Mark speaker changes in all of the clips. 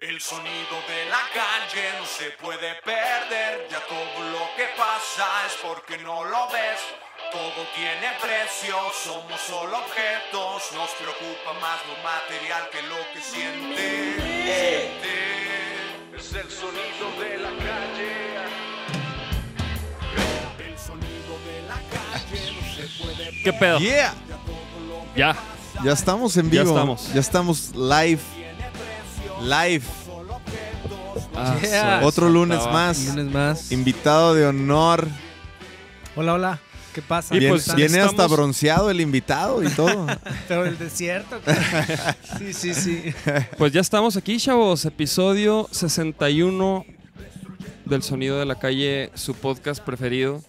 Speaker 1: El sonido de la calle no se puede perder, ya todo lo que pasa es porque no lo ves. Todo tiene precio, somos solo objetos, nos preocupa más lo material que lo que siente. Siente. Es el sonido de la calle. El sonido de la calle no se puede perder.
Speaker 2: ¿Qué pedo?
Speaker 3: Yeah.
Speaker 1: ya todo lo que
Speaker 2: Ya.
Speaker 3: Ya estamos en
Speaker 2: Ya
Speaker 3: vivo.
Speaker 2: estamos.
Speaker 3: Ya estamos live. Live.
Speaker 4: Ah,
Speaker 2: Yeah.
Speaker 4: so-
Speaker 3: Otro lunes
Speaker 2: estaba.
Speaker 3: más.
Speaker 4: lunes más.
Speaker 3: Invitado de honor.
Speaker 4: Hola, hola. ¿Qué pasa?
Speaker 2: Y
Speaker 3: Bien-
Speaker 2: pues,
Speaker 3: viene
Speaker 2: estamos-
Speaker 3: hasta bronceado el invitado y todo.
Speaker 4: Pero el desierto. cara. sí, sí, sí.
Speaker 2: Pues ya estamos aquí, chavos. Episodio 61 del Sonido de la Calle, su podcast preferido.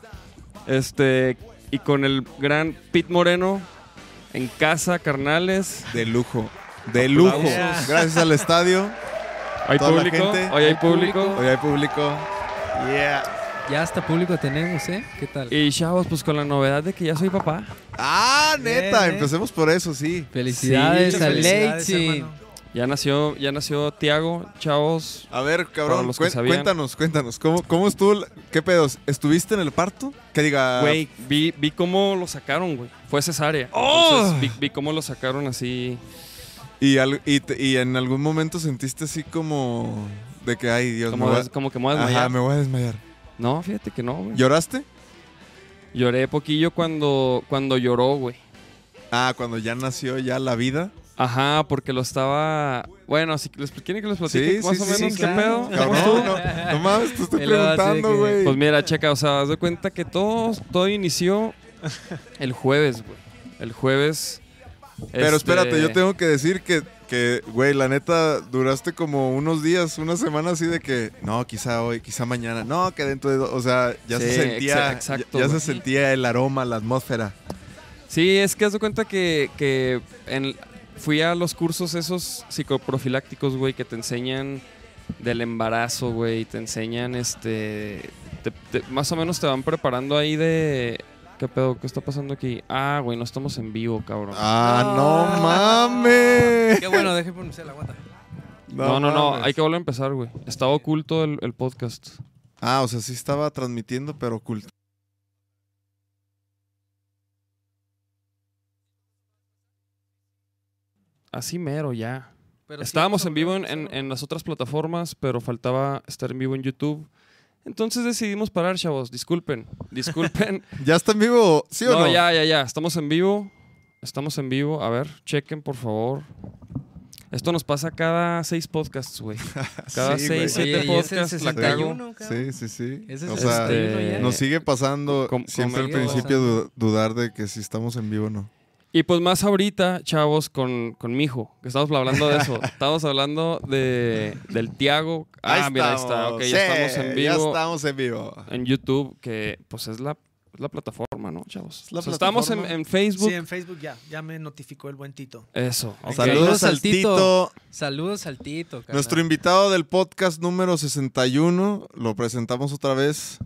Speaker 2: Este, y con el gran Pete Moreno en casa, carnales.
Speaker 3: De lujo. De lujo.
Speaker 4: Aplausos.
Speaker 3: Gracias al estadio.
Speaker 2: Hay
Speaker 3: Toda la
Speaker 2: público,
Speaker 3: gente.
Speaker 2: hoy hay público.
Speaker 3: Hoy hay público.
Speaker 4: Ya hasta público tenemos, ¿eh? ¿Qué tal?
Speaker 2: Y chavos, pues con la novedad de que ya soy papá.
Speaker 3: Ah, neta.
Speaker 4: Bien, eh.
Speaker 3: Empecemos por eso, sí.
Speaker 4: Felicidades
Speaker 2: Sí,
Speaker 4: a
Speaker 2: felicidades,
Speaker 4: Leitzi.
Speaker 2: Ya nació, ya nació Tiago, chavos.
Speaker 3: A ver,
Speaker 2: Para
Speaker 3: cabrón,
Speaker 2: los que
Speaker 3: cuen-
Speaker 2: sabían.
Speaker 3: cuéntanos, cuéntanos. ¿Cómo, ¿Cómo estuvo? la- ¿Qué pedos? ¿Estuviste en el parto? Que diga.
Speaker 2: Güey, vi, vi cómo lo sacaron, güey. Fue cesárea.
Speaker 3: ¡Oh!
Speaker 2: Entonces, vi, vi cómo lo sacaron así.
Speaker 3: Y, al- y, te- y en algún momento sentiste así como. De que, ay, Dios
Speaker 2: Como,
Speaker 3: Pues me voy a-
Speaker 2: des- como que me voy a desmayar.
Speaker 3: Ajá, me voy a desmayar.
Speaker 2: No, fíjate que no, güey.
Speaker 3: ¿Lloraste?
Speaker 2: Lloré poquillo cuando, cuando lloró, güey.
Speaker 3: Ah, cuando ya nació ya la vida.
Speaker 2: Ajá, porque lo estaba. Bueno, si les quieren que les platique
Speaker 3: Sí,
Speaker 2: más
Speaker 3: sí,
Speaker 2: o
Speaker 3: sí,
Speaker 2: menos
Speaker 3: sí,
Speaker 2: qué
Speaker 4: claro.
Speaker 2: pedo.
Speaker 3: Cabrón,
Speaker 4: tú?
Speaker 3: no, no mames, te estoy
Speaker 4: Y luego así de
Speaker 3: preguntando,
Speaker 4: que-
Speaker 3: güey.
Speaker 2: Pues mira, checa, o sea, haz de cuenta que todo, todo inició el jueves, güey. El jueves.
Speaker 3: Pero
Speaker 2: este,
Speaker 3: espérate, yo tengo que decir que, que, güey, la neta, duraste como unos días, una semana así de que, no, quizá hoy, quizá mañana, no, que dentro de, do- o sea, ya
Speaker 2: Sí,
Speaker 3: se sentía,
Speaker 2: exa- exacto,
Speaker 3: ya, ya se
Speaker 2: güey.
Speaker 3: sentía el aroma, la atmósfera.
Speaker 2: Sí, es que haz de cuenta que, que en- fui a los cursos esos psicoprofilácticos, güey, que te enseñan del embarazo, güey, te enseñan, este, te- te- más o menos te van preparando ahí de... ¿Qué pedo? ¿Qué está pasando aquí? Ah, güey, no estamos en vivo, cabrón.
Speaker 3: Ah, no mames.
Speaker 4: Qué bueno, deje pronunciar la guata.
Speaker 2: no, no, no,
Speaker 3: mames.
Speaker 2: hay que volver a empezar, güey. Estaba oculto el, el podcast.
Speaker 3: Ah, o sea, sí estaba transmitiendo, pero oculto.
Speaker 2: Así mero ya. Estábamos en vivo en, en- en las otras plataformas, pero faltaba estar en vivo en YouTube. Entonces decidimos parar, chavos. Disculpen, disculpen.
Speaker 3: ¿Ya está en vivo? ¿Sí o no?
Speaker 2: no, ya, ya, ya. Estamos en vivo. Estamos en vivo. A ver, chequen, por favor. Esto nos pasa cada seis podcasts, güey. Cada
Speaker 3: Sí,
Speaker 2: seis,
Speaker 3: güey.
Speaker 2: siete
Speaker 4: Oye, ¿y es el
Speaker 2: podcasts la cago.
Speaker 4: 61, cabrón?
Speaker 3: Sí, sí, sí.
Speaker 4: Ese es
Speaker 3: o
Speaker 4: el
Speaker 3: sea,
Speaker 4: este- ya.
Speaker 3: nos sigue pasando
Speaker 2: Com-
Speaker 3: siempre al
Speaker 2: comedia,
Speaker 3: principio du- dudar de que si estamos en vivo o no.
Speaker 2: Y pues más ahorita, chavos, con, con mi hijo, que estamos hablando de eso. estamos hablando de, del Tiago. Ah, mira, ahí está. Ok, ya
Speaker 3: Sí,
Speaker 2: estamos en vivo.
Speaker 3: Ya estamos en vivo.
Speaker 2: en YouTube, que pues es la, es la plataforma, ¿no, chavos?
Speaker 3: Es
Speaker 2: O
Speaker 3: la
Speaker 2: sea, estamos en,
Speaker 3: plataforma.
Speaker 2: en Facebook.
Speaker 5: Sí, en Facebook ya, ya me notificó el buen Tito.
Speaker 2: Eso. ok.
Speaker 3: Saludos
Speaker 4: Saludos al
Speaker 3: al Tito,
Speaker 4: Tito, Saludos al Tito, carnal.
Speaker 3: nuestro invitado del podcast número 61. Lo presentamos otra vez,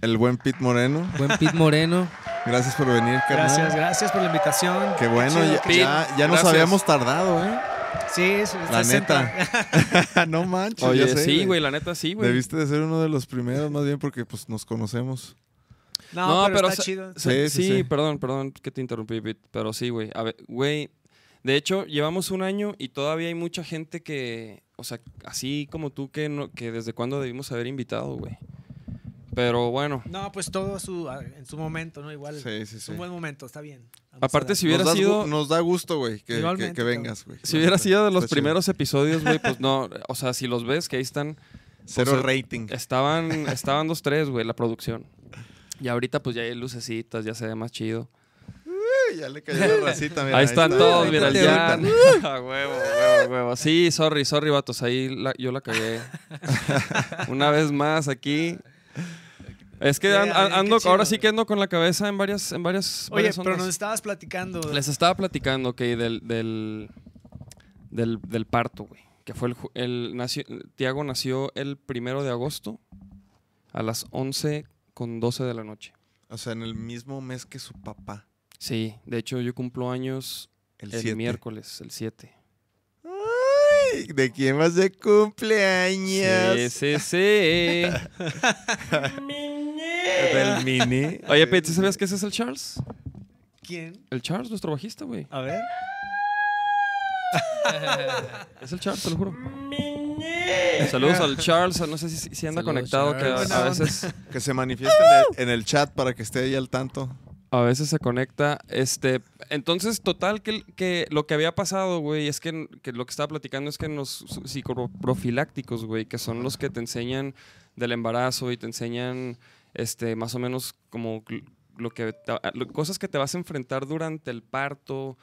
Speaker 3: el buen Pete Moreno.
Speaker 4: Buen Pete Moreno.
Speaker 3: Gracias por venir, carnal.
Speaker 5: Gracias, gracias por la invitación.
Speaker 3: Qué bueno,
Speaker 5: chido,
Speaker 3: ya,
Speaker 5: qué
Speaker 2: Pete,
Speaker 3: ya- ya nos
Speaker 2: gracias.
Speaker 3: habíamos tardado, ¿eh?
Speaker 5: Sí, sí,
Speaker 3: La
Speaker 5: 60.
Speaker 3: neta. no manches.
Speaker 2: Oye,
Speaker 3: ya sé,
Speaker 2: sí, güey, la neta sí, güey.
Speaker 3: Debiste de ser uno de los primeros, más bien porque pues nos conocemos.
Speaker 5: No, pero, está
Speaker 2: sa-
Speaker 5: chido.
Speaker 2: sa-
Speaker 3: Sí,
Speaker 2: Sí,
Speaker 3: sí, sí.
Speaker 2: perdón, perdón que te interrumpí, Pete, pero sí, güey. A ver, güey, de hecho, llevamos un año y todavía hay mucha gente que, o sea, así como tú, que, no, que desde cuándo debimos haber invitado, güey. Pero bueno,
Speaker 5: No, pues todo a su, a- en su momento, ¿no? Igual.
Speaker 3: Sí, sí,
Speaker 5: Es
Speaker 3: sí.
Speaker 5: un buen momento, está bien. Vamos a
Speaker 2: aparte
Speaker 5: dar.
Speaker 2: si hubiera
Speaker 3: nos, das gu-
Speaker 2: sido...
Speaker 3: nos da gusto, güey, que- que, que,
Speaker 5: Igualmente, cabrón.
Speaker 3: vengas, güey.
Speaker 2: Si hubiera sido de los
Speaker 3: Está chido.
Speaker 2: primeros episodios, güey, pues no, o sea, si los ves que ahí están,
Speaker 3: Cero
Speaker 2: o sea,
Speaker 3: rating.
Speaker 2: Estaban, estaban dos, tres, güey, la producción. Y ahorita pues ya hay lucecitas, ya se ve más chido.
Speaker 3: Uy, ya le cayó la racita, mira,
Speaker 2: ahí están
Speaker 5: este,
Speaker 2: todos,
Speaker 4: ahí
Speaker 2: mira,
Speaker 4: está,
Speaker 2: ya.
Speaker 4: ahí
Speaker 2: Ah, huevo, huevo, huevo. Sí, sorry, sorry, vatos, ahí la- yo la cagué. Una vez más aquí. Es que an-
Speaker 5: Eh, ay,
Speaker 2: an-
Speaker 5: qué
Speaker 2: ando,
Speaker 5: chido,
Speaker 2: ahora sí
Speaker 5: güey.
Speaker 2: que ando con la cabeza en varias, en varias,
Speaker 5: Oye,
Speaker 2: varias
Speaker 5: pero
Speaker 2: ondas.
Speaker 5: nos estabas platicando.
Speaker 2: Les estaba platicando, ok, del, del, del, del parto, güey. Que fue el, ju- el nació- Tiago nació el primero de agosto a las 11 con 12 de la noche.
Speaker 3: O sea, en el mismo mes que su papá,
Speaker 2: Sí, de hecho yo cumplo años
Speaker 3: el
Speaker 2: el,
Speaker 3: 7.
Speaker 2: miércoles, el 7.
Speaker 3: ¡Ay! ¿De quién vas de cumpleaños?
Speaker 2: Sí, sí, sí.
Speaker 3: Del mini.
Speaker 2: Oye, Pete, ¿sí ¿sabías que ese es el Charles?
Speaker 5: ¿Quién?
Speaker 2: El Charles, nuestro bajista, güey.
Speaker 5: A ver.
Speaker 2: Es el Charles, te lo juro. Saludos al Charles, no sé si, si anda
Speaker 4: Saludos,
Speaker 2: conectado, que
Speaker 4: Charles.
Speaker 2: a, a veces,
Speaker 3: Que se manifieste en el, en el chat para que esté ahí al tanto.
Speaker 2: a veces se conecta. Este, entonces, total, que, que lo que había pasado, güey, es que, que lo que estaba platicando es que en los psicoprofilácticos, güey, que son los que te enseñan del embarazo y te enseñan este, más o menos como gl- lo que te- lo- cosas que te vas a enfrentar durante el parto,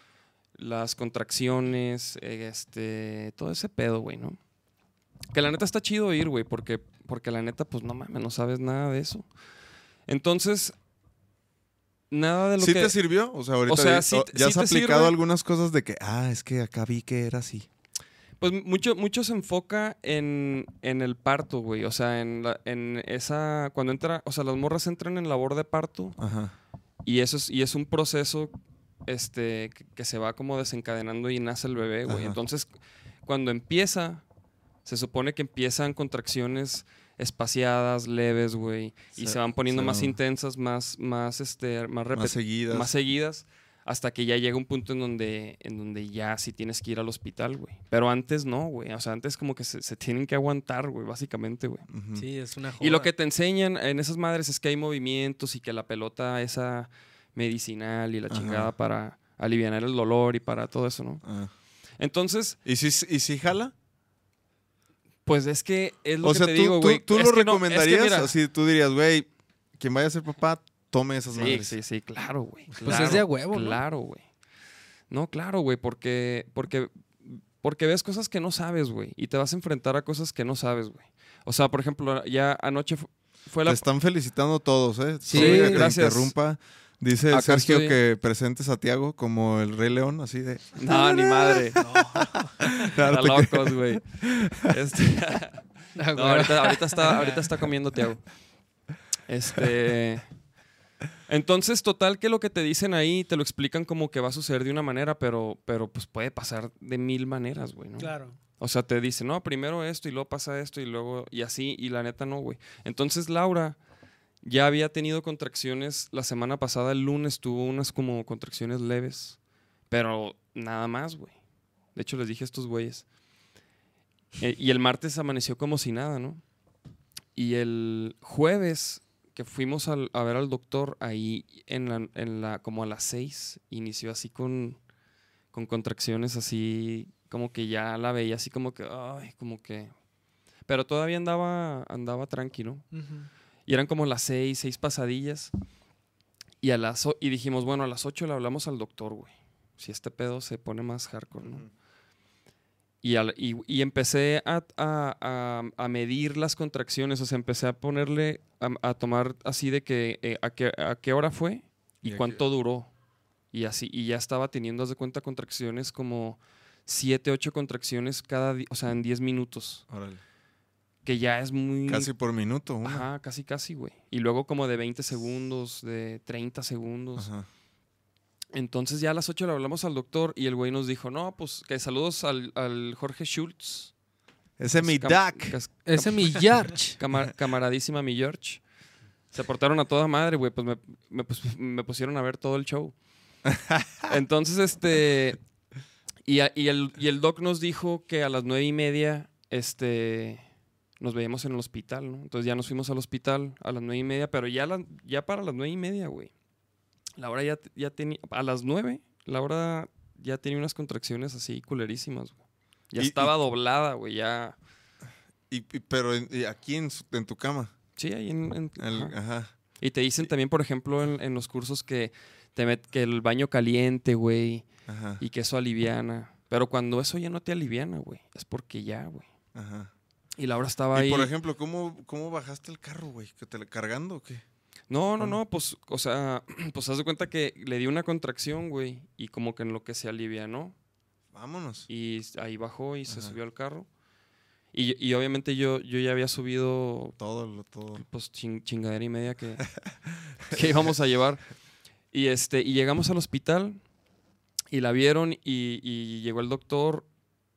Speaker 2: las contracciones, eh, este, todo ese pedo, güey, ¿no? Que la neta está chido ir, güey, porque, porque la neta, pues no mames, no sabes nada de eso. Entonces, nada de lo
Speaker 3: ¿Sí
Speaker 2: que.
Speaker 3: te sirvió? O sea, ahorita
Speaker 2: O sea,
Speaker 3: vi-
Speaker 2: sí
Speaker 3: o-
Speaker 2: te-
Speaker 3: ya
Speaker 2: sí
Speaker 3: has
Speaker 2: te
Speaker 3: aplicado
Speaker 2: sirve.
Speaker 3: algunas cosas de que, ah, es que acá vi que era así.
Speaker 2: Pues mucho, mucho se enfoca en, en el parto, güey. O sea, en, la- en esa. Cuando entra. O sea, las morras entran en labor de parto.
Speaker 3: Ajá.
Speaker 2: Y eso es, y es un proceso este, que, que se va como desencadenando y nace el bebé, güey.
Speaker 3: Ajá.
Speaker 2: Entonces, cuando empieza, se supone que empiezan contracciones espaciadas, leves, güey. Y
Speaker 3: Se-
Speaker 2: se van poniendo
Speaker 3: se
Speaker 2: más
Speaker 3: van-
Speaker 2: intensas, más, más, este, más
Speaker 3: Más
Speaker 2: repetidas
Speaker 3: seguidas.
Speaker 2: más seguidas hasta que ya llega un punto en donde, en donde ya sí tienes que ir al hospital, güey. Pero antes no, güey. O sea, antes como que se, se tienen que aguantar, güey, básicamente, güey.
Speaker 3: Ujú.
Speaker 4: Sí, es una
Speaker 2: Y lo que te enseñan en esas madres es que hay movimientos y que la pelota esa medicinal y la
Speaker 3: Ajá.
Speaker 2: chingada para aliviar el dolor y para todo eso, ¿no?
Speaker 3: Ah.
Speaker 2: Entonces,
Speaker 3: ¿Y si, y si jala?
Speaker 2: pues es que es lo
Speaker 3: o
Speaker 2: que
Speaker 3: sea,
Speaker 2: te
Speaker 3: tú,
Speaker 2: digo,
Speaker 3: tú-
Speaker 2: güey.
Speaker 3: tú
Speaker 2: Es
Speaker 3: lo
Speaker 2: que no, es que
Speaker 3: recomendarías
Speaker 2: mira-
Speaker 3: así, tú dirías, güey, quien vaya a ser papá, tome esas
Speaker 2: Sí,
Speaker 3: madres.
Speaker 2: sí, sí, claro, güey. Pues
Speaker 4: es de a huevo, ¿no?
Speaker 2: Claro, güey. No, claro, güey, porque, porque, porque ves cosas que no sabes, güey. Y te vas a enfrentar a cosas que no sabes, güey. O sea, por ejemplo, ya anoche fu- fue
Speaker 3: Te
Speaker 2: la...
Speaker 3: están felicitando todos, ¿eh?
Speaker 4: Sí,
Speaker 3: Sorry que te
Speaker 2: gracias.
Speaker 3: interrumpa. Dice
Speaker 2: Acá
Speaker 3: Sergio
Speaker 2: estoy.
Speaker 3: que presentes a Tiago como el Rey León, así de.
Speaker 2: No, ni madre. Está
Speaker 3: Claro, te-
Speaker 2: locos, güey. Este- No, ahorita, ahorita está, ahorita está comiendo Tiago. Este. Entonces, total, que lo que te dicen ahí te lo explican como que va a suceder de una manera, pero, pero pues puede pasar de mil maneras, güey, ¿no?
Speaker 5: Claro.
Speaker 2: O sea, te dicen, no, primero esto y luego pasa esto y luego y así, y la neta no, güey. Entonces, Laura ya había tenido contracciones la semana pasada, el lunes tuvo unas como contracciones leves, pero nada más, güey. De hecho, les dije a estos güeyes. Eh, y el martes amaneció como si nada, ¿no? Y el jueves que fuimos al- a ver al doctor, ahí en la, en la, como a las seis, inició así con, con contracciones así, como que ya la veía así como que, ay, como que... Pero todavía andaba, andaba tranquilo. Y eran como las seis, seis pasadillas. Y, a las, o- y dijimos, bueno, a las ocho le hablamos al doctor, güey. Si este pedo se pone más hardcore, ¿no? Y, al- y- y empecé a, a- a- a medir las contracciones, o sea, empecé a ponerle, a, a tomar así de que eh, a, qué, a qué hora fue
Speaker 4: Y
Speaker 2: y,
Speaker 4: a qué-
Speaker 2: cuánto duró. Y así, y ya estaba teniendo, haz de cuenta, contracciones como siete, ocho contracciones cada, di- o sea, en 10 minutos,
Speaker 3: Órale.
Speaker 2: que ya es muy...
Speaker 3: Casi por minuto, una.
Speaker 2: Ajá, casi, casi, güey. Y luego como de 20 segundos, de 30 segundos.
Speaker 3: Ajá.
Speaker 2: Entonces ya a las 8 le hablamos al doctor y el güey nos dijo, no, pues que saludos al, al Jorge Schultz. Pues,
Speaker 3: Ese es mi
Speaker 2: Cam-
Speaker 3: duck.
Speaker 2: cas-
Speaker 4: Ese mi George.
Speaker 2: Camar- camaradísima mi George. Se portaron a toda madre, güey. Pues me, me pus- me pusieron a ver todo el show. Entonces, este. Y, a- y el, y el doc nos dijo que a las nueve y media, este. Nos veíamos en el hospital, ¿no? Entonces ya nos fuimos al hospital a las nueve y media, pero ya, la- ya para las nueve y media, güey. La hora ya, ya tenía. A las nueve, la hora ya tenía unas contracciones así culerísimas, güey. Ya
Speaker 3: Y- y-
Speaker 2: estaba doblada, güey. Ya.
Speaker 3: Y, y- pero en- y aquí en, su- en tu cama.
Speaker 2: Sí, ahí en. en-
Speaker 3: El-
Speaker 2: ajá.
Speaker 3: ajá.
Speaker 2: Y te dicen también, por ejemplo, en, en los cursos que, te met- que el baño caliente, güey,
Speaker 3: Ajá.
Speaker 2: y que eso aliviana. Pero cuando eso ya no te aliviana, güey, es porque ya, güey.
Speaker 3: Ajá.
Speaker 2: Y Laura estaba ahí.
Speaker 3: Y por ejemplo, ¿cómo, cómo bajaste el carro, güey? ¿Que te la- cargando o qué?
Speaker 2: no, no,
Speaker 3: ¿cómo?
Speaker 2: no, pues, o sea, pues haz de cuenta que le di una contracción, güey, y como que en lo que se alivianó,
Speaker 3: Vámonos.
Speaker 2: y ahí bajó y se
Speaker 3: Ajá.
Speaker 2: subió al carro. Y, y obviamente yo, yo ya había subido
Speaker 3: Todo, lo- todo.
Speaker 2: pues chin- chingadera y media que, que íbamos a llevar. Y este, y llegamos al hospital y la vieron y, y llegó el doctor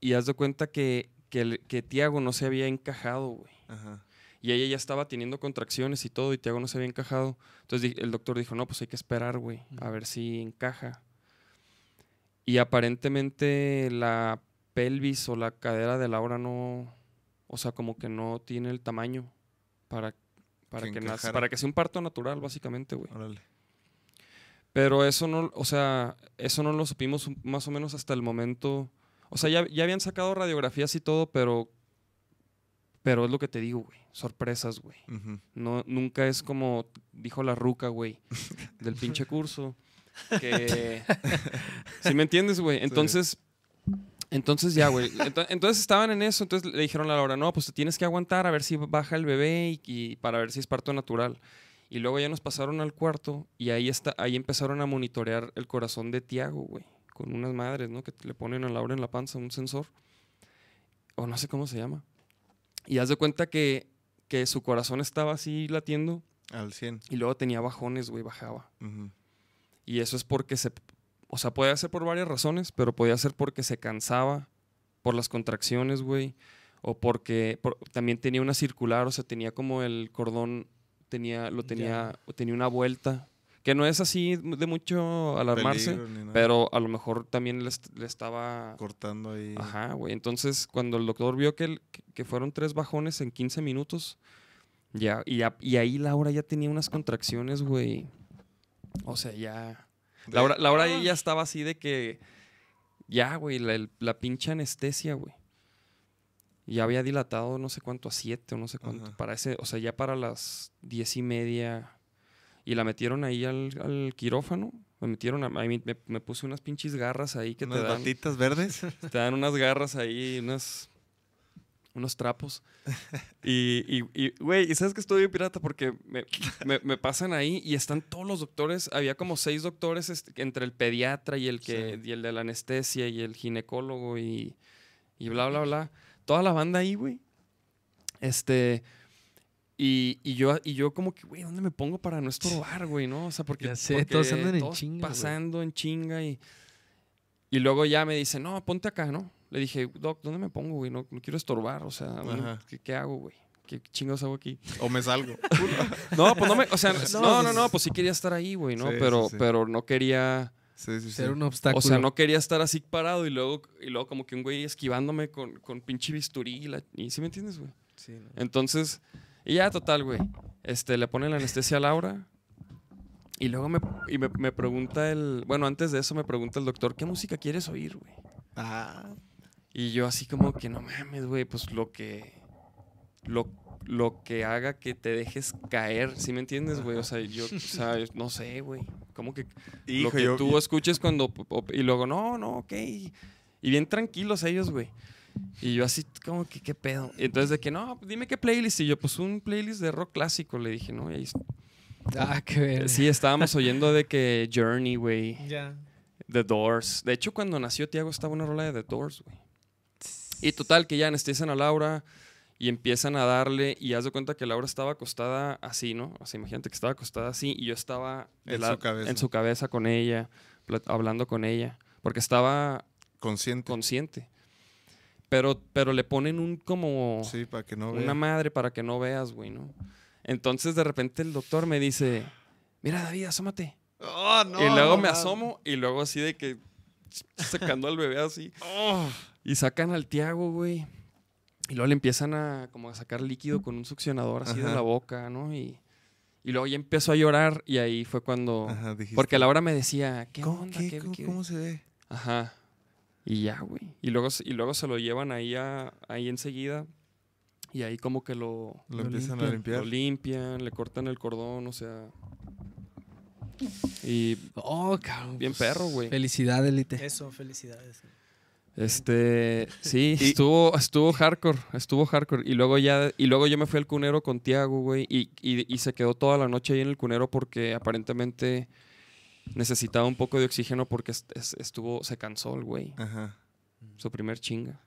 Speaker 2: y haz de cuenta que, que, el- que Tiago no se había encajado, güey.
Speaker 3: Ajá.
Speaker 2: Y ella ya estaba teniendo contracciones y todo, y Tiago no se había encajado. Entonces di- el doctor dijo, no, pues hay que esperar, güey, a ver si encaja. Y aparentemente la pelvis o la cadera de Laura no, o sea, como que no tiene el tamaño para, para,
Speaker 3: Que
Speaker 2: que, nazca-
Speaker 3: encajara. Ah.
Speaker 2: para que sea un parto natural, básicamente, güey.
Speaker 3: Órale.
Speaker 2: Pero eso no, o sea, eso no lo supimos un- más o menos hasta el momento. O sea, ya, ya habían sacado radiografías y todo, pero, pero es lo que te digo, güey. Sorpresas, güey.
Speaker 3: Ujú.
Speaker 2: No, nunca es como dijo la ruca, güey, del pinche curso. Que. ¿Sí me entiendes, güey? Entonces. Entonces ya, güey. Ento- Entonces estaban en eso. Entonces le dijeron a Laura, no, pues te tienes que aguantar a ver si baja el bebé y, y para ver si es parto natural. Y luego ya nos pasaron al cuarto y ahí, está, ahí empezaron a monitorear el corazón de Tiago, güey. Con unas madres, ¿no? Que le ponen a Laura en la panza un sensor. O no sé cómo se llama. Y haz de cuenta que que su corazón estaba así latiendo
Speaker 3: Al 100.
Speaker 2: y luego tenía bajones, güey, bajaba.
Speaker 3: Ujú.
Speaker 2: Y eso es porque se... O sea, podía ser por varias razones, pero podía ser porque se cansaba, por las contracciones, güey, o porque por- también tenía una circular, o sea, tenía como el cordón, tenía, lo
Speaker 5: Ya.
Speaker 2: tenía, o tenía una vuelta, que no es así de mucho alarmarse,
Speaker 3: Peligro ni nada.
Speaker 2: pero a lo mejor también le, est- le estaba...
Speaker 3: Cortando ahí.
Speaker 2: Ajá, güey. Entonces, cuando el doctor vio que, el- que- que fueron tres bajones en 15 minutos, ya, y, ya- y ahí Laura ya tenía unas contracciones, güey. O sea, ya.
Speaker 3: De-
Speaker 2: Laura, Laura ahí ya estaba así de que. Ya, güey, la, el- la pinche anestesia, güey. Ya había dilatado no sé cuánto, a siete o no sé cuánto.
Speaker 3: Ajá.
Speaker 2: Para ese, o sea, ya para las diez y media. Y la metieron ahí al, al quirófano. Me metieron, a, a mí me, me puse unas pinches garras ahí que
Speaker 3: Unas
Speaker 2: te dan.
Speaker 3: batitas verdes.
Speaker 2: Te dan unas garras ahí, unas, unos trapos. Y, y- y, güey, y sabes que estoy bien pirata porque me, me- me pasan ahí y están todos los doctores. Había como seis doctores este, entre el pediatra y el, que, y el de la anestesia y el ginecólogo y, y bla, bla, bla. Toda la banda ahí, güey. Este. Y, y yo, y yo como que, güey, ¿dónde me pongo para no estorbar, güey? ¿No? O sea, porque,
Speaker 4: Ya sé,
Speaker 2: porque
Speaker 4: todos andan en chinga, güey.
Speaker 2: Pasando en chinga y. Y luego ya me dice, no, ponte acá, ¿no? Le dije, Doc, ¿dónde me pongo, güey? No, no quiero estorbar, o sea, ¿dónde-
Speaker 3: Ajá.
Speaker 2: ¿qué, qué hago, güey? ¿Qué chingados hago aquí?
Speaker 3: O me salgo.
Speaker 2: No, pues no me, o sea,
Speaker 5: No,
Speaker 2: no, no,
Speaker 5: pues-
Speaker 2: no, pues sí quería estar ahí, güey, ¿no?
Speaker 3: Sí,
Speaker 2: pero,
Speaker 3: sí, sí.
Speaker 2: pero no quería,
Speaker 3: Sí, sí, sí.
Speaker 4: Ser un obstáculo.
Speaker 2: o sea, no quería estar así parado y luego, y luego como que un güey esquivándome con, con pinche bisturí y, la- y ¿sí me entiendes, güey?
Speaker 5: Sí, no.
Speaker 2: Entonces, y ya total, güey. Este, le pone la anestesia a Laura. Y luego me, y me, me pregunta el. Bueno, antes de eso me pregunta el doctor, ¿qué música quieres oír, güey?
Speaker 3: Ah.
Speaker 2: Y yo así como que no mames, güey, pues lo que. Lo, lo que haga que te dejes caer, ¿sí me entiendes, güey? O sea, yo, o sea, yo no sé, güey. Como que lo
Speaker 3: Hijo,
Speaker 2: que
Speaker 3: yo-
Speaker 2: tú escuches cuando. op- Y luego, no, no, ok. Y bien tranquilos ellos, güey. Y yo así, como que, ¿qué pedo? Y entonces, de que, no, dime qué playlist. Y yo, pues un playlist de rock clásico, le dije, ¿no? Y ahí,
Speaker 4: Ah, qué
Speaker 6: Eh.
Speaker 4: ver.
Speaker 2: sí, estábamos oyendo de que Journey, güey.
Speaker 5: Ya.
Speaker 2: The Doors. De hecho, cuando nació Tiago estaba una rola de The Doors, güey. Y total, que ya anestesian a Laura y empiezan a darle y haz de cuenta que Laura estaba acostada así, ¿no? O sea, imagínate que estaba acostada así y yo estaba de
Speaker 3: En su cabeza.
Speaker 2: en su cabeza con ella, plat- hablando con ella, porque estaba
Speaker 3: Consciente.
Speaker 2: consciente. Pero, pero le ponen un como
Speaker 3: Sí, para que no vea.
Speaker 2: una madre para que no veas, güey, ¿no? Entonces de repente el doctor me dice, mira David, asómate
Speaker 3: Oh, no,
Speaker 2: y luego me
Speaker 3: mames.
Speaker 2: asomo y luego así de que sacando al bebé así.
Speaker 3: Oh.
Speaker 2: Y sacan al Tiago, güey. Y luego le empiezan a como a sacar líquido con un succionador así de
Speaker 3: Ajá.
Speaker 2: la boca, ¿no? Y, y luego ya empezó a llorar y ahí fue cuando...
Speaker 3: Ajá, dijiste.
Speaker 2: Porque a la hora me decía, ¿qué
Speaker 3: ¿Cómo,
Speaker 2: onda?
Speaker 3: qué,
Speaker 2: ¿Qué-
Speaker 3: cómo-
Speaker 2: qué-
Speaker 3: cómo se ve?
Speaker 2: Ajá. Y ya, güey. Y luego, se- y luego se lo llevan ahí, a- ahí enseguida. Y ahí como que lo,
Speaker 3: Lo,
Speaker 4: Lo
Speaker 3: empiezan a
Speaker 4: limpian.
Speaker 3: limpiar.
Speaker 2: lo limpian, le cortan el cordón, o sea... Y
Speaker 4: Oh, cabrón.
Speaker 2: bien perro, güey.
Speaker 4: Felicidad, élite.
Speaker 5: Eso, felicidades.
Speaker 2: Este, sí, estuvo, estuvo hardcore, estuvo hardcore. Y luego ya, y luego yo me fui al cunero con Tiago, güey, y, y- y se quedó toda la noche ahí en el cunero porque aparentemente necesitaba un poco de oxígeno porque est- es- estuvo, se cansó el güey,
Speaker 3: Ajá.
Speaker 2: su primer chinga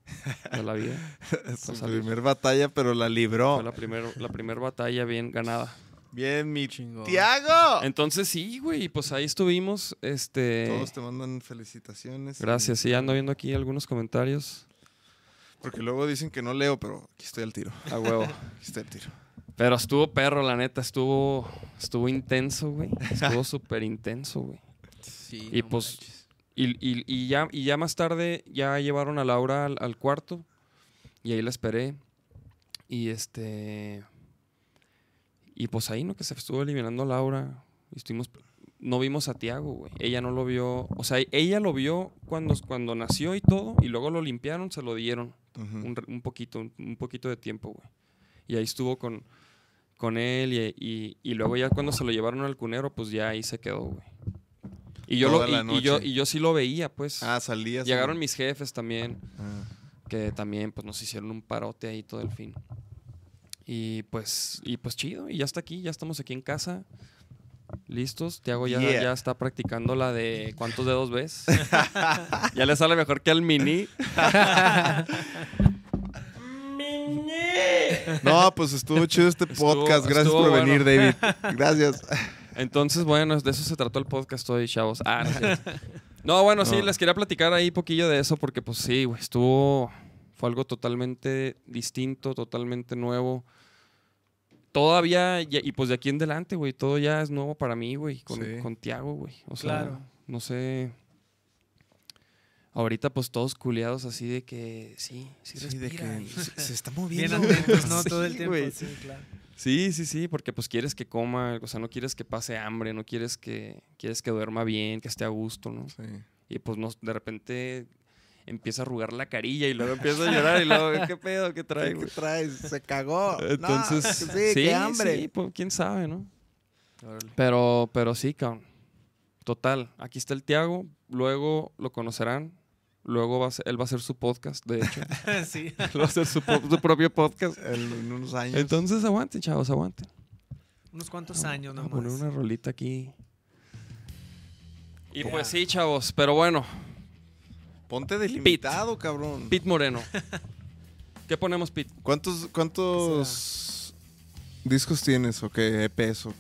Speaker 2: de la vida.
Speaker 3: Su
Speaker 2: salir.
Speaker 3: primer batalla, pero la libró.
Speaker 2: Fue la primera la primer batalla bien ganada.
Speaker 3: Bien, mi
Speaker 4: Chingón.
Speaker 3: Tiago.
Speaker 2: Entonces sí, güey, pues ahí estuvimos, este...
Speaker 3: Todos te mandan felicitaciones.
Speaker 2: Gracias, sí, ando viendo aquí algunos comentarios.
Speaker 3: Porque luego dicen que no leo, pero aquí estoy al tiro.
Speaker 2: A huevo.
Speaker 3: Aquí estoy al tiro.
Speaker 2: Pero estuvo perro, la neta, estuvo, estuvo intenso, güey. Estuvo súper intenso, güey.
Speaker 6: Sí,
Speaker 2: Y pues-
Speaker 6: manches.
Speaker 2: Y, y- y ya, y ya más tarde ya llevaron a Laura al, al cuarto y ahí la esperé. Y este... Y pues ahí, ¿no? Que se estuvo eliminando Laura. Y estuvimos... No vimos a Tiago, güey. Ella no lo vio. O sea, ella lo vio cuando, cuando nació y todo. Y luego lo limpiaron, se lo dieron.
Speaker 3: Ujú.
Speaker 2: un, re- un poquito, un, un poquito de tiempo, güey. Y ahí estuvo con, con él y, y- y luego ya cuando se lo llevaron al cunero, pues ya ahí se quedó, güey. Y yo, lo,
Speaker 3: Toda la
Speaker 2: y, y yo,
Speaker 3: noche.
Speaker 2: y yo sí lo veía, pues.
Speaker 3: Ah, salías.
Speaker 2: Llegaron mis jefes también,
Speaker 3: Ah.
Speaker 2: que también pues nos hicieron un parote ahí todo el fin. Y pues, y pues chido, y ya está aquí, ya estamos aquí en casa. Listos, Tiago ya,
Speaker 3: Yeah.
Speaker 2: ya está practicando la de cuántos dedos ves. ya le sale mejor que al mini.
Speaker 3: No, pues estuvo chido este
Speaker 2: Estuvo-
Speaker 3: podcast. Gracias
Speaker 2: estuvo
Speaker 3: por
Speaker 2: bueno.
Speaker 3: venir, David. Gracias.
Speaker 2: Entonces, bueno, de eso se trató el podcast hoy, chavos. Ah, no, es cierto. No, bueno, sí,
Speaker 3: No.
Speaker 2: les quería platicar ahí poquillo de eso porque pues sí, güey, estuvo... Fue algo totalmente distinto, totalmente nuevo. Todavía, ya- y pues de aquí en adelante, güey, todo ya es nuevo para mí, güey, con,
Speaker 3: Sí.
Speaker 2: con Tiago, güey. O sea,
Speaker 5: Claro.
Speaker 2: no sé... Ahorita pues todos culiados así de que sí, sí, respira. y-
Speaker 3: está
Speaker 5: Bien
Speaker 3: moviendo.
Speaker 5: atentos, ¿no? Todo el
Speaker 2: Sí,
Speaker 5: tiempo.
Speaker 2: güey.
Speaker 5: Sí, claro.
Speaker 2: Sí, sí, sí, porque pues quieres que coma, o sea, no quieres que pase hambre, no quieres que quieres que duerma bien, que esté a gusto, ¿no?
Speaker 3: Sí.
Speaker 2: Y pues no, de repente empieza a arrugar la carilla y luego empieza a llorar y luego, ¿qué pedo que trae, güey?
Speaker 3: traes? Se cagó.
Speaker 2: Entonces, sí, sí, pues, quién sabe, ¿no?
Speaker 6: Órale.
Speaker 2: Pero, pero sí, cabrón. Total, aquí está el Tiago, luego lo conocerán, luego va a ser- él va a hacer su podcast, de hecho,
Speaker 5: sí.
Speaker 2: Él pues, va a hacer su, po- su propio podcast.
Speaker 3: en unos años.
Speaker 2: Entonces aguanten, chavos, aguanten.
Speaker 5: Unos cuantos años
Speaker 2: Vamos a
Speaker 5: nomás.
Speaker 2: Ah, poner una rolita aquí. Y
Speaker 5: Ya.
Speaker 2: pues sí, chavos, pero bueno,
Speaker 3: Ponte delimitado, cabrón.
Speaker 2: Pit Moreno. ¿Qué ponemos, Pit?
Speaker 3: ¿Cuántos, cuántos discos tienes o qué EPs? o-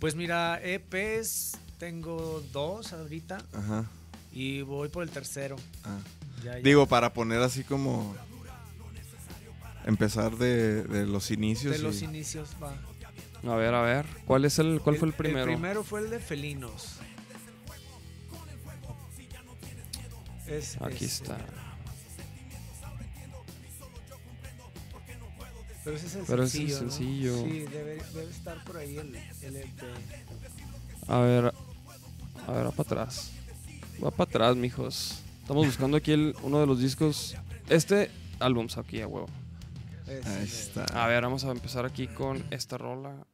Speaker 5: Pues mira, EPs tengo dos ahorita
Speaker 3: Ajá.
Speaker 5: y voy por el tercero.
Speaker 3: ah.
Speaker 5: Ya, ya.
Speaker 3: Digo, para poner así como. Empezar de, de los inicios.
Speaker 5: de los
Speaker 3: y-
Speaker 5: inicios va.
Speaker 2: A ver, a ver. ¿Cuál es el cuál fue el primero?
Speaker 5: El primero fue el de felinos. Es-
Speaker 2: Aquí
Speaker 5: es-
Speaker 2: está.
Speaker 5: Pero ese es el
Speaker 2: Pero ese es
Speaker 5: sencillo.
Speaker 2: el
Speaker 5: ¿no?
Speaker 2: sencillo.
Speaker 5: Sí, debe, debe estar por ahí el, el E EP.
Speaker 2: A ver. A ver, va para atrás. Va para atrás, mijos. Estamos buscando aquí el- uno de los discos. Este álbum aquí a huevo.
Speaker 5: Es
Speaker 3: Ahí
Speaker 5: el-
Speaker 3: está.
Speaker 2: A ver, vamos a empezar aquí con esta rola.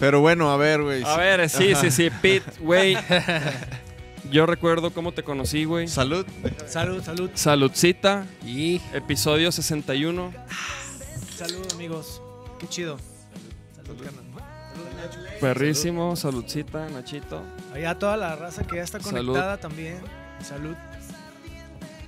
Speaker 3: Pero bueno, a ver, güey.
Speaker 2: A ver, sí, sí, sí, Pit, güey. Yo recuerdo cómo te conocí, güey.
Speaker 3: Salud.
Speaker 5: Salud, salud,
Speaker 2: Saludcita,
Speaker 4: Y
Speaker 2: episodio 61.
Speaker 5: salud, amigos. Qué chido. Salud, carnal. Salud, Nacho.
Speaker 2: Perrísimo, saludcita, Nachito.
Speaker 5: Allá toda la raza que ya está
Speaker 2: Salud.
Speaker 5: conectada también. Salud.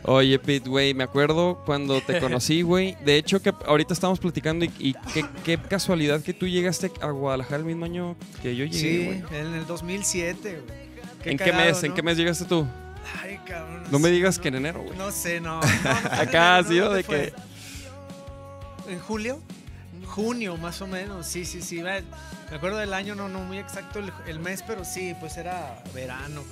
Speaker 2: Oye, Pete, güey, me acuerdo cuando te conocí, güey. De hecho, que ahorita estamos platicando y, y qué, qué casualidad que tú llegaste a Guadalajara el mismo año que yo llegué,
Speaker 5: Sí,
Speaker 2: güey.
Speaker 5: en el 2007, güey.
Speaker 2: ¿En qué
Speaker 5: cagado,
Speaker 2: mes? ¿En
Speaker 5: ¿no?
Speaker 2: qué mes llegaste tú?
Speaker 5: Ay, cabrón.
Speaker 2: No me
Speaker 5: sé,
Speaker 2: digas
Speaker 5: no-
Speaker 2: que en enero, güey.
Speaker 5: No sé, no. no, no fue en
Speaker 2: Acá ha
Speaker 5: enero,
Speaker 2: sido
Speaker 5: ¿dónde
Speaker 2: de que-
Speaker 5: fue? ¿En julio? Junio, más o menos. Sí, sí, sí. va- Me acuerdo del año, no, no muy exacto el, el mes, pero sí, pues era verano.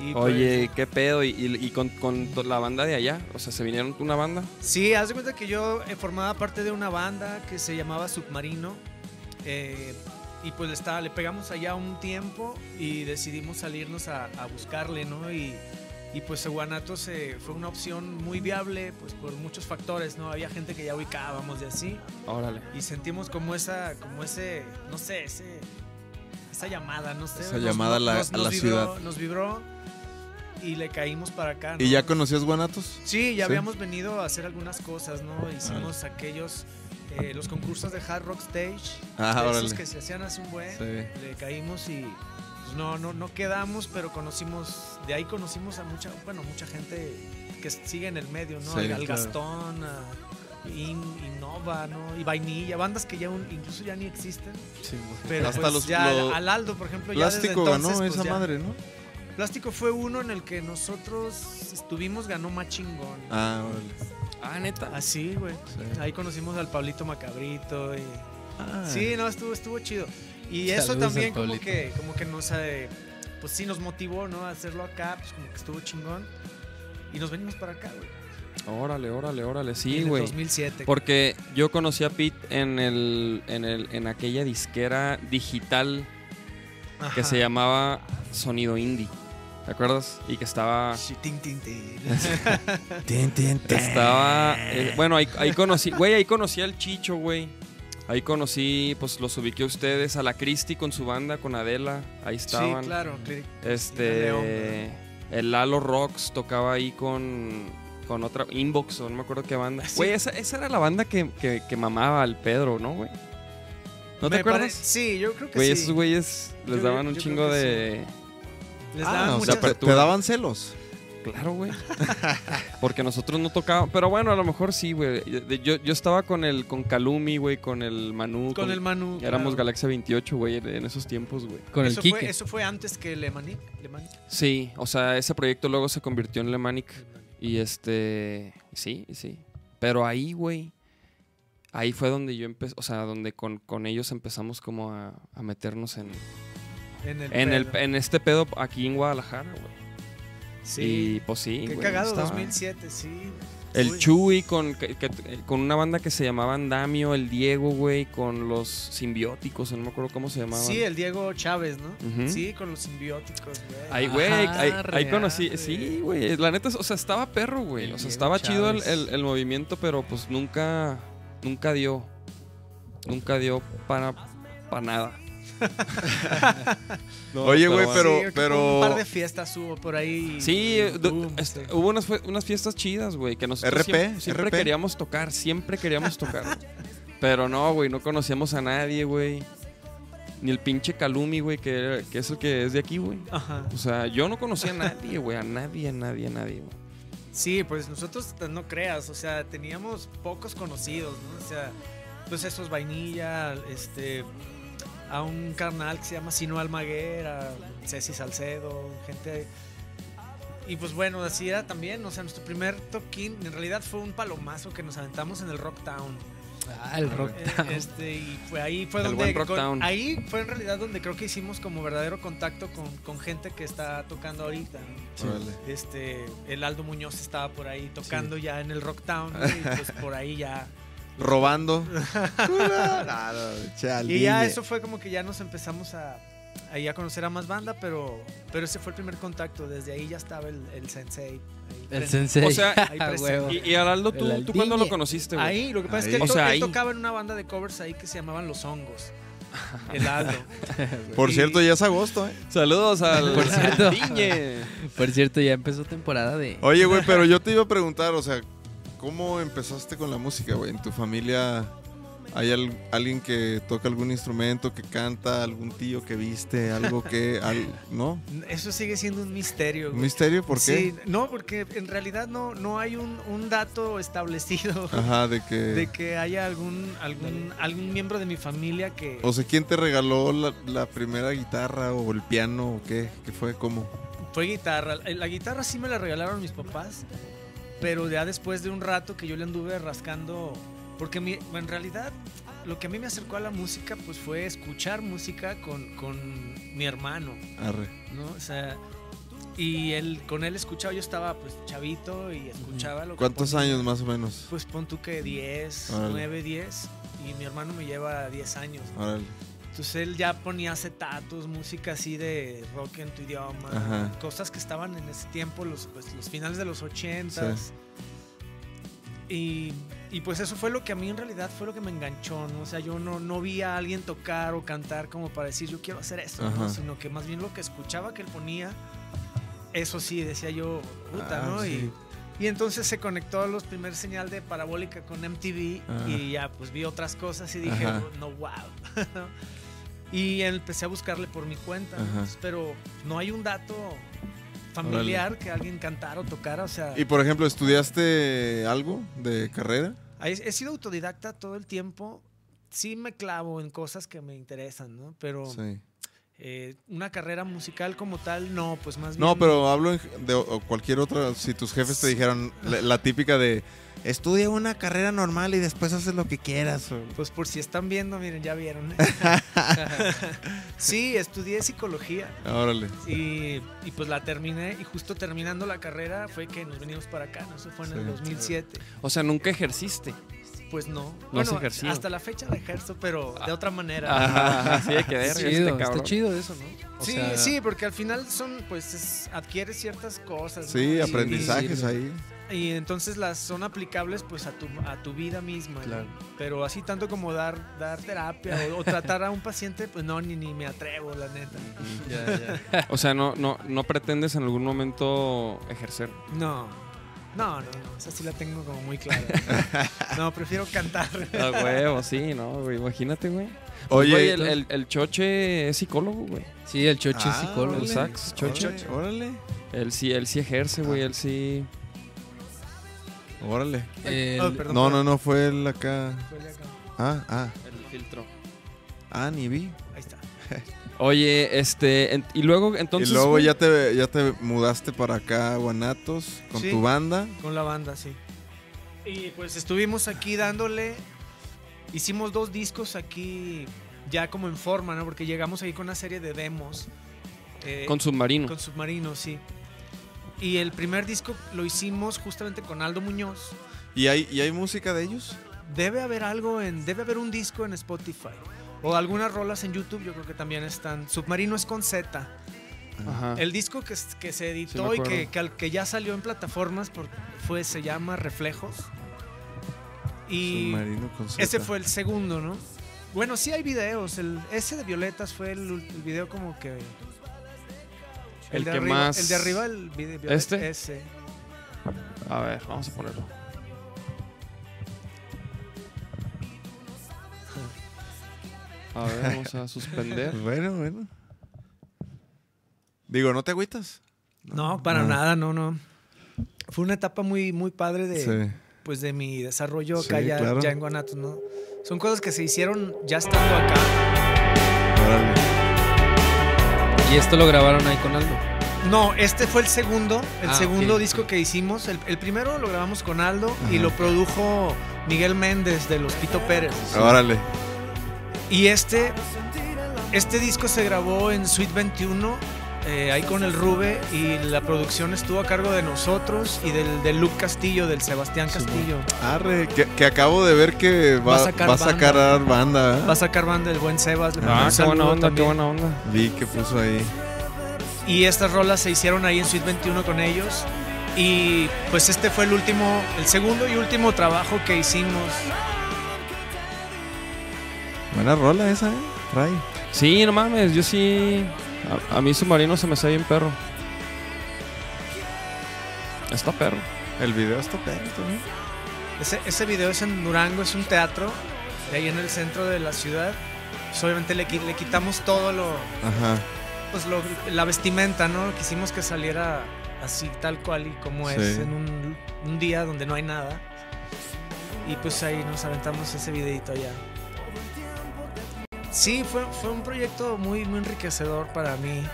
Speaker 5: Y, pues,
Speaker 2: Oye, qué pedo. Y, y- y con, con to- la banda de allá, o sea, se vinieron una banda.
Speaker 5: Sí, haz de cuenta que yo eh, formaba parte de una banda que se llamaba Submarino. eh, y pues le, estaba, le pegamos allá un tiempo y decidimos salirnos a, a buscarle, ¿no? Y, y pues Guanatos fue una opción muy viable, pues por muchos factores, ¿no? Había gente que ya ubicábamos y así.
Speaker 2: Órale.
Speaker 5: Y sentimos como esa, como ese, no sé, ese, esa llamada, no sé.
Speaker 3: Esa llamada a la- a la
Speaker 5: vibró,
Speaker 3: ciudad.
Speaker 5: Nos vibró y le caímos para acá. ¿no?
Speaker 3: ¿Y ya conocías Guanatos?
Speaker 5: Sí,
Speaker 3: Sí.
Speaker 5: ya habíamos venido a hacer algunas cosas, ¿no? Hicimos aquellos, eh, los concursos de Hard Rock Stage,
Speaker 3: Ah,
Speaker 5: esos
Speaker 3: órale.
Speaker 5: que se hacían hace un buen,
Speaker 3: Sí.
Speaker 5: le caímos y pues, no, no, no quedamos, pero conocimos, de ahí conocimos a mucha, bueno, mucha gente que s- sigue en el medio, ¿no?
Speaker 3: Sí,
Speaker 5: al, al
Speaker 3: claro.
Speaker 5: Gastón, a In- Innova, ¿no? Y Vainilla, bandas que ya un- incluso ya ni existen, pero
Speaker 3: Hasta
Speaker 5: pues,
Speaker 3: los-
Speaker 5: ya
Speaker 3: lo-
Speaker 5: al Aldo, por ejemplo, ya desde
Speaker 3: Plástico
Speaker 5: entonces,
Speaker 3: ganó
Speaker 5: pues,
Speaker 3: esa
Speaker 5: ya-
Speaker 3: madre, ¿no?
Speaker 5: Plástico fue uno en el que nosotros estuvimos, ganó más chingón.
Speaker 3: Ah, órale.
Speaker 2: Ah, neta.
Speaker 5: Así, güey.
Speaker 4: Sí.
Speaker 5: Ahí conocimos al Pablito Macabrito y...
Speaker 2: Ah.
Speaker 5: Sí, no, estuvo, estuvo chido. Y eso
Speaker 4: Saludos
Speaker 5: también
Speaker 4: al
Speaker 5: como
Speaker 4: Pablito.
Speaker 5: que, como que nos, eh, pues sí, nos motivó, ¿no? A hacerlo acá, pues como que estuvo chingón. Y nos venimos para acá, güey.
Speaker 2: Órale, órale, órale.
Speaker 5: En
Speaker 2: Sí,
Speaker 5: el
Speaker 2: güey.
Speaker 5: 2007.
Speaker 2: Porque yo conocí a Pete en el, en el, en aquella disquera digital que
Speaker 5: Ajá.
Speaker 2: se llamaba Sonido Indie. ¿Te acuerdas? Y que estaba.
Speaker 5: Sí, tin, tin, tin.
Speaker 2: Estaba. eh, bueno, ahí, ahí conocí. Güey, ahí conocí al Chicho, güey. Ahí conocí, pues los ubiqué a ustedes, a la Cristi con su banda, con Adela. Ahí
Speaker 5: Sí,
Speaker 2: estaban.
Speaker 5: claro. cli-
Speaker 2: Este.
Speaker 5: León.
Speaker 2: el Lalo Rocks tocaba ahí con, con otra. Inbox, o no me acuerdo qué banda. Güey, esa, esa era la banda que, que- que mamaba al Pedro, ¿no, güey? ¿No te
Speaker 5: Me pare-
Speaker 2: acuerdas?
Speaker 5: Sí, yo creo que
Speaker 2: Güey,
Speaker 5: sí.
Speaker 2: esos güeyes les
Speaker 5: Yo-
Speaker 2: daban
Speaker 5: yo
Speaker 2: un
Speaker 5: creo
Speaker 2: chingo
Speaker 5: que sí.
Speaker 2: de.
Speaker 5: Les
Speaker 3: Ah,
Speaker 5: daban
Speaker 3: o
Speaker 5: muchas-
Speaker 3: sea, te,
Speaker 2: apertura.
Speaker 3: te daban celos.
Speaker 2: Claro, güey. Porque nosotros no tocábamos. Pero bueno, a lo mejor sí, güey. Yo, yo estaba con el con Kalumi, güey, con el Manu.
Speaker 5: con el Manu.
Speaker 2: Éramos
Speaker 5: claro.
Speaker 2: Galaxia 28, güey, en esos tiempos, güey.
Speaker 4: Con
Speaker 5: eso
Speaker 4: el
Speaker 5: Fue,
Speaker 4: Kike.
Speaker 5: eso fue antes que Le Mani. Le Mani.
Speaker 2: Sí, o sea, ese proyecto luego se convirtió en Lemanic. Y este. Sí, sí. Pero ahí, güey. Ahí fue donde yo empecé. O sea, donde con, con ellos empezamos como a, a meternos en,
Speaker 5: En el.
Speaker 2: en, el,
Speaker 5: pelo.
Speaker 2: en este pedo aquí en Guadalajara, güey.
Speaker 5: Sí.
Speaker 2: Y pues sí,
Speaker 5: Qué
Speaker 2: güey,
Speaker 5: cagado,
Speaker 2: estaba-
Speaker 5: 2007, sí.
Speaker 2: El
Speaker 5: Uy.
Speaker 2: Chuy con, que- que- con una banda que se llamaba Andamio, el Diego, güey, con los simbióticos, no me acuerdo cómo se llamaban.
Speaker 5: Sí, el Diego Chávez, ¿no?
Speaker 2: Ujú.
Speaker 5: Sí, con los simbióticos, güey.
Speaker 2: Ahí, güey, ahí,
Speaker 5: Ah,
Speaker 4: Ajá,
Speaker 2: ahí
Speaker 4: real,
Speaker 2: conocí.
Speaker 4: güey.
Speaker 2: Sí, güey, la neta, o sea, estaba perro, güey.
Speaker 4: El
Speaker 2: O sea,
Speaker 4: Diego
Speaker 2: estaba chido el,
Speaker 4: Chávez.
Speaker 2: el- el movimiento, pero pues nunca, nunca dio. Nunca dio para, para nada. No,
Speaker 3: Oye, güey,
Speaker 2: bueno.
Speaker 3: pero,
Speaker 5: Sí, creo que
Speaker 3: pero
Speaker 5: Un par de fiestas hubo por ahí.
Speaker 2: Sí,
Speaker 5: Y-
Speaker 2: du- uh.
Speaker 5: boom,
Speaker 2: est-
Speaker 5: Mm, sí.
Speaker 2: hubo unas, fue- unas fiestas chidas, güey, que nosotros
Speaker 3: RP,
Speaker 2: siempre, siempre
Speaker 3: RP.
Speaker 2: queríamos tocar, siempre queríamos tocar. güey. Pero no, güey, no conocíamos a nadie, güey. Ni el pinche Calumi, güey, que, era- que es el que es de aquí, güey.
Speaker 5: Ajá.
Speaker 2: O sea, yo no conocía a nadie, güey, a nadie, a nadie, a nadie, güey.
Speaker 5: Sí, pues nosotros no creas, o sea, teníamos pocos conocidos, ¿no? O sea, pues esos vainilla, este, a un carnal que se llama Sino Almaguer, a Ceci Salcedo, gente. Y pues bueno, así era también, o sea, nuestro primer toquín, en realidad fue un palomazo que nos aventamos en el Rock Town.
Speaker 4: Ah, el rock.
Speaker 5: Eh, Este, y fue ahí fue
Speaker 2: El
Speaker 5: donde
Speaker 2: buen Rock
Speaker 5: con-
Speaker 2: Town.
Speaker 5: ahí fue en realidad donde creo que hicimos como verdadero contacto con, con gente que está tocando ahorita. ¿no?
Speaker 3: Órale.
Speaker 5: Este, el Aldo Muñoz estaba por ahí tocando ya en el Rock Town ¿no? y pues por ahí ya.
Speaker 3: robando. Claro, chale.
Speaker 5: Y ya eso fue como que ya nos empezamos a ahí a conocer a más banda, pero pero ese fue el primer contacto, desde ahí ya estaba el, el sensei. ahí
Speaker 4: El
Speaker 5: pre-
Speaker 4: sensei.
Speaker 2: O sea,
Speaker 5: ahí
Speaker 4: Ah,
Speaker 5: presente.
Speaker 4: huevo.
Speaker 2: Y, y Araldo,
Speaker 4: El
Speaker 2: ¿tú, ¿tú
Speaker 4: Aldiñe.
Speaker 2: cuándo lo conociste, güey?
Speaker 5: Ahí, lo que pasa es que
Speaker 3: Ahí.
Speaker 5: él,
Speaker 2: O sea,
Speaker 5: to- él
Speaker 2: ahí.
Speaker 5: tocaba en una banda de covers ahí que se llamaban Los Hongos. El Aldo.
Speaker 3: Por
Speaker 5: y-
Speaker 3: cierto, ya es agosto, ¿eh?
Speaker 2: Saludos al,
Speaker 4: Por cierto.
Speaker 2: Aldiñe.
Speaker 4: Por cierto, ya empezó temporada de.
Speaker 3: Oye, güey, pero yo te iba a preguntar, o sea, ¿cómo empezaste con la música, güey? ¿En tu familia hay al- alguien que toca algún instrumento, que canta, algún tío que viste, algo que... al- ¿No?
Speaker 5: Eso sigue siendo un misterio.
Speaker 3: ¿Un
Speaker 5: güey.
Speaker 3: misterio? ¿Por qué?
Speaker 5: Sí, no, porque en realidad no, no hay un, un dato establecido
Speaker 3: Ajá, eh. de que...
Speaker 5: de que haya algún, algún, algún miembro de mi familia que...
Speaker 3: O sea, ¿quién te regaló la, la primera guitarra o el piano o qué? ¿Qué fue? ¿Cómo?
Speaker 5: Fue guitarra. Eh, La guitarra sí me la regalaron mis papás, pero ya después de un rato que yo le anduve rascando, porque mi- en realidad lo que a mí me acercó a la música pues fue escuchar música con, con mi hermano,
Speaker 3: Arre.
Speaker 5: ¿no? O sea, y él, con él escuchaba, yo estaba pues chavito y escuchaba lo que
Speaker 3: ¿Cuántos
Speaker 5: ponía.
Speaker 3: años más o menos?
Speaker 5: Pues pon tú que 10,
Speaker 3: Órale.
Speaker 5: 9, 10, y mi hermano me lleva 10 años. ¿no?
Speaker 3: Órale.
Speaker 5: Entonces él ya ponía acetatos, música así de rock en tu idioma,
Speaker 3: Ajá.
Speaker 5: cosas que estaban en ese tiempo, los, pues, los finales de los 80 Y, y pues eso fue lo que a mí en realidad fue lo que me enganchó, ¿no? O sea, yo no, no vi a alguien tocar o cantar como para decir yo quiero hacer eso, ¿no?
Speaker 3: Ajá.
Speaker 5: Sino que más bien lo que escuchaba que él ponía, eso sí, decía yo, puta,
Speaker 3: Ah,
Speaker 5: ¿no?
Speaker 3: sí.
Speaker 5: Y, y entonces se conectó a los primer señal de parabólica con MTV
Speaker 3: Ah.
Speaker 5: y ya pues vi otras cosas y dije,
Speaker 3: Ajá.
Speaker 5: no, wow. y empecé a buscarle por mi cuenta, ¿no?
Speaker 3: Ajá.
Speaker 5: Entonces, pero no hay un dato familiar que alguien cantara o tocara, o sea...
Speaker 3: Y por ejemplo, ¿estudiaste algo de carrera?
Speaker 5: He, he sido autodidacta todo el tiempo. Sí me clavo en cosas que me interesan, ¿no? Pero
Speaker 3: Sí.
Speaker 5: Eh, una carrera musical como tal, no, pues más bien.
Speaker 3: No, pero hablo en- de o- cualquier otra. Si tus jefes te dijeron la, la típica de estudia una carrera normal y después haces lo que quieras. o-
Speaker 5: Pues por si están viendo, miren, ya vieron. ¿eh? sí, estudié psicología
Speaker 3: Órale.
Speaker 5: y, y pues la terminé. Y justo terminando la carrera fue que nos venimos para acá, ¿no? Eso fue en el
Speaker 3: Sí.
Speaker 5: 2007.
Speaker 2: O sea, nunca ejerciste.
Speaker 5: Pues no.
Speaker 2: No has
Speaker 5: bueno,
Speaker 2: ejercido. Ah,
Speaker 5: hasta la fecha la ejerzo, pero de otra manera.
Speaker 2: Ajá, sí, hay que este ver.
Speaker 4: Está chido, está chido eso, ¿no? O
Speaker 5: Sí,
Speaker 4: sea,
Speaker 5: sí, porque al final son, pues, es- adquieres ciertas cosas. ¿no?
Speaker 3: Sí,
Speaker 5: Y-
Speaker 3: aprendizajes
Speaker 4: sí.
Speaker 3: ahí.
Speaker 5: Y entonces las son aplicables pues a tu, a tu vida misma. ¿no?
Speaker 6: Claro.
Speaker 5: Pero así tanto como dar, dar terapia o, o tratar a un paciente, pues no, ni, ni me atrevo, la neta.
Speaker 6: Ya, ya.
Speaker 2: O sea, no, no, no pretendes en algún momento ejercer.
Speaker 5: No. No, no, no. Esa sí la tengo como muy clara. No, prefiero cantar.
Speaker 2: A huevo, Ah, sí, no, güey, imagínate, güey.
Speaker 3: Oye,
Speaker 2: Pues, Güey, el, el- el choche es psicólogo, güey.
Speaker 4: Sí, el choche es
Speaker 3: Ah,
Speaker 4: psicólogo.
Speaker 2: El
Speaker 3: órale.
Speaker 2: sax, choche.
Speaker 3: Órale, órale.
Speaker 2: Él sí, él sí ejerce, güey, él sí.
Speaker 3: Órale.
Speaker 4: El-
Speaker 5: Oh, perdón,
Speaker 3: No, no,
Speaker 5: perdón.
Speaker 3: no, fue el acá.
Speaker 5: Huele acá.
Speaker 3: Ah, ah.
Speaker 2: El filtro.
Speaker 3: Ah, ni vi.
Speaker 5: Ahí está.
Speaker 2: Oye, este, en- y luego entonces.
Speaker 3: y luego
Speaker 2: güey,
Speaker 3: ya te, ya te mudaste para acá a Guanatos con
Speaker 5: Sí.
Speaker 3: tu banda.
Speaker 5: Con la banda, sí. Y pues estuvimos aquí dándole. Hicimos dos discos aquí ya como en forma, ¿no? Porque llegamos ahí con una serie de demos. eh,
Speaker 2: Con submarino.
Speaker 5: Con Submarino, sí. Y el primer disco lo hicimos justamente con Aldo Muñoz.
Speaker 3: ¿Y hay, ¿Y hay música de ellos?
Speaker 5: Debe haber algo en. Debe haber un disco en Spotify. O algunas rolas en YouTube, yo creo que también están. Submarino es con Z.
Speaker 2: Ajá.
Speaker 5: El disco que, s- que se editó
Speaker 2: me
Speaker 5: y que,
Speaker 2: acuerdo.
Speaker 5: que, al- que ya salió en plataformas por- fue, se llama Reflejos. Y
Speaker 3: Submarino con
Speaker 5: ese
Speaker 3: Z.
Speaker 5: fue el segundo, ¿no? Bueno, sí hay videos. El, ese de Violetas fue el, ul- el video como que.
Speaker 2: El
Speaker 5: de
Speaker 2: que
Speaker 5: arriba,
Speaker 2: más-
Speaker 5: El de arriba, el video Violetas,
Speaker 2: ¿Este?
Speaker 5: Ese.
Speaker 2: A ver, vamos a ponerlo. A ver, vamos a suspender.
Speaker 3: Bueno, bueno. Digo, ¿no te agüitas?
Speaker 5: No, para
Speaker 3: no.
Speaker 5: nada, no, no. Fue una etapa muy, muy padre de,
Speaker 3: Sí.
Speaker 5: pues, de mi desarrollo acá
Speaker 3: Sí,
Speaker 5: ya,
Speaker 3: claro.
Speaker 5: ya en Guanatos, ¿no? Son cosas que se hicieron ya estando acá.
Speaker 3: Órale.
Speaker 4: Y esto lo grabaron ahí con Aldo.
Speaker 5: No, este fue el segundo, el
Speaker 4: Ah,
Speaker 5: segundo
Speaker 4: ok.
Speaker 5: disco que hicimos. El, el primero lo grabamos con Aldo y
Speaker 3: Ajá.
Speaker 5: lo produjo Miguel Méndez de Los Pito Pérez.
Speaker 3: Órale.
Speaker 5: Y este, este disco se grabó en Suite 21, eh, ahí con el Rube, y la producción estuvo a cargo de nosotros y del, del Luke Castillo, del Sebastián Castillo.
Speaker 3: Arre, que, que acabo de ver que va, va a sacar, banda. ¿eh?
Speaker 5: Va a sacar banda del buen Sebas. le mando
Speaker 2: Ah,
Speaker 5: un
Speaker 2: qué buena
Speaker 5: saludo
Speaker 2: onda, qué
Speaker 5: también.
Speaker 2: buena onda.
Speaker 3: Vi que puso ahí.
Speaker 5: Y estas rolas se hicieron ahí en Suite 21 con ellos. Y pues este fue el último, el segundo y último trabajo que hicimos.
Speaker 3: Buena rola esa, ¿eh? Trae.
Speaker 2: Sí, no mames, yo sí. A, a mí submarino se me sale bien perro. Está perro.
Speaker 3: El video está perro también.
Speaker 5: Ese, ese video es en Durango, es un teatro, de ahí en el centro de la ciudad. Pues, obviamente le, qui- le quitamos todo lo,
Speaker 3: Ajá.
Speaker 5: pues lo- la vestimenta, ¿no? Quisimos que saliera así tal cual y como es
Speaker 3: Sí.
Speaker 5: en un, un día donde no hay nada. Y pues ahí nos aventamos ese videito ya. Sí, fue, fue un proyecto muy, muy enriquecedor para mí.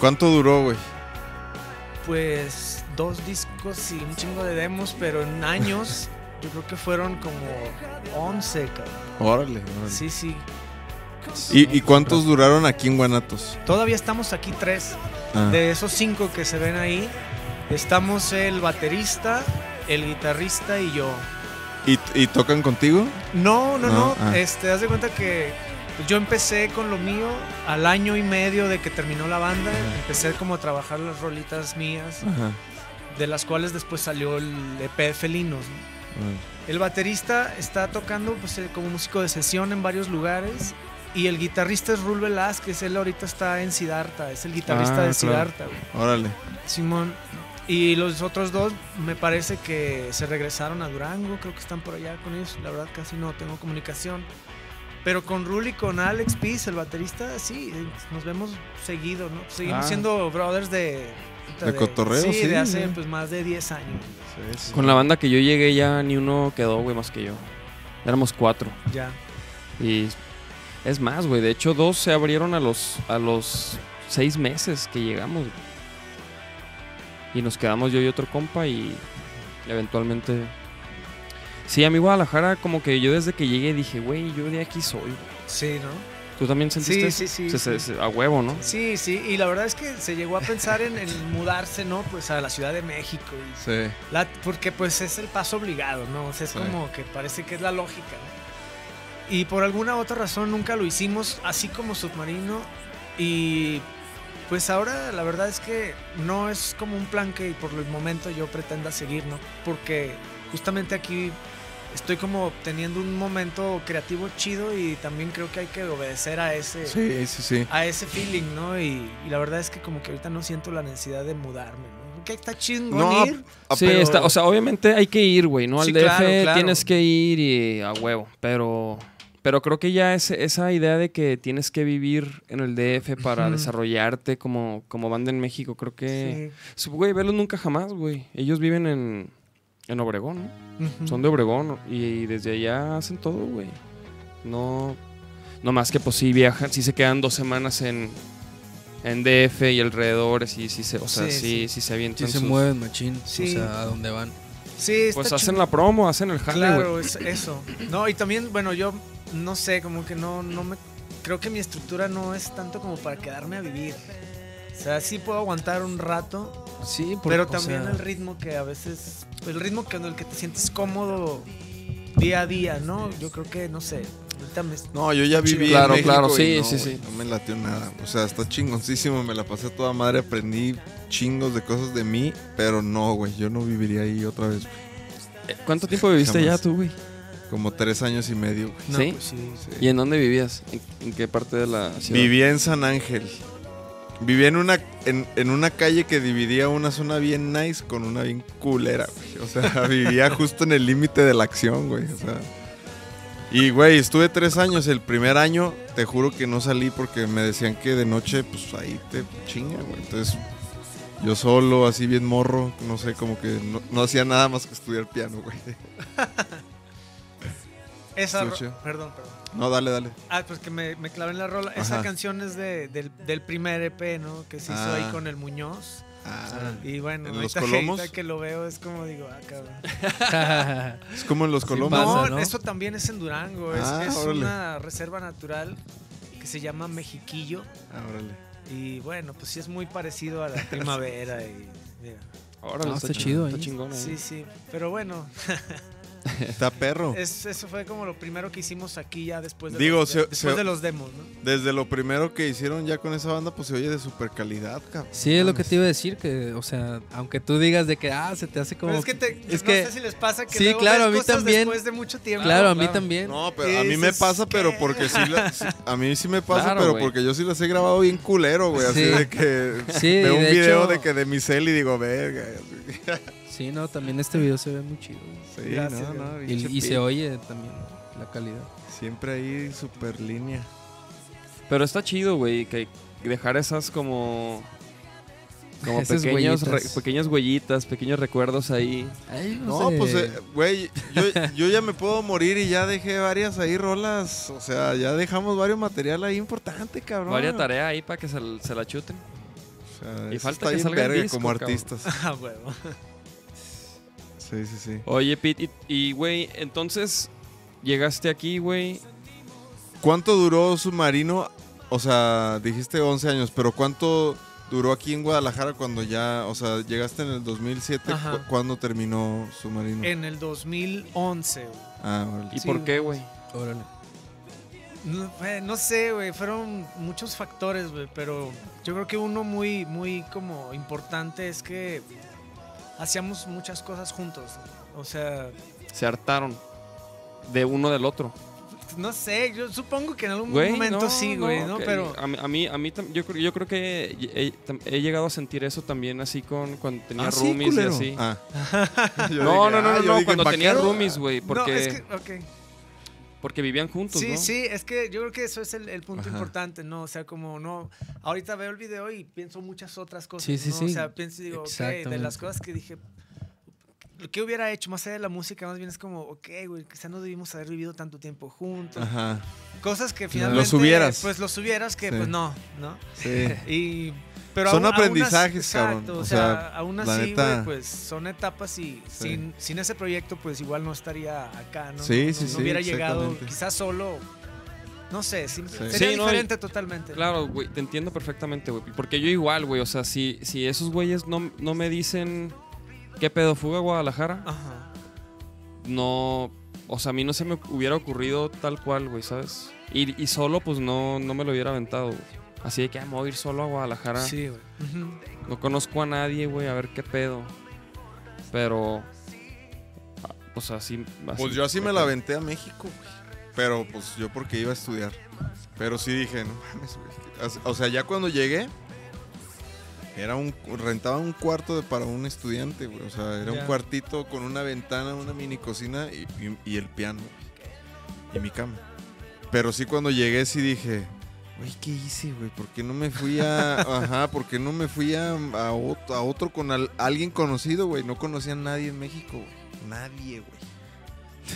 Speaker 3: ¿Cuánto duró, güey?
Speaker 5: Pues dos discos y un chingo de demos, pero en años yo creo que fueron como 11, cabrón.
Speaker 3: Órale. órale.
Speaker 5: Sí, sí.
Speaker 3: ¿Y, y cuántos duraron aquí en Guanatos?
Speaker 5: Todavía estamos aquí tres.
Speaker 3: Ah,
Speaker 5: De esos cinco que se ven ahí, estamos el baterista, el guitarrista y yo.
Speaker 3: ¿Y, y tocan contigo?
Speaker 5: No, no, no.
Speaker 3: No, ah.
Speaker 5: Este, haz de cuenta que yo empecé con lo mío al año y medio de que terminó la banda. Empecé como a trabajar las rolitas mías,
Speaker 3: Ajá.
Speaker 5: de las cuales después salió el EP de Felinos. ¿no?
Speaker 3: Órale.
Speaker 5: El baterista está tocando pues, eh, como músico de sesión en varios lugares. Y el guitarrista es Rul Velázquez, él ahorita está en Sidarta, es el guitarrista
Speaker 2: Ah, claro.
Speaker 5: de Sidarta.
Speaker 3: Órale.
Speaker 5: Simón. Y los otros dos me parece que se regresaron a Durango, creo que están por allá con ellos, la verdad casi no tengo comunicación. Pero con Ruli, con Alex Piz, el baterista, sí, eh, nos vemos seguido, ¿no? Seguimos
Speaker 2: Ah.
Speaker 5: siendo brothers de... puta,
Speaker 3: De cotorreo, sí,
Speaker 5: de hace
Speaker 3: sí.
Speaker 5: pues más de 10 años.
Speaker 2: Con la banda que yo llegué ya ni uno quedó, güey, más que yo. Éramos cuatro.
Speaker 5: Ya.
Speaker 2: Y Es más, güey. De hecho, dos se abrieron a los, a los seis meses que llegamos. güey. Y nos quedamos yo y otro compa y eventualmente... Sí, a mí Guadalajara como que yo desde que llegué dije, güey, yo de aquí soy. güey.
Speaker 5: Sí, ¿no?
Speaker 2: ¿Tú también sentiste?
Speaker 5: Sí,
Speaker 2: eso?
Speaker 5: sí, sí,
Speaker 2: Se- se- se- a huevo, ¿no?
Speaker 5: Sí, sí, y la verdad es que se llegó a pensar en, en mudarse, ¿no? Pues a la Ciudad de México. y-
Speaker 3: Sí.
Speaker 5: la- porque pues es el paso obligado, ¿no? O sea, es
Speaker 3: Sí.
Speaker 5: como que parece que es la lógica, ¿no? Y por alguna otra razón nunca lo hicimos, así como submarino. Y pues ahora la verdad es que no es como un plan que por el momento yo pretenda seguir, ¿no? Porque justamente aquí estoy como teniendo un momento creativo chido y también creo que hay que obedecer a ese
Speaker 3: Sí, sí, sí.
Speaker 5: a ese feeling, ¿no? Y, y la verdad es que como que ahorita no siento la necesidad de mudarme, ¿no? Que está chingón
Speaker 3: No,
Speaker 5: ir.
Speaker 3: Ah,
Speaker 2: Sí,
Speaker 3: pero-
Speaker 2: está, o sea, obviamente hay que ir, güey, ¿no? Al
Speaker 5: Sí,
Speaker 2: DF
Speaker 5: claro, claro.
Speaker 2: tienes que ir y a huevo, pero, pero creo que ya es, esa idea de que tienes que vivir en el DF para
Speaker 5: Ujú.
Speaker 2: desarrollarte como, como banda en México, creo que... Sí, Güey, verlos nunca jamás, güey. Ellos viven en, en Obregón, ¿no?
Speaker 5: Ujú.
Speaker 2: Son de Obregón y desde allá hacen todo, güey. No, no más que pues sí viajan, sí se quedan dos semanas en, en DF y alrededores y sí se, o sea, sí,
Speaker 5: Sí,
Speaker 2: sí, se avientan
Speaker 6: Sí se
Speaker 2: sus-
Speaker 6: mueven, machín. O
Speaker 5: Sí.
Speaker 6: sea, a dónde van.
Speaker 5: Sí, está
Speaker 2: Pues hacen
Speaker 5: chingón.
Speaker 2: la promo, hacen el jale, güey.
Speaker 5: Claro, es eso. No, y también, bueno, yo no sé, como que no, no me. Creo que mi estructura no es tanto como para quedarme a vivir. O sea, sí puedo aguantar un rato,
Speaker 6: Sí,
Speaker 5: pero también el ritmo que a veces. El ritmo que, en el que te sientes cómodo día a día, ¿no? Yo creo que, no sé. ahorita me-
Speaker 3: No, yo ya viví. en
Speaker 2: Claro,
Speaker 3: México
Speaker 2: claro,
Speaker 3: y
Speaker 2: sí,
Speaker 3: no,
Speaker 2: sí, sí.
Speaker 3: güey, No me latió nada. O sea, está chingoncísimo. Me la pasé a toda madre. Aprendí chingos de cosas de mí. Pero no, güey. Yo no viviría ahí otra vez.
Speaker 2: Eh, ¿Cuánto tiempo viviste
Speaker 3: Jamás.
Speaker 2: ya tú, güey?
Speaker 3: Como tres años y medio, güey.
Speaker 5: No,
Speaker 2: ¿Sí?
Speaker 5: pues sí.
Speaker 2: ¿Y en dónde vivías? ¿En, en qué parte de la ciudad?
Speaker 3: Vivía en San Ángel. Vivía en una, en, en una calle que dividía una zona bien nice con una bien culera, güey. O sea, vivía justo en el límite de la acción, güey. O sea. Y, güey, estuve tres años. El primer año, te juro que no salí porque me decían que de noche, pues ahí te chinga, güey. Entonces, yo solo, así bien morro, no sé, como que no, no hacía nada más que estudiar piano, güey.
Speaker 5: Esa. ro-
Speaker 3: Sucio.
Speaker 5: Perdón, perdón.
Speaker 3: No, dale, dale.
Speaker 5: Ah, pues que me, me clavé en la rola. Esa
Speaker 3: Ajá.
Speaker 5: canción es de, del, del primer EP, ¿no? Que se hizo
Speaker 3: Ah.
Speaker 5: ahí con el Muñoz. Y bueno,
Speaker 3: ¿En los
Speaker 5: ahorita, que-
Speaker 3: Colomos?
Speaker 5: ahorita que lo veo es como digo, ah, cabrón.
Speaker 3: Es como en los colomos.
Speaker 6: pasa,
Speaker 5: No,
Speaker 6: ¿no?
Speaker 5: eso también es en Durango. es-
Speaker 3: Ah,
Speaker 5: es
Speaker 3: órale.
Speaker 5: una reserva natural que se llama Mexiquillo.
Speaker 3: Ah, órale.
Speaker 5: Y bueno, pues sí es muy parecido a la primavera. y, mira,
Speaker 2: Órale,
Speaker 6: No, está chido
Speaker 2: Está
Speaker 6: ahí.
Speaker 2: chingón ahí.
Speaker 5: ¿eh? Sí, sí. Pero bueno,
Speaker 3: Está perro.
Speaker 5: es- eso fue como lo primero que hicimos aquí ya después de,
Speaker 3: Oh. Digo,
Speaker 5: los,
Speaker 3: se-
Speaker 5: después
Speaker 3: se-
Speaker 5: de los demos, ¿no?
Speaker 3: Desde lo primero que hicieron ya con esa banda, pues se oye de super calidad, cabrón.
Speaker 6: Sí, es lo que te iba a decir, que, o sea, aunque tú digas de que, ah, se te hace como...
Speaker 5: Pero es que, te,
Speaker 6: es
Speaker 5: no
Speaker 6: que-
Speaker 5: sé si les pasa que
Speaker 6: sí,
Speaker 5: luego
Speaker 6: claro,
Speaker 5: ves
Speaker 6: a mí
Speaker 5: cosas
Speaker 6: también.
Speaker 5: después de mucho tiempo.
Speaker 6: Claro, a mí
Speaker 2: Claro.
Speaker 6: también.
Speaker 3: No, pero a mí me
Speaker 5: Dices,
Speaker 3: pasa, pero
Speaker 5: ¿qué?
Speaker 3: porque sí, la- sí, a mí sí me pasa,
Speaker 2: Claro,
Speaker 3: pero
Speaker 2: güey.
Speaker 3: porque yo sí las he grabado bien culero, güey, así
Speaker 6: Sí.
Speaker 3: de que
Speaker 6: Sí, y
Speaker 3: veo un
Speaker 6: de
Speaker 3: video
Speaker 6: hecho-
Speaker 3: de que de mi cel y digo, verga. así.
Speaker 6: Sí, no, también este video se ve muy chido.
Speaker 3: Sí,
Speaker 5: Gracias,
Speaker 3: no, no,
Speaker 6: Y,
Speaker 3: pinche
Speaker 6: y se
Speaker 3: pi-
Speaker 6: oye también la calidad.
Speaker 3: siempre ahí super línea.
Speaker 2: Pero está chido, güey, que dejar esas como... Como
Speaker 6: Esas
Speaker 2: pequeños, re-
Speaker 6: huellitas.
Speaker 2: pequeñas huellitas, pequeños recuerdos ahí.
Speaker 5: Ah.
Speaker 6: Ay,
Speaker 3: No,
Speaker 6: sé.
Speaker 3: pues, eh, güey, yo, yo ya me puedo morir y ya dejé varias ahí rolas, o sea, ya dejamos varios material ahí importante, cabrón.
Speaker 2: Varia tarea ahí para que se, l- se la chuten.
Speaker 3: O sea,
Speaker 2: Y
Speaker 3: eso
Speaker 2: falta
Speaker 3: está
Speaker 2: que
Speaker 3: bien
Speaker 2: salga el
Speaker 3: verga
Speaker 2: disco,
Speaker 3: como
Speaker 2: cabrón.
Speaker 3: artistas.
Speaker 5: Ah, huevo.
Speaker 3: Sí, sí, sí.
Speaker 2: Oye, Pete, y- y, güey, entonces llegaste aquí, güey.
Speaker 3: ¿Cuánto duró Submarino? O sea, dijiste 11 años, pero ¿cuánto duró aquí en Guadalajara cuando ya, o sea, llegaste en el 2007?
Speaker 5: Ajá.
Speaker 3: cu- ¿Cuándo terminó Submarino?
Speaker 5: En el 2011, güey.
Speaker 3: Ah, órale.
Speaker 2: ¿Y
Speaker 5: Sí,
Speaker 2: por
Speaker 5: güey.
Speaker 2: qué, güey?
Speaker 6: Órale.
Speaker 5: No, fue- no sé, güey, fueron muchos factores, güey, pero yo creo que uno muy, muy como importante es que hacíamos muchas cosas juntos. O sea,
Speaker 2: Se hartaron de uno del otro.
Speaker 5: no sé, yo supongo que en algún
Speaker 2: Güey,
Speaker 5: momento
Speaker 2: no,
Speaker 5: sí, güey, ¿no?
Speaker 2: que
Speaker 5: Pero
Speaker 2: a mí a mí, a mí tam- yo creo yo creo que he, he llegado a sentir eso también así con cuando tenía
Speaker 3: Ah, sí,
Speaker 2: roomies y
Speaker 3: culero.
Speaker 2: así.
Speaker 3: Ah.
Speaker 2: no,
Speaker 3: Yo dije,
Speaker 2: no, no,
Speaker 3: ah,
Speaker 2: no,
Speaker 3: yo
Speaker 2: no,
Speaker 3: dije,
Speaker 2: cuando tenía
Speaker 3: vaquero.
Speaker 2: roomies, güey, porque
Speaker 5: no, es que, ok.
Speaker 2: porque vivían juntos,
Speaker 5: Sí,
Speaker 2: ¿no?
Speaker 5: sí, es que yo creo que eso es el, el punto
Speaker 3: Ajá.
Speaker 5: importante, ¿no? O sea, como no, ahorita veo el video y pienso muchas otras cosas.
Speaker 6: Sí, sí,
Speaker 5: ¿no? O
Speaker 6: sí.
Speaker 5: sea, pienso y digo, ok, de las
Speaker 6: Exactamente.
Speaker 5: cosas que dije, lo que hubiera hecho más allá de la música, más bien es como, ok, güey, quizá no debimos haber vivido tanto tiempo juntos.
Speaker 3: Ajá.
Speaker 5: Cosas que finalmente.
Speaker 3: Ah. Los hubieras.
Speaker 5: Pues los hubieras, que
Speaker 3: Sí.
Speaker 5: pues no, ¿no?
Speaker 3: Sí.
Speaker 5: Y, pero
Speaker 3: Son
Speaker 5: aún- aún así-
Speaker 3: aprendizajes, cabrón.
Speaker 5: exacto,
Speaker 3: O
Speaker 5: O
Speaker 3: sea,
Speaker 5: sea, aún
Speaker 3: la
Speaker 5: así, güey,
Speaker 3: neta-
Speaker 5: pues son etapas y
Speaker 3: Sí.
Speaker 5: sin, sin ese proyecto, pues igual no estaría acá, ¿no?
Speaker 3: Sí,
Speaker 5: No-
Speaker 3: sí,
Speaker 5: no
Speaker 3: sí,
Speaker 5: hubiera llegado
Speaker 3: exactamente.
Speaker 5: quizás solo, no sé, sí,
Speaker 3: Sí.
Speaker 5: sería
Speaker 2: Sí, no, y-
Speaker 5: diferente totalmente.
Speaker 2: Claro, güey, te entiendo perfectamente, güey. Porque yo igual, güey, o sea, si, si esos güeyes no, no me dicen qué pedo fuga a Guadalajara,
Speaker 5: Ajá.
Speaker 2: no. O sea, a mí no se me hubiera ocurrido tal cual, güey, ¿sabes? Y, y solo, pues no, no me lo hubiera aventado, güey. Así de que vamos a ir solo a Guadalajara.
Speaker 4: Sí, güey.
Speaker 5: Ujú.
Speaker 2: No conozco a nadie, güey, a ver qué pedo. Pero. ah, Pues así. así
Speaker 3: Pues yo así me la aventé a México, güey. Pero pues yo porque iba a estudiar. Pero sí dije, no mames, güey. O sea, ya cuando llegué, era un, rentaba un cuarto de- para un estudiante, güey. O sea, era un
Speaker 5: Ya.
Speaker 3: cuartito con una ventana, una mini cocina y, y- y el piano. güey. Y mi cama. Pero sí cuando llegué sí dije, güey, ¿qué hice, güey? ¿Por qué no me fui a... Ajá, ¿por qué no me fui a, a ot- a otro con al- alguien conocido, güey? No conocía a nadie en México, güey. Nadie, güey.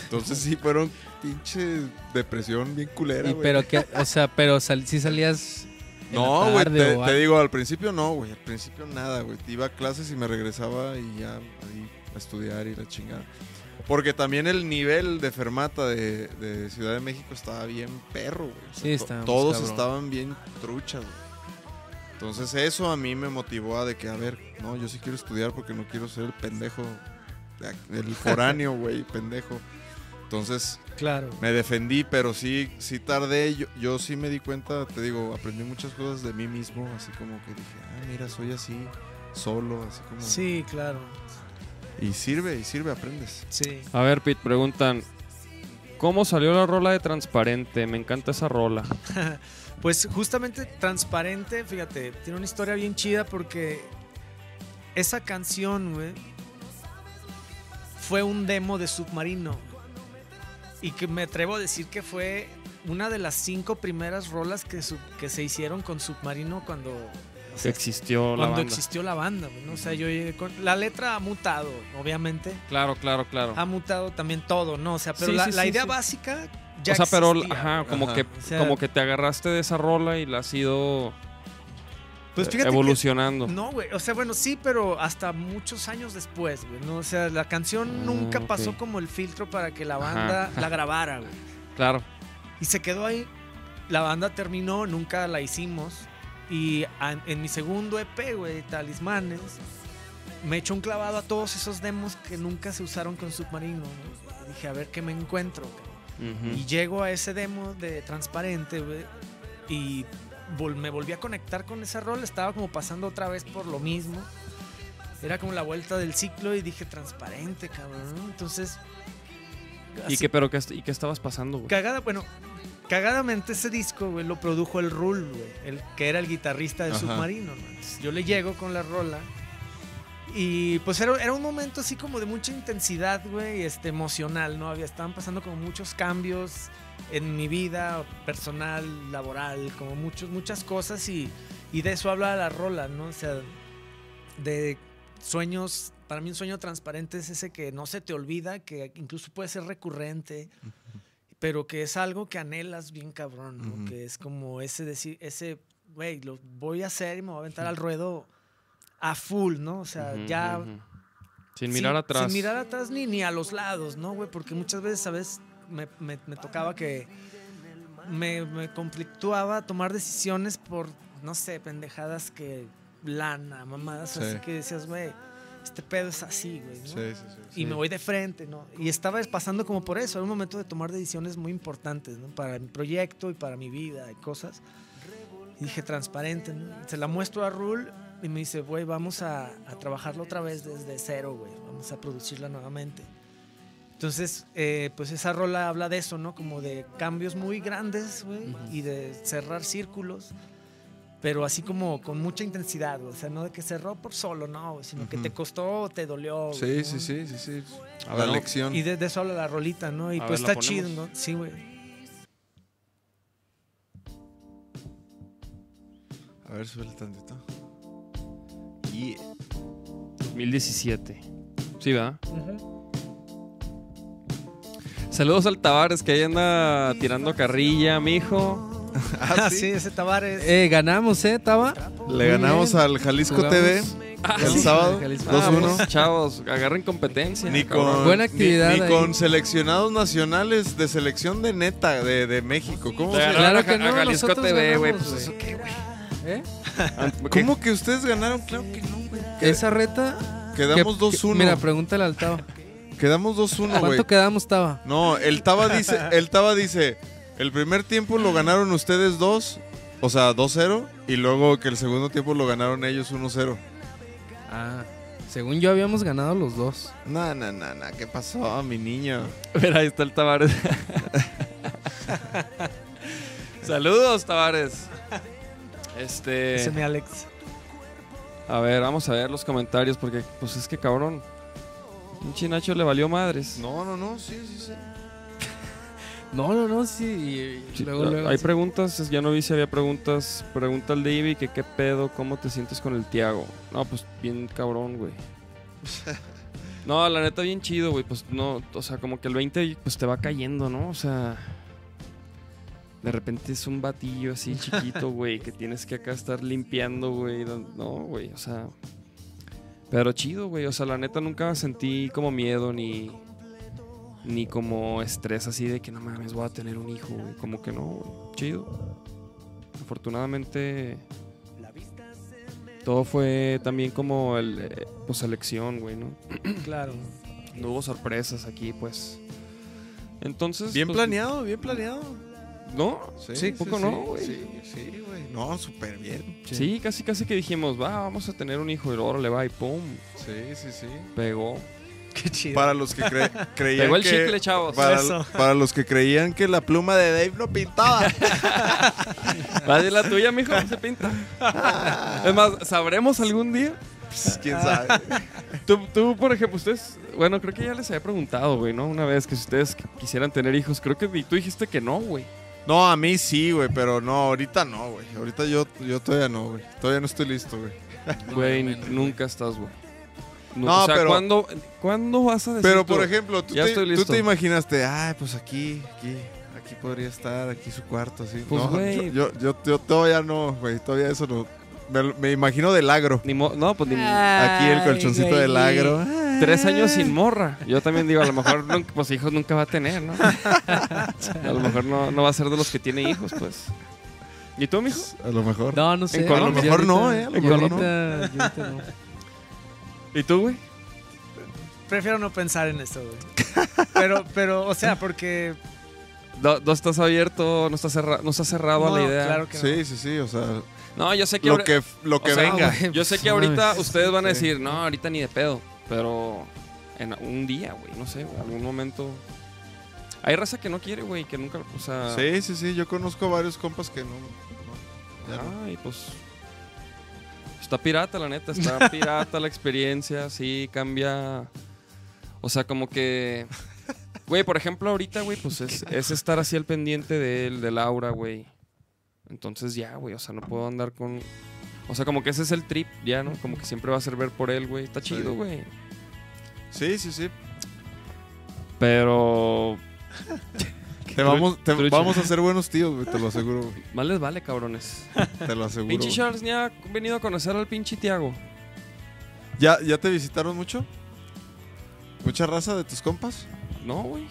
Speaker 3: Entonces sí fueron pinche depresión bien culera,
Speaker 6: Y
Speaker 3: güey.
Speaker 6: pero que, o sea, pero sal- sí salías. en
Speaker 3: No,
Speaker 6: la
Speaker 3: güey,
Speaker 6: tarde
Speaker 3: te,
Speaker 6: o
Speaker 3: te
Speaker 6: algo.
Speaker 3: digo, al principio no, güey, al principio nada, güey. Iba a clases y me regresaba y ya ahí a estudiar y la chingada. Porque también el nivel de fermata de, de Ciudad de México estaba bien perro, güey. O sea,
Speaker 6: Sí,
Speaker 3: to-
Speaker 6: estábamos
Speaker 3: Todos
Speaker 6: cabrón.
Speaker 3: estaban bien truchas, güey. Entonces eso a mí me motivó a de que, a ver, no, yo sí quiero estudiar porque no quiero ser el pendejo, de ac- el foráneo, güey, pendejo. Entonces
Speaker 5: Claro.
Speaker 3: me defendí, pero sí, sí tardé. Yo, yo sí me di cuenta, te digo, aprendí muchas cosas de mí mismo, así como que dije, ah, mira, soy así, solo, así como.
Speaker 5: Sí, claro.
Speaker 3: Y sirve, y sirve, aprendes.
Speaker 5: Sí.
Speaker 2: A ver, Pete, preguntan. ¿Cómo salió la rola de Transparente? Me encanta esa rola.
Speaker 5: Pues justamente Transparente, fíjate, tiene una historia bien chida porque esa canción, güey, fue un demo de Submarino. Y que me atrevo a decir que fue una de las cinco primeras rolas que, su- que se hicieron con Submarino cuando, o sea,
Speaker 2: Existió la
Speaker 5: cuando
Speaker 2: banda.
Speaker 5: existió la banda. güey, ¿no? O sea, yo llegué con... La letra ha mutado, obviamente.
Speaker 2: Claro, claro, claro.
Speaker 5: Ha mutado también todo, ¿no? O sea, pero
Speaker 2: Sí,
Speaker 5: la,
Speaker 2: sí,
Speaker 5: la
Speaker 2: sí,
Speaker 5: idea
Speaker 2: sí.
Speaker 5: básica ya
Speaker 2: o sea, pero
Speaker 5: existía,
Speaker 2: ajá,
Speaker 5: güey.
Speaker 2: como
Speaker 3: Ajá.
Speaker 2: que
Speaker 5: O sea-
Speaker 2: como que te agarraste de esa rola y la has ido
Speaker 5: Pues
Speaker 2: eh,
Speaker 5: fíjate que-
Speaker 2: evolucionando.
Speaker 5: No, güey. O sea, bueno, sí, pero hasta muchos años después, güey. ¿no? O sea, la canción
Speaker 2: Ah,
Speaker 5: nunca
Speaker 2: ok.
Speaker 5: pasó como el filtro para que la
Speaker 2: Ajá.
Speaker 5: banda la grabara, güey.
Speaker 2: Claro.
Speaker 5: Y se quedó ahí. La banda terminó, nunca la hicimos. Y an- en mi segundo EP, güey, Talismanes, me echó un clavado a todos esos demos que nunca se usaron con Submarino. ¿no? Dije, a ver qué me encuentro, cabrón.
Speaker 2: Ujú.
Speaker 5: Y llego a ese demo de Transparente, güey. Y vol- me volví a conectar con ese rol. Estaba como pasando otra vez por lo mismo. Era como la vuelta del ciclo y dije Transparente, cabrón. Entonces.
Speaker 2: ¿Y
Speaker 5: así,
Speaker 2: qué, pero qué, est- y qué estabas pasando, güey?
Speaker 5: Cagada, bueno. Cagadamente ese disco, güey, lo produjo el Rule, güey. El que era el guitarrista de
Speaker 3: Ajá.
Speaker 5: Submarino, ¿no? Entonces, yo le llego con la rola. Y pues era, era un momento así como de mucha intensidad, güey, este, emocional, ¿no? Había, estaban pasando como muchos cambios en mi vida personal, laboral, como muchos, muchas cosas y, y de eso habla la rola, ¿no? O sea, de sueños, para mí un sueño transparente es ese que no se te olvida, que incluso puede ser recurrente, pero que es algo que anhelas bien cabrón, ¿no?
Speaker 3: Ujú.
Speaker 5: Que es como ese decir, ese, güey, lo voy a hacer y me voy a aventar al ruedo a full, ¿no? O sea,
Speaker 2: Ujú,
Speaker 5: ya
Speaker 2: ujú. Sin mirar atrás.
Speaker 5: sin mirar atrás ni, ni a los lados, ¿no, güey? Porque muchas veces, ¿sabes? Me, me- me tocaba que me, me conflictuaba tomar decisiones por, no sé, pendejadas que lana, mamadas,
Speaker 3: Sí.
Speaker 5: así que decías, güey, este pedo es así, güey, ¿no?
Speaker 3: sí, sí.
Speaker 5: Y me voy de frente, ¿no? Y estaba pasando como por eso, era un momento de tomar decisiones muy importantes, ¿no? Para mi proyecto y para mi vida y cosas. Y dije, transparente, ¿no? Se la muestro a Rule y me dice, güey, vamos a, a trabajarlo otra vez desde cero, güey. Vamos a producirla nuevamente. Entonces, eh, pues esa rola habla de eso, ¿no? Como de cambios muy grandes, güey, y de cerrar círculos, pero así como con mucha intensidad, güey. O sea, no de que cerró por solo, no, sino que
Speaker 3: Ujú.
Speaker 5: te costó, te dolió. güey,
Speaker 3: Sí,
Speaker 5: ¿no?
Speaker 3: sí, sí, sí, sí.
Speaker 2: A
Speaker 3: la
Speaker 2: ver, no.
Speaker 3: lección.
Speaker 5: Y de, de eso habla la rolita, ¿no? Y
Speaker 2: A
Speaker 5: pues
Speaker 2: ver, ¿la
Speaker 5: está chido,
Speaker 2: ponemos?
Speaker 5: ¿no? Sí, güey.
Speaker 3: A ver, sube tantito. Y
Speaker 2: 2017. Sí, ¿verdad? Saludos al Tavares, que ahí anda tirando carrilla, mijo.
Speaker 5: Ah, sí, ese Tavares.
Speaker 4: Eh, ganamos, ¿eh, Taba?
Speaker 3: Le ganamos al Jalisco
Speaker 4: Jugamos.
Speaker 3: TV el sábado.
Speaker 4: Jalisco.
Speaker 3: 2-1.
Speaker 2: Vamos, chavos, agarren competencia.
Speaker 3: Ni
Speaker 2: cabrón.
Speaker 3: con,
Speaker 4: Buena
Speaker 3: ni-
Speaker 4: actividad
Speaker 3: ni
Speaker 4: ahí.
Speaker 3: con seleccionados nacionales de selección de neta de, de México. ¿Cómo,
Speaker 2: Le
Speaker 3: se-
Speaker 2: ganaron a
Speaker 4: que
Speaker 2: Ja-
Speaker 4: no,
Speaker 2: a Jalisco
Speaker 4: nosotros
Speaker 2: TV, güey.
Speaker 4: ganamos,
Speaker 2: Pues eso
Speaker 4: güey.
Speaker 2: qué, güey.
Speaker 4: ¿Eh?
Speaker 3: cómo que ustedes ganaron? Claro que no.
Speaker 4: Esa reta.
Speaker 3: Quedamos
Speaker 4: que-
Speaker 3: 2-1.
Speaker 4: Mira, pregúntale al Taba.
Speaker 3: Quedamos 2-1,
Speaker 4: ¿Cuánto
Speaker 3: güey.
Speaker 4: quedamos, Taba?
Speaker 3: No, el Taba dice, el Taba dice, el primer tiempo lo ganaron ustedes dos, o sea, 2-0 y luego que el segundo tiempo lo ganaron ellos 1-0.
Speaker 4: Ah, según yo habíamos ganado los dos.
Speaker 3: No, no, no, no, ¿qué pasó, mi niño?
Speaker 2: Mira, ahí está el Tavares. Saludos, Tavares. Este.
Speaker 5: Ese mi Alex.
Speaker 2: A ver, vamos a ver los comentarios porque, pues es que cabrón. Un chinacho le valió madres.
Speaker 3: No, no, no, sí, sí, sí.
Speaker 4: No, no, no, sí. y- y
Speaker 2: Sí,
Speaker 4: luego,
Speaker 2: la-
Speaker 4: luego,
Speaker 2: hay
Speaker 4: sí.
Speaker 2: preguntas, es- ya no vi si había preguntas. Pregunta al Davey que qué pedo, cómo te sientes con el Tiago. No, pues bien cabrón, güey. No, la neta bien chido, güey. Pues no, o sea, como que el 20 pues te va cayendo, ¿no? O sea, de repente es un batillo así chiquito, güey, que tienes que acá estar limpiando, güey. No, güey, o sea, pero chido, güey. O sea, la neta nunca sentí como miedo ni. Ni como estrés así de que no mames, voy a tener un hijo, güey. Como que no, güey. Chido. Afortunadamente. Todo fue también como el. eh, pues elección, güey, ¿no?
Speaker 5: Claro.
Speaker 2: No hubo sorpresas aquí, pues. Entonces.
Speaker 3: Bien
Speaker 2: pues,
Speaker 3: planeado, bien planeado.
Speaker 2: ¿No? Sí, poco no, güey.
Speaker 3: Sí, sí, güey. No, súper bien.
Speaker 2: Sí. casi, casi que dijimos, va, vamos a tener un hijo. Y luego le va y pum,
Speaker 3: Sí, sí, sí.
Speaker 2: pegó.
Speaker 5: Qué chido.
Speaker 3: Para los que cre- creían
Speaker 2: Pegó el
Speaker 3: que
Speaker 2: chicle, chavos.
Speaker 3: para,
Speaker 5: Eso.
Speaker 3: para los que creían que la pluma de Dave no pintaba.
Speaker 2: Va de la tuya, mijo, se pinta. Es más, ¿sabremos algún día?
Speaker 3: Pues, ¿Quién sabe?
Speaker 2: Tú, tú, por ejemplo, ustedes, bueno, creo que ya les había preguntado, güey, ¿no? Una vez que si ustedes qu- quisieran tener hijos, creo que di- tú dijiste que no, güey.
Speaker 3: No, a mí sí, güey, pero no, ahorita no, güey. Ahorita yo, yo todavía no, güey. Todavía no estoy listo, güey.
Speaker 2: Güey, nunca estás, güey. No,
Speaker 3: No,
Speaker 2: o sea,
Speaker 3: pero-
Speaker 2: ¿cuándo, cuándo vas a decir
Speaker 3: Pero,
Speaker 2: tú,
Speaker 3: por ejemplo, tú,
Speaker 2: ya
Speaker 3: te,
Speaker 2: estoy
Speaker 3: tú
Speaker 2: listo.
Speaker 3: te imaginaste, ay, pues aquí, aquí, aquí podría estar, aquí su cuarto, así.
Speaker 2: Pues,
Speaker 3: no,
Speaker 2: güey.
Speaker 3: Yo, yo, yo- yo todavía no, güey, todavía eso no. Me, me imagino del agro.
Speaker 2: ni mo- no, pues ni
Speaker 5: Ah.
Speaker 3: Aquí el colchoncito del agro. ah,
Speaker 2: tres años sin morra. Yo también digo, a lo mejor, nunca- pues hijos nunca va a tener, ¿no? A lo mejor no, no va a ser de los que tiene hijos, pues. ¿Y tú, mijo?
Speaker 3: A lo mejor.
Speaker 4: No, no sé.
Speaker 2: Colombia.
Speaker 4: yo
Speaker 2: A lo
Speaker 3: mejor
Speaker 4: ahorita-
Speaker 3: no, ¿eh? A lo
Speaker 4: yo
Speaker 3: mejor no.
Speaker 4: ahorita- yo ahorita no.
Speaker 2: ¿Y tú, güey?
Speaker 5: Prefiero no pensar en eso, güey. Pero, pero, o sea, porque.
Speaker 2: No, no estás abierto, no estás, cerra- no estás cerrado a la
Speaker 5: no,
Speaker 2: idea.
Speaker 5: Claro que no.
Speaker 3: Sí, sí, sí, o sea,
Speaker 2: No, yo sé que...
Speaker 3: lo
Speaker 2: habrá-
Speaker 3: que, lo que
Speaker 2: O sea,
Speaker 3: venga.
Speaker 2: güey, pues, Yo sé que
Speaker 4: no
Speaker 2: ahorita
Speaker 4: mames.
Speaker 2: ustedes van a decir, no, ahorita ni de pedo, pero en un día, güey, no sé, güey, algún momento. Hay raza que no quiere, güey, que nunca, o sea.
Speaker 3: Sí, sí, sí, yo conozco varios compas que no. no, ya no.
Speaker 2: Ay, pues. Está pirata, la neta, está pirata la experiencia, sí, cambia. O sea, como que. Güey, por ejemplo, ahorita, güey, pues es, es estar así al pendiente de él, de Laura, güey. Entonces ya, güey, o sea, no puedo andar con. O sea, como que ese es el trip, ya, ¿no? Como que siempre va a ser ver por él, güey. Está
Speaker 3: Sí.
Speaker 2: chido, güey.
Speaker 3: Sí, sí, sí.
Speaker 2: Pero.
Speaker 3: Te vamos, te-
Speaker 2: trucha.
Speaker 3: vamos a ser buenos tíos, güey, te lo aseguro, güey.
Speaker 2: Más les vale, cabrones.
Speaker 3: Te lo aseguro.
Speaker 2: Pinche
Speaker 3: güey.
Speaker 2: Charles ni ha venido a conocer al pinche Tiago.
Speaker 3: ¿Ya, ¿Ya te visitaron mucho? ¿Mucha raza de tus compas?
Speaker 2: No, güey.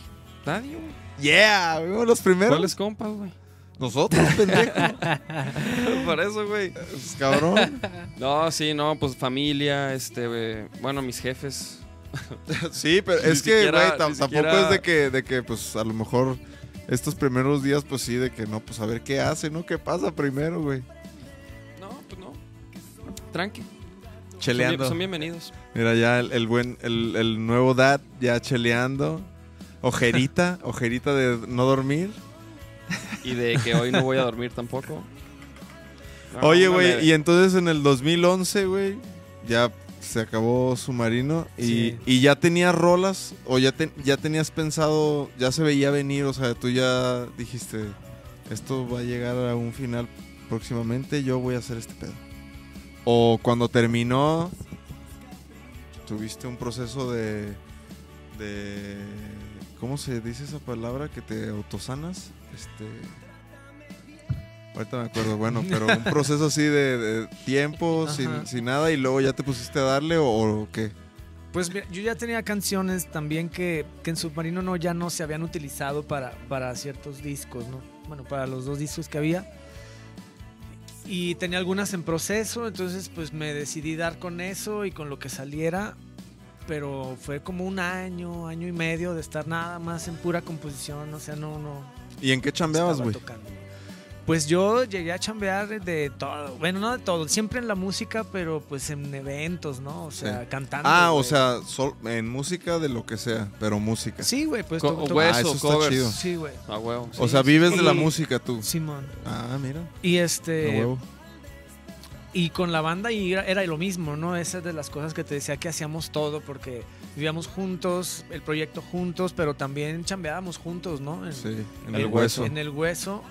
Speaker 2: Nadie, güey.
Speaker 3: Yeah, güey, los primeros.
Speaker 2: ¿Cuáles compas, güey?
Speaker 3: Nosotros, pendejo.
Speaker 2: Por eso, güey.
Speaker 3: Pues, cabrón.
Speaker 2: No, sí, no, pues familia, este, güey, bueno, mis jefes.
Speaker 3: Sí, pero
Speaker 2: Ni
Speaker 3: es que,
Speaker 2: siquiera-
Speaker 3: güey,
Speaker 2: ni
Speaker 3: tam- tampoco
Speaker 2: siquiera-
Speaker 3: es de que, de que, pues, a lo mejor estos primeros días, pues sí, de que no, pues a ver qué hace, ¿no? ¿Qué pasa primero, güey?
Speaker 2: No, pues no. Tranqui. son bien-
Speaker 3: Cheleando.
Speaker 2: Son bienvenidos.
Speaker 3: Mira, ya el, el buen, el, el nuevo dad ya cheleando. Ojerita, ojerita de no dormir.
Speaker 2: Y de que hoy no voy a dormir tampoco. No,
Speaker 3: Oye,
Speaker 2: una
Speaker 3: güey,
Speaker 2: leve.
Speaker 3: y entonces en el 2011, güey, ya se acabó Submarino y,
Speaker 5: Sí.
Speaker 3: y ya tenías rolas o ya, te- ya tenías pensado, ya se veía venir, o sea, tú ya dijiste, esto va a llegar a un final próximamente, yo voy a hacer este pedo. O cuando terminó, tuviste un proceso de, de ¿cómo se dice esa palabra? Que te autosanas, este, ahorita me acuerdo, bueno, pero un proceso así de, de tiempo, sin,
Speaker 5: Ajá.
Speaker 3: sin nada, y luego ya te pusiste a darle o, o qué.
Speaker 5: Pues mira, yo ya tenía canciones también que, que en Submarino no, ya no se habían utilizado para, para ciertos discos, ¿no? Bueno, para los dos discos que había. Y tenía algunas en proceso, entonces pues me decidí dar con eso y con lo que saliera. Pero fue como un año, año y medio de estar nada más en pura composición, o sea, no, no,
Speaker 3: ¿Y en qué chambeabas,
Speaker 5: estaba
Speaker 3: güey?
Speaker 5: tocando. Pues yo llegué a chambear de todo, bueno, no de todo, siempre en la música, pero pues en eventos, ¿no? O sea,
Speaker 3: Sí.
Speaker 5: cantando.
Speaker 3: Ah, o
Speaker 5: güey.
Speaker 3: sea, sol- en música de lo que sea, pero música.
Speaker 5: Sí, güey, pues
Speaker 2: Co-
Speaker 5: to- to-
Speaker 2: güey,
Speaker 3: ah,
Speaker 2: Eso,
Speaker 3: eso está
Speaker 2: covers.
Speaker 3: chido.
Speaker 5: Sí, güey.
Speaker 2: A huevo.
Speaker 3: O
Speaker 5: sí,
Speaker 3: sea,
Speaker 5: sí.
Speaker 3: vives de la
Speaker 5: Y-
Speaker 3: música tú.
Speaker 5: Simón.
Speaker 3: Ah, mira,
Speaker 5: Y
Speaker 3: a
Speaker 5: este
Speaker 3: huevo.
Speaker 5: y con la banda y era, era lo mismo, ¿no? Esa es de las cosas que te decía que hacíamos todo porque vivíamos juntos, el proyecto juntos, pero también chambeábamos juntos, ¿no? En,
Speaker 3: Sí, en
Speaker 5: en
Speaker 3: el hueso.
Speaker 5: Eh, En pues, el hueso.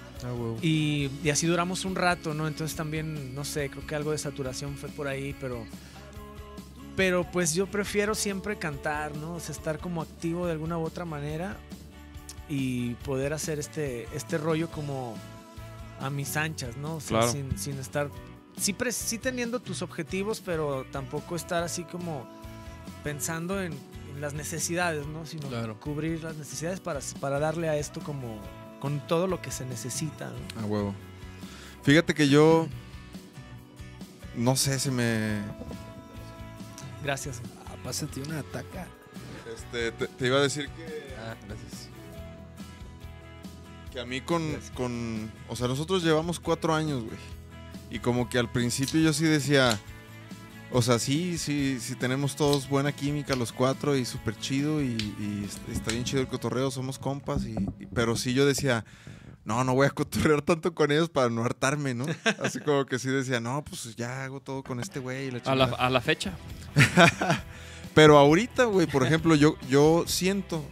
Speaker 5: Y, y así duramos un rato, ¿no? Entonces también, no sé, creo que algo de saturación fue por ahí, pero. Pero pues yo prefiero siempre cantar, ¿no? O sea, estar como activo de alguna u otra manera y poder hacer este, este rollo como a mis anchas, ¿no? O sea,
Speaker 2: Claro.
Speaker 5: sin, sin estar. Sí, pres- sí teniendo tus objetivos, pero tampoco estar así como pensando en, en las necesidades, ¿no? Sino
Speaker 6: Claro.
Speaker 5: cubrir las necesidades para, para darle a esto como con todo lo que se necesita. ¿no?
Speaker 3: A huevo. Fíjate que yo. No sé, se me.
Speaker 5: Gracias.
Speaker 6: Ah, pásate una ataca.
Speaker 3: este, te, te iba a decir que.
Speaker 6: Ah, gracias.
Speaker 3: que a mí con, con. O sea, nosotros llevamos cuatro años, güey. Y como que al principio yo sí decía. O sea, sí, sí, sí tenemos todos buena química los cuatro y súper chido y, y est- está bien chido el cotorreo, somos compas, y, y- pero sí yo decía, no, no voy a cotorrear tanto con ellos para no hartarme, ¿no? Así como que sí decía, no, pues ya hago todo con este güey. y la
Speaker 2: A la,
Speaker 3: chingada".
Speaker 2: a la fecha.
Speaker 3: Pero ahorita, güey, por ejemplo, yo, yo siento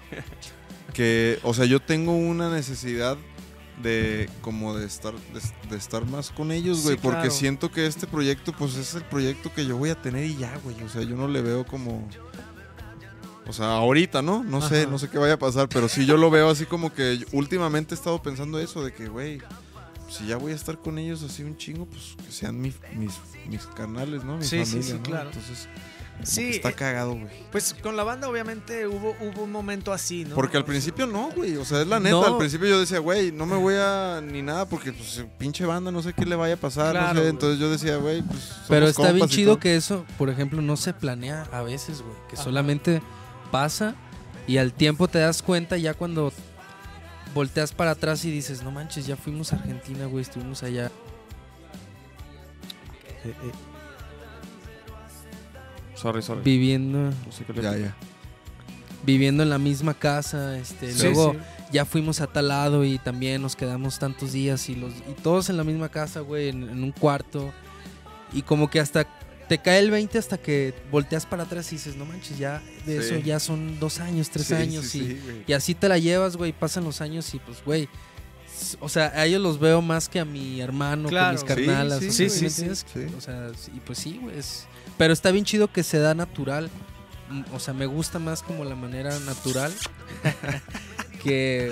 Speaker 3: que, o sea, yo tengo una necesidad de como de estar de, de estar más con ellos, güey,
Speaker 5: Sí,
Speaker 3: porque
Speaker 5: claro.
Speaker 3: siento que este proyecto pues es el proyecto que yo voy a tener y ya, güey, o sea, yo no le veo como o sea, ahorita, ¿no? No sé,
Speaker 5: Ajá.
Speaker 3: no sé qué vaya a pasar, pero sí yo lo veo así como que yo- últimamente he estado pensando eso de que, güey, si ya voy a estar con ellos así un chingo, pues que sean mi- mis mis canales, ¿no? Mi
Speaker 5: Sí, sí,
Speaker 3: familia,
Speaker 5: sí,
Speaker 3: ¿no?
Speaker 5: claro.
Speaker 3: Entonces,
Speaker 5: Sí,
Speaker 3: está
Speaker 5: eh,
Speaker 3: cagado, güey.
Speaker 5: pues con la banda obviamente hubo, hubo un momento así, ¿no?
Speaker 3: Porque al
Speaker 5: O sea,
Speaker 3: principio no, güey. O sea, es la neta.
Speaker 6: No.
Speaker 3: Al principio yo decía, güey, no me voy a ni nada porque, pues, pinche banda, no sé qué le vaya a pasar.
Speaker 5: Claro,
Speaker 3: no sé.
Speaker 5: güey.
Speaker 3: Entonces yo decía, güey, pues. somos
Speaker 6: Pero está bien
Speaker 3: compas y
Speaker 6: chido
Speaker 3: todo.
Speaker 6: que eso, por ejemplo, no se planea a veces, güey. Que
Speaker 5: Ajá.
Speaker 6: solamente pasa y al tiempo te das cuenta ya cuando volteas para atrás y dices, no manches, ya fuimos a Argentina, güey, estuvimos allá.
Speaker 2: Sorry, sorry.
Speaker 6: Viviendo,
Speaker 2: No sé qué le-
Speaker 3: Ya, ya.
Speaker 6: viviendo en la misma casa, este,
Speaker 5: sí,
Speaker 6: luego
Speaker 5: sí.
Speaker 6: ya fuimos a tal lado y también nos quedamos tantos días y los y todos en la misma casa, güey, en, en un cuarto. Y como que hasta te cae el 20 hasta que volteas para atrás y dices, no manches, ya de
Speaker 3: Sí.
Speaker 6: eso ya son dos años, tres
Speaker 3: Sí,
Speaker 6: años.
Speaker 3: sí,
Speaker 6: y,
Speaker 3: sí, güey.
Speaker 6: y así te la llevas, güey, pasan los años y pues, güey. s- O sea, a ellos los veo más que a mi hermano, que a
Speaker 5: Claro.
Speaker 6: mis carnalas.
Speaker 3: Sí,
Speaker 6: o
Speaker 3: sí,
Speaker 6: sea,
Speaker 5: sí,
Speaker 6: ¿me
Speaker 5: sí,
Speaker 6: entiendes?
Speaker 3: sí.
Speaker 6: O sea, s- y pues sí, güey. es- Pero está bien chido que se da natural. Mm, O sea, me gusta más como la manera natural. que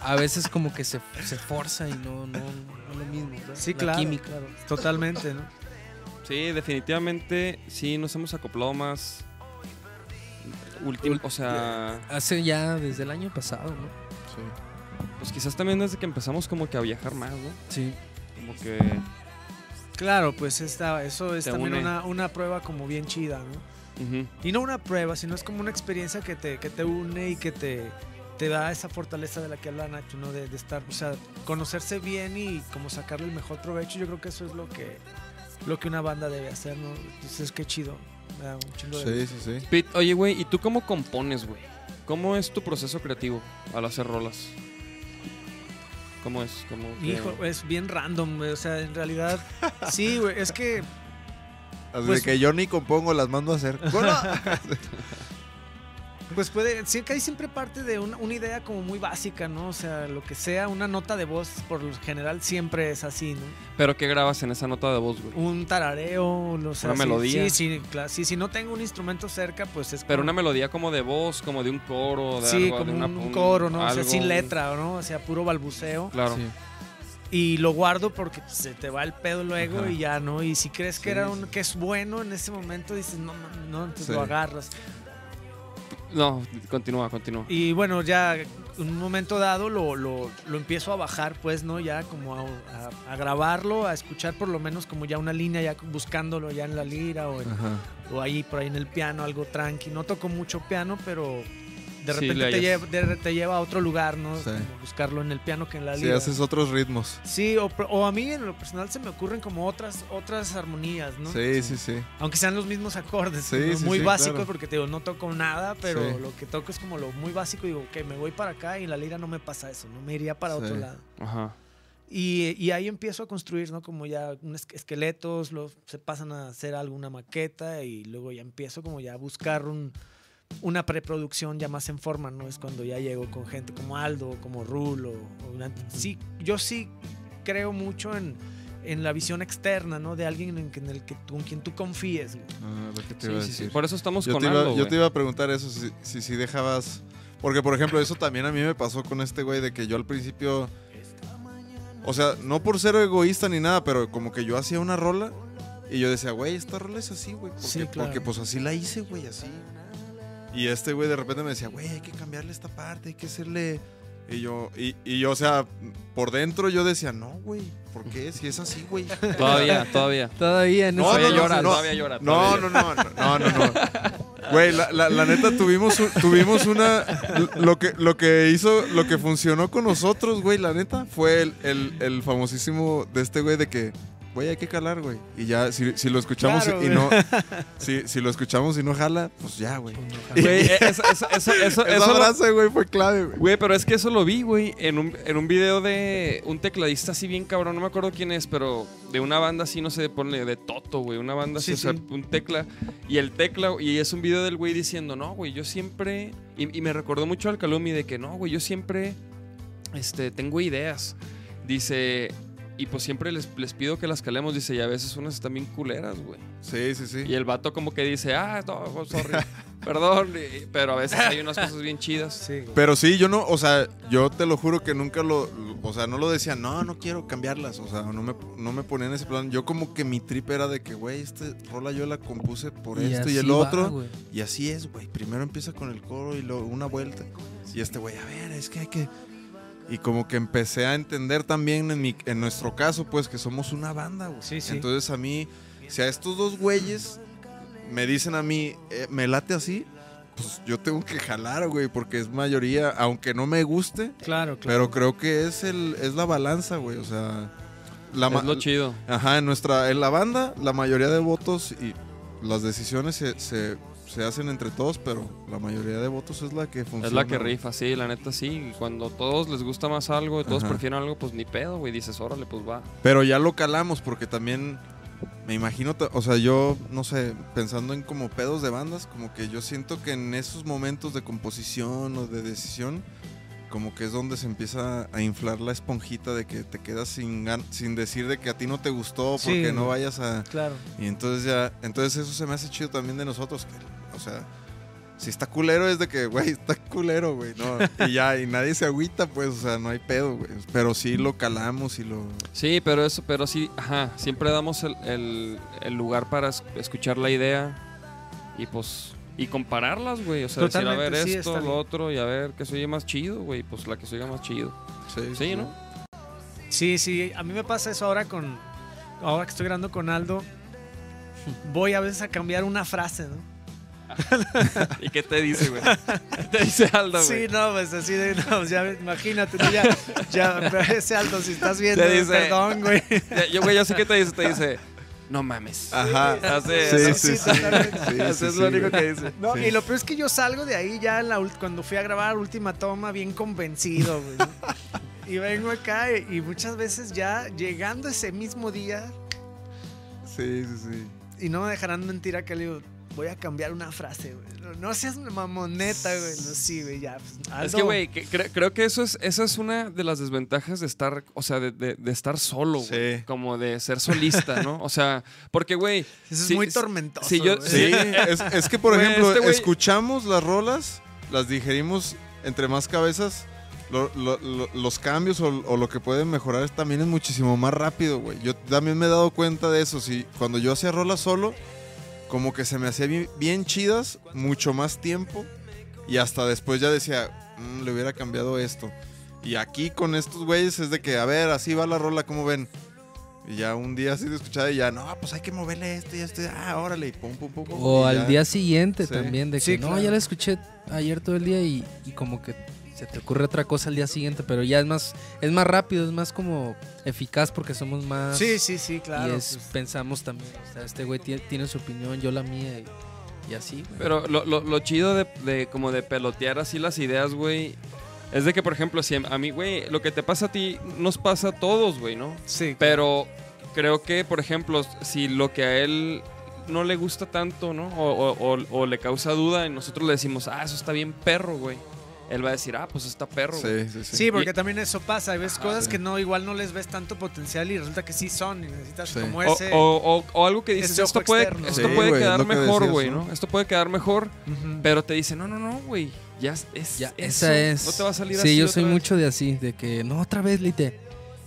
Speaker 6: a veces como que se, se forza y no, no, no lo mismo. ¿verdad?
Speaker 5: Sí,
Speaker 6: La
Speaker 5: claro,
Speaker 6: química.
Speaker 5: claro. Totalmente, ¿no?
Speaker 2: Sí, definitivamente sí nos hemos acoplado más. Último, o sea,
Speaker 6: Hace ya desde el año pasado, ¿no?
Speaker 2: pues quizás también desde que empezamos como que a viajar más, ¿no?
Speaker 6: Sí.
Speaker 2: Como que
Speaker 5: Claro, pues esta, eso es
Speaker 2: Te
Speaker 5: también
Speaker 2: une.
Speaker 5: una, una prueba como bien chida, ¿no?
Speaker 2: ujú,
Speaker 5: Y no una prueba, sino es como una experiencia que te, que te une y que te, te da esa fortaleza de la que habla Nacho, ¿no? De, de estar, o sea, conocerse bien y como sacarle el mejor provecho. Yo creo que eso es lo que, lo que una banda debe hacer, ¿no? Entonces, qué chido. Me da un chingo de...
Speaker 3: Sí, sí, sí.
Speaker 2: Pete, oye, güey, ¿y tú cómo compones, güey? ¿Cómo es tu proceso creativo al hacer rolas? ¿Cómo es? ¿Cómo que-
Speaker 5: Hijo, es bien random, güey, O sea, en realidad, sí, güey. Es que
Speaker 3: Así
Speaker 5: Pues-
Speaker 3: de que yo ni compongo, las mando a hacer. Bueno,
Speaker 5: Pues puede, sí, casi siempre parte de una, una idea como muy básica, ¿no? O sea, lo que sea, una nota de voz por lo general siempre es así, ¿no?
Speaker 2: Pero ¿qué grabas en esa nota de voz, güey?
Speaker 5: Un tarareo, no sé.
Speaker 2: Una
Speaker 5: sí,
Speaker 2: melodía.
Speaker 5: Sí, sí, claro. Sí, si no tengo un instrumento cerca, pues es
Speaker 2: Pero
Speaker 5: como-
Speaker 2: una melodía como de voz, como de un coro, de
Speaker 5: Sí,
Speaker 2: algo, de
Speaker 5: como
Speaker 2: una-
Speaker 5: un, un coro, ¿no? o sea,
Speaker 2: algo,
Speaker 5: sin
Speaker 2: un-
Speaker 5: letra, ¿no? O sea, puro balbuceo.
Speaker 2: Claro.
Speaker 6: Sí.
Speaker 5: Y lo guardo porque se te va el pedo luego
Speaker 2: Ajá.
Speaker 5: y ya, ¿no? Y si crees que
Speaker 2: Sí,
Speaker 5: era
Speaker 2: sí.
Speaker 5: un, que es bueno en ese momento, dices, no, mames, no, entonces
Speaker 3: Sí.
Speaker 5: lo agarras.
Speaker 2: No, continúa, continúa.
Speaker 5: Y bueno, ya en un momento dado lo, lo, lo empiezo a bajar, pues, ¿no? Ya como a, a- a grabarlo, a escuchar por lo menos como ya una línea, ya buscándolo ya en la lira o, en-
Speaker 3: Ajá.
Speaker 5: o ahí por ahí en el piano, algo tranqui. No toco mucho piano, pero de
Speaker 2: Sí,
Speaker 5: repente
Speaker 2: le
Speaker 5: te,
Speaker 2: hallas.
Speaker 5: lleva, de- te lleva a otro lugar, ¿no?
Speaker 3: Sí.
Speaker 5: Como buscarlo en el piano que en la
Speaker 3: Si
Speaker 5: lira.
Speaker 3: haces otros ritmos.
Speaker 5: Sí, o, pro- o a mí en lo personal se me ocurren como otras, otras armonías, ¿no?
Speaker 3: Sí, sí, sí.
Speaker 5: Aunque sean los mismos acordes,
Speaker 3: Sí,
Speaker 5: ¿no?
Speaker 3: sí,
Speaker 5: muy
Speaker 3: sí,
Speaker 5: básicos,
Speaker 3: claro.
Speaker 5: porque te digo, no toco nada, pero
Speaker 3: Sí.
Speaker 5: lo que toco es como lo muy básico. Digo, ok, me voy para acá y en la lira no me pasa eso, no me iría para
Speaker 3: Sí.
Speaker 5: otro lado.
Speaker 2: Ajá.
Speaker 5: Y, y ahí empiezo a construir, ¿no? Como ya unos esqueletos, los, se pasan a hacer alguna maqueta y luego ya empiezo como ya a buscar un- una preproducción ya más en forma, ¿no? Es cuando ya llego con gente como Aldo, como Rulo. o una- sí, yo sí creo mucho en, en la visión externa, ¿no? De alguien en, que- en el que tú- con quien tú confíes. güey.
Speaker 3: Ah, lo que te
Speaker 2: Sí,
Speaker 3: iba a
Speaker 2: sí, sí.
Speaker 3: decir.
Speaker 2: Por eso estamos
Speaker 3: Yo
Speaker 2: con
Speaker 3: te, iba,
Speaker 2: algo,
Speaker 3: yo te
Speaker 2: güey.
Speaker 3: iba a preguntar eso, si, si, si dejabas... Porque, por ejemplo, eso también a mí me pasó con este güey de que yo al principio... O sea, no por ser egoísta ni nada, pero como que yo hacía una rola y yo decía, güey, esta rola es así, güey. Porque,
Speaker 5: Sí, claro.
Speaker 3: porque pues así la hice, güey, así. Y este güey de repente me decía, güey, hay que cambiarle esta parte, hay que hacerle... Y yo, y, y yo, o sea, por dentro yo decía, no, güey, ¿por qué? Si es así, güey.
Speaker 2: Todavía, todavía.
Speaker 6: Todavía en
Speaker 3: No,
Speaker 6: ese-
Speaker 2: todavía
Speaker 3: no,
Speaker 2: llora,
Speaker 3: no.
Speaker 2: todavía llora.
Speaker 3: No,
Speaker 2: todavía
Speaker 3: no,
Speaker 2: llora.
Speaker 3: no, no, no, no. Güey, la, la- la neta tuvimos, un- tuvimos una... Lo que, lo que hizo, lo que funcionó con nosotros, güey, la neta, fue el, el- el famosísimo de este güey de que, güey, hay que calar, güey. Y ya, si, si lo escuchamos
Speaker 5: Claro,
Speaker 3: y
Speaker 5: güey.
Speaker 3: no... Si, si lo escuchamos y no jala, pues ya, güey.
Speaker 2: Güey, e-, eso, eso, eso, eso,
Speaker 3: Esa
Speaker 2: eso lo-
Speaker 3: frase, güey, fue clave, güey.
Speaker 2: Güey, pero es que eso lo vi, güey, en un, en un video de un tecladista así bien cabrón, no me acuerdo quién es, pero de una banda así, no sé, ponle de Toto, güey, una banda así,
Speaker 5: Sí,
Speaker 2: o sea,
Speaker 5: sí.
Speaker 2: un tecla, y el tecla, y es un video del güey diciendo, no, güey, yo siempre, y, y me recordó mucho al Calumi de que, no, güey, yo siempre, este, tengo ideas, dice, y pues siempre les, les pido que las calemos, dice, y a veces unas están bien culeras, güey.
Speaker 3: Sí, sí, sí.
Speaker 2: Y el vato como que dice, ah, no, sorry, perdón, y- pero a veces hay unas cosas bien chidas.
Speaker 3: Pero sí, yo no, o sea, yo te lo juro que nunca lo, o sea, no lo decía, no, no quiero cambiarlas, o sea, no me, no me ponía en ese plan. Yo como que mi trip era de que, güey, esta rola yo la compuse por esto y
Speaker 6: así
Speaker 3: el
Speaker 6: va,
Speaker 3: otro.
Speaker 6: güey.
Speaker 3: y así es, güey, primero empieza con el coro y luego una vuelta. Y este güey, a ver, es que hay que... Y como que empecé a entender también en, mi, en nuestro caso, pues, que somos una banda, güey.
Speaker 5: Sí, sí.
Speaker 3: Entonces a mí, si a estos dos güeyes me dicen a mí, eh, me late así, pues yo tengo que jalar, güey, porque es mayoría, aunque no me guste,
Speaker 5: Claro,
Speaker 3: pero creo que es el es la balanza, güey, o sea, la ma-
Speaker 2: es lo chido.
Speaker 3: ajá, en nuestra en la banda la mayoría de votos y las decisiones se, se- se hacen entre todos, pero la mayoría de votos es la que funciona.
Speaker 2: Es la que
Speaker 3: güey.
Speaker 2: rifa, sí, la neta sí. Y Cuando todos les gusta más algo y todos
Speaker 3: Ajá.
Speaker 2: prefieren algo, pues ni pedo, güey. Dices, órale, pues va.
Speaker 3: Pero ya lo calamos porque también me imagino, ta- o sea, yo no sé, pensando en como pedos de bandas, como que yo siento que en esos momentos de composición o de decisión, como que es donde se empieza a inflar la esponjita de que te quedas sin gan- sin decir de que a ti no te gustó
Speaker 5: Sí.
Speaker 3: porque no vayas a
Speaker 5: Claro.
Speaker 3: y entonces ya, entonces eso se me hace chido también de nosotros que, o sea, si está culero es de que, güey, está culero, güey, no, y ya, y nadie se agüita, pues, o sea, no hay pedo, güey, pero sí lo calamos y lo,
Speaker 2: Sí, pero eso, pero sí, ajá. Siempre damos el, el- el lugar para es- escuchar la idea y pues. Y compararlas, güey. O sea,
Speaker 5: Totalmente,
Speaker 2: decir, a ver
Speaker 5: sí,
Speaker 2: esto,
Speaker 5: está
Speaker 2: lo
Speaker 5: bien.
Speaker 2: otro, y a ver qué se oye más chido, güey. Pues la que se oiga más chido. Sí, ¿no?
Speaker 5: Sí, sí, a mí me pasa eso ahora con. Ahora que estoy grabando con Aldo, voy a veces a cambiar una frase, ¿no?
Speaker 2: ¿Y qué te dice, güey? ¿Qué te dice Alda,
Speaker 5: sí,
Speaker 2: güey?
Speaker 5: no, pues así de. No, ya, imagínate, tú ya, ya, pero ese Aldo, si estás viendo,
Speaker 2: Te dice-
Speaker 5: perdón, güey.
Speaker 2: Ya- Yo, güey, yo sé qué te dice. Te dice, no mames.
Speaker 3: Ajá.
Speaker 2: Hace
Speaker 3: Sí,
Speaker 2: eso.
Speaker 3: sí, sí.
Speaker 5: totalmente.
Speaker 3: Sí,
Speaker 2: Eso
Speaker 3: sí,
Speaker 2: es
Speaker 3: sí,
Speaker 2: lo único
Speaker 3: güey.
Speaker 2: que dice.
Speaker 5: No,
Speaker 3: Sí.
Speaker 5: Y lo peor es que yo salgo de ahí ya en la ult- cuando fui a grabar última toma, bien convencido, güey. ¿no? Y vengo acá y, y muchas veces ya llegando ese mismo día,
Speaker 3: Sí, sí, sí.
Speaker 5: y no me dejarán mentir acá, le digo, voy a cambiar una frase, güey. No- No seas mamoneta, güey. No, sí, güey, ya. pues,
Speaker 2: Es
Speaker 5: hazlo.
Speaker 2: que, güey, que- cre- creo que eso es, esa es una de las desventajas de estar, o sea, de, de- de estar solo, güey.
Speaker 3: Sí.
Speaker 2: Como de ser solista, ¿no? O sea, porque, güey.
Speaker 5: Eso es
Speaker 2: si-
Speaker 5: muy
Speaker 2: si-
Speaker 5: tormentoso.
Speaker 2: si yo-
Speaker 5: güey.
Speaker 3: Sí, es, es que por
Speaker 2: Güey,
Speaker 3: ejemplo,
Speaker 2: este güey-
Speaker 3: escuchamos las rolas, las digerimos entre más cabezas. lo- lo- lo- los cambios o, o lo que pueden mejorar también es muchísimo más rápido, güey. Yo también me he dado cuenta de eso. Si cuando yo hacía rolas solo, como que se me hacía bien, bien chidas, mucho más tiempo. Y hasta después ya decía, "Mm, le hubiera cambiado esto. Y aquí con estos güeyes es de que, a ver, así va la rola, ¿cómo ven? Y ya un día así de escuchada y ya, no, pues hay que moverle esto y esto. y- Ah, órale, y pum, pum, pum. pum,
Speaker 6: O
Speaker 3: y
Speaker 6: al
Speaker 3: ya.
Speaker 6: día siguiente
Speaker 3: Sí.
Speaker 6: también, de que
Speaker 5: Sí,
Speaker 6: no,
Speaker 5: claro.
Speaker 6: ya la escuché ayer todo el día y, y como que se te ocurre otra cosa al día siguiente, pero ya es más, es más rápido, es más como eficaz porque somos más...
Speaker 5: Sí, sí, sí, claro.
Speaker 6: y es-
Speaker 5: pues.
Speaker 6: pensamos también, o sea, este güey tie- tiene, su opinión, yo la mía y, y así. güey.
Speaker 2: Pero lo, lo- lo chido de, de como de pelotear así las ideas, güey, es de que, por ejemplo, si a mí, güey, lo que te pasa a ti nos pasa a todos, güey, ¿no?
Speaker 5: Sí,
Speaker 2: Pero creo que, por ejemplo, si lo que a él no le gusta tanto, ¿no? O, o- o- o le causa duda y nosotros le decimos, ah, eso está bien perro, güey. Él va a decir, ah, pues está perro, güey.
Speaker 3: Sí, sí, sí.
Speaker 5: Sí, porque
Speaker 2: Y-
Speaker 5: también eso pasa. Ves
Speaker 2: Ajá,
Speaker 5: cosas
Speaker 3: sí.
Speaker 5: que no, igual no les ves tanto potencial y resulta que sí son. Y necesitas
Speaker 3: Sí.
Speaker 5: como
Speaker 2: O,
Speaker 5: ese.
Speaker 2: o- o- o algo que dices,
Speaker 5: ese ojo
Speaker 2: esto puede,
Speaker 5: externo,
Speaker 2: esto
Speaker 3: güey.
Speaker 2: puede
Speaker 3: Sí, güey,
Speaker 2: quedar
Speaker 3: es lo que
Speaker 2: mejor,
Speaker 3: decías,
Speaker 2: güey,
Speaker 3: ¿no?
Speaker 2: ¿no? Esto puede quedar mejor,
Speaker 5: Ujú.
Speaker 2: pero te dice, no, no, no, güey, ya es- es
Speaker 6: Ya,
Speaker 2: eso,
Speaker 6: esa es...
Speaker 2: No te va a salir
Speaker 6: sí,
Speaker 2: así
Speaker 6: yo
Speaker 2: otra
Speaker 6: soy
Speaker 2: vez".
Speaker 6: mucho de así, de que no, otra vez, Lite.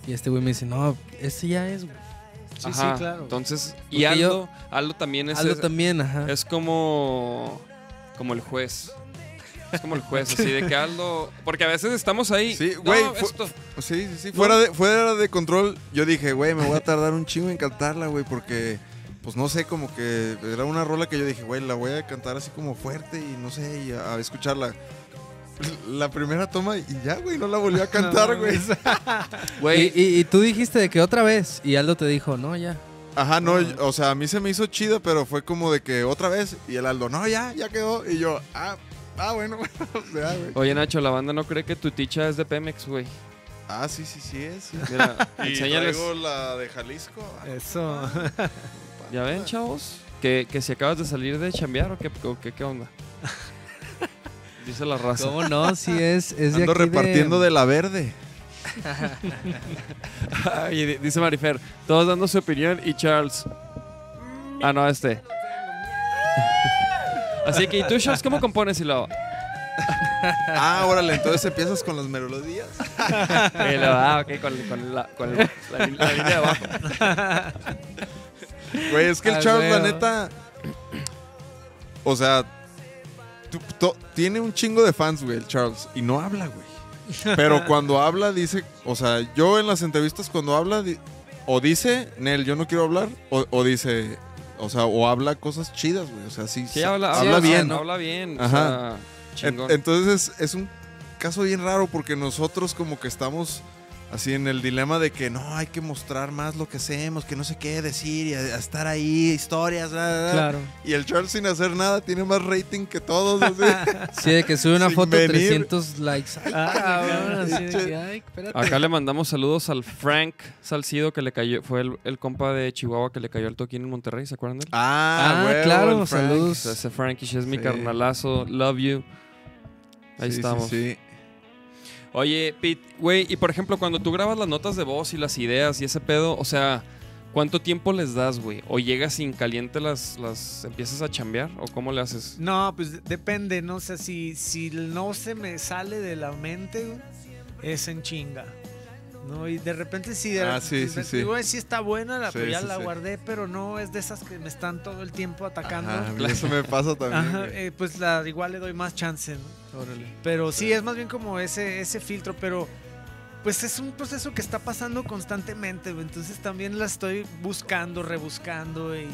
Speaker 6: Y este güey me dice, no, este ya es, güey.
Speaker 5: Sí,
Speaker 2: Ajá,
Speaker 5: sí, claro.
Speaker 2: Entonces, y
Speaker 6: Porque yo-
Speaker 2: Aldo, Aldo también es,
Speaker 6: Aldo
Speaker 2: es-
Speaker 6: también, ajá.
Speaker 2: es como, como el juez. Es como el juez, así de que Aldo. Porque a veces estamos ahí.
Speaker 3: Sí,
Speaker 2: "No,
Speaker 3: güey, fu-
Speaker 2: esto".
Speaker 3: Pues Sí, sí, sí. Fuera, de, fuera de control, yo dije, güey, me voy a tardar un chingo en cantarla, güey, porque, pues no sé, como que era una rola que yo dije, güey, la voy a cantar así como fuerte y no sé, y a, a escucharla. La primera toma y ya, güey, no la volví a cantar, güey.
Speaker 2: Güey,
Speaker 6: Y, y- y tú dijiste de que otra vez, y Aldo te dijo, no, ya.
Speaker 3: Ajá, no, yo- o sea, a mí se me hizo chida, pero fue como de que otra vez, y el Aldo, no, ya, ya quedó, y yo, ah, ah, bueno, o sea, güey.
Speaker 2: Oye, Nacho, la banda no cree que tu ticha es de Pemex, güey.
Speaker 3: Ah, sí, sí, sí es. sí.
Speaker 2: Mira,
Speaker 3: Y
Speaker 2: enséñales.
Speaker 3: traigo la de Jalisco. ah,
Speaker 5: Eso.
Speaker 2: Ya ven, chavos, que, que si acabas de salir de chambear o qué, o qué, qué onda. Dice la raza.
Speaker 6: ¿Cómo no? Sí, es, es de
Speaker 3: Ando
Speaker 6: aquí de-
Speaker 3: repartiendo de la verde.
Speaker 2: Y di- dice Marifer, todos dando su opinión y Charles. Ah, no, este. Así que, ¿y tú, Charles, cómo compones y lo?
Speaker 3: Ah, órale, entonces empiezas con las melodías.
Speaker 2: Y lo ah, ok, con, con la, con la- la lin- la línea de abajo.
Speaker 3: Güey, es que el
Speaker 6: Ah,
Speaker 3: Charles, la
Speaker 6: güey.
Speaker 3: neta. O sea, tú- to- tiene un chingo de fans, güey, el Charles. Y no habla, güey. Pero cuando habla, dice. O sea, yo en las entrevistas, cuando habla, di- o dice, Nel, yo no quiero hablar, o, o dice. O sea, o habla cosas chidas, güey. O sea, sí.
Speaker 2: Sí,
Speaker 3: sa-
Speaker 2: habla,
Speaker 3: habla
Speaker 2: sí,
Speaker 3: bien.
Speaker 2: Habla bien.
Speaker 3: Ajá.
Speaker 2: Ajá. chingón.
Speaker 3: En- Entonces es un caso bien raro porque nosotros como que estamos así en el dilema de que no hay que mostrar más lo que hacemos, que no sé qué decir y a, a estar ahí, historias, bla, bla, bla.
Speaker 6: Claro.
Speaker 3: Y el Charles sin hacer nada tiene más rating que todos. así. Ah,
Speaker 6: Sí, de que sube una
Speaker 3: Sin
Speaker 6: foto,
Speaker 3: venir.
Speaker 6: 300 likes. Ay, Ah, cabrón, así de Ah, que, ay, espérate.
Speaker 2: Acá le mandamos saludos al Frank Salcido, que le cayó, fue el, el compa de Chihuahua que le cayó al toquín en Monterrey, ¿se acuerdan de él?
Speaker 3: ah,
Speaker 6: Ah,
Speaker 3: huevo,
Speaker 6: claro,
Speaker 3: el Frank.
Speaker 6: saludos.
Speaker 2: Pues ese Frankish es mi
Speaker 3: Sí.
Speaker 2: carnalazo. Love you. Ahí
Speaker 3: Sí,
Speaker 2: estamos.
Speaker 3: sí, sí.
Speaker 2: Oye, Pete, güey, y por ejemplo, cuando tú grabas las notas de voz y las ideas y ese pedo, o sea, ¿cuánto tiempo les das, güey? ¿O llegas sin caliente las, las empiezas a chambear? ¿O cómo le haces?
Speaker 5: No, pues de- depende, ¿no? O sea, si, si no se me sale de la mente, güey, es en chinga. ¿No? Y de repente si de
Speaker 3: Ah, sí, sí, sí.
Speaker 5: digo, "Ay, sí está buena, la,
Speaker 3: Sí,
Speaker 5: pues ya
Speaker 3: sí,
Speaker 5: la
Speaker 3: sí.
Speaker 5: guardé, pero no es de esas que me están todo el tiempo atacando.
Speaker 3: Ajá, mira, eso me pasa también.
Speaker 5: Ajá,
Speaker 3: güey.
Speaker 5: eh, pues la, igual le doy más chance, ¿no?
Speaker 6: Órale.
Speaker 5: Pero sí, es más bien como ese, ese filtro, pero pues es un proceso que está pasando constantemente, güey. Entonces también la estoy buscando, rebuscando y...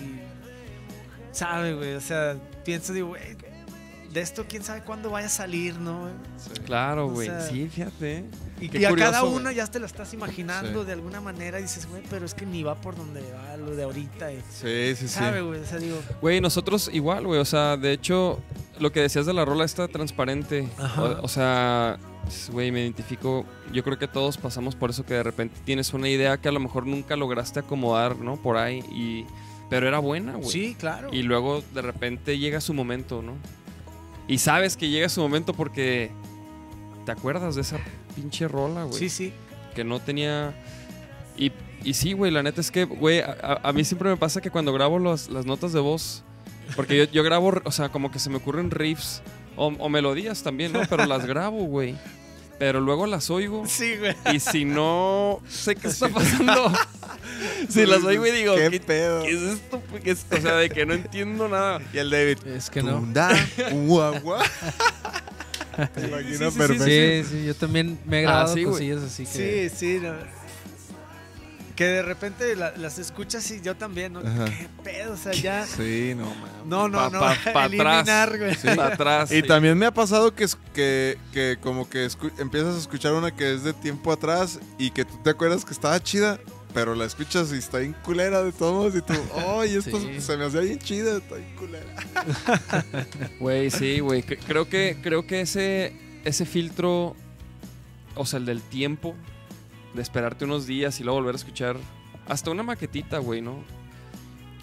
Speaker 5: ¿Sabe, güey? O sea, pienso, digo, güey, de esto quién sabe cuándo vaya a salir, ¿no?
Speaker 3: Sí.
Speaker 2: Claro,
Speaker 5: o
Speaker 2: güey.
Speaker 5: sea,
Speaker 2: sí, fíjate.
Speaker 5: Y,
Speaker 2: Qué
Speaker 5: y a
Speaker 2: curioso,
Speaker 5: cada
Speaker 2: güey.
Speaker 5: una ya te la estás imaginando
Speaker 3: Sí.
Speaker 5: de alguna manera y dices, güey, pero es que ni va por donde va lo de ahorita. y-
Speaker 3: Sí, sí, sí.
Speaker 5: ¿Sabe, güey? O sea, digo...
Speaker 2: Güey, nosotros igual, güey. O sea, de hecho, lo que decías de la rola está transparente.
Speaker 5: Ajá.
Speaker 2: O, o sea, s- güey, me identifico. Yo creo que todos pasamos por eso que de repente tienes una idea que a lo mejor nunca lograste acomodar, ¿no? Por ahí. Y Pero era buena, güey.
Speaker 5: Sí, claro.
Speaker 2: Y luego de repente llega su momento, ¿no? Y sabes que llega su momento porque te acuerdas de esa pinche rola, güey.
Speaker 5: sí, sí.
Speaker 2: Que no tenía. Y, y sí, güey, la neta es que, güey, a, a- a mí siempre me pasa que cuando grabo las- las notas de voz, porque yo, yo grabo, o sea, como que se me ocurren riffs o, o melodías también, ¿no? Pero las grabo, güey. Pero luego las oigo
Speaker 5: Sí, güey.
Speaker 2: y si no sé qué está pasando, si las oigo y digo,
Speaker 3: ¿Qué,
Speaker 2: ¿qué,
Speaker 3: pedo?
Speaker 2: ¿Qué es esto? ¿Qué es- O sea, de que no entiendo nada.
Speaker 3: Y el David.
Speaker 6: Es que no.
Speaker 3: Tunda, guagua. Te
Speaker 2: Sí,
Speaker 3: imagino
Speaker 2: sí, sí,
Speaker 3: perfecto.
Speaker 6: Sí, sí, yo también me he
Speaker 2: Ah,
Speaker 6: grabado
Speaker 2: sí, güey.
Speaker 6: cosillas así que.
Speaker 5: Sí, sí. no. Que de repente la- las escuchas y yo también, ¿no?
Speaker 3: Ajá.
Speaker 5: ¿Qué pedo? O sea, ya.
Speaker 3: Sí, no mames.
Speaker 5: No, no,
Speaker 2: Pa-
Speaker 5: no.
Speaker 2: pa- pa'
Speaker 5: eliminar,
Speaker 2: atrás.
Speaker 5: güey.
Speaker 2: Para atrás.
Speaker 3: Y
Speaker 2: sí.
Speaker 3: también me ha pasado que, es- que, que como que escu- empiezas a escuchar una que es de tiempo atrás y que tú te acuerdas que estaba chida, pero la escuchas y está bien culera de todos y tú, ¡ay, esto
Speaker 6: Sí.
Speaker 3: se me hacía bien chida, está bien culera!
Speaker 2: Güey, sí, güey. Cre- Creo que, creo que ese, ese filtro, o sea, el del tiempo, de esperarte unos días y luego volver a escuchar hasta una maquetita, güey, ¿no?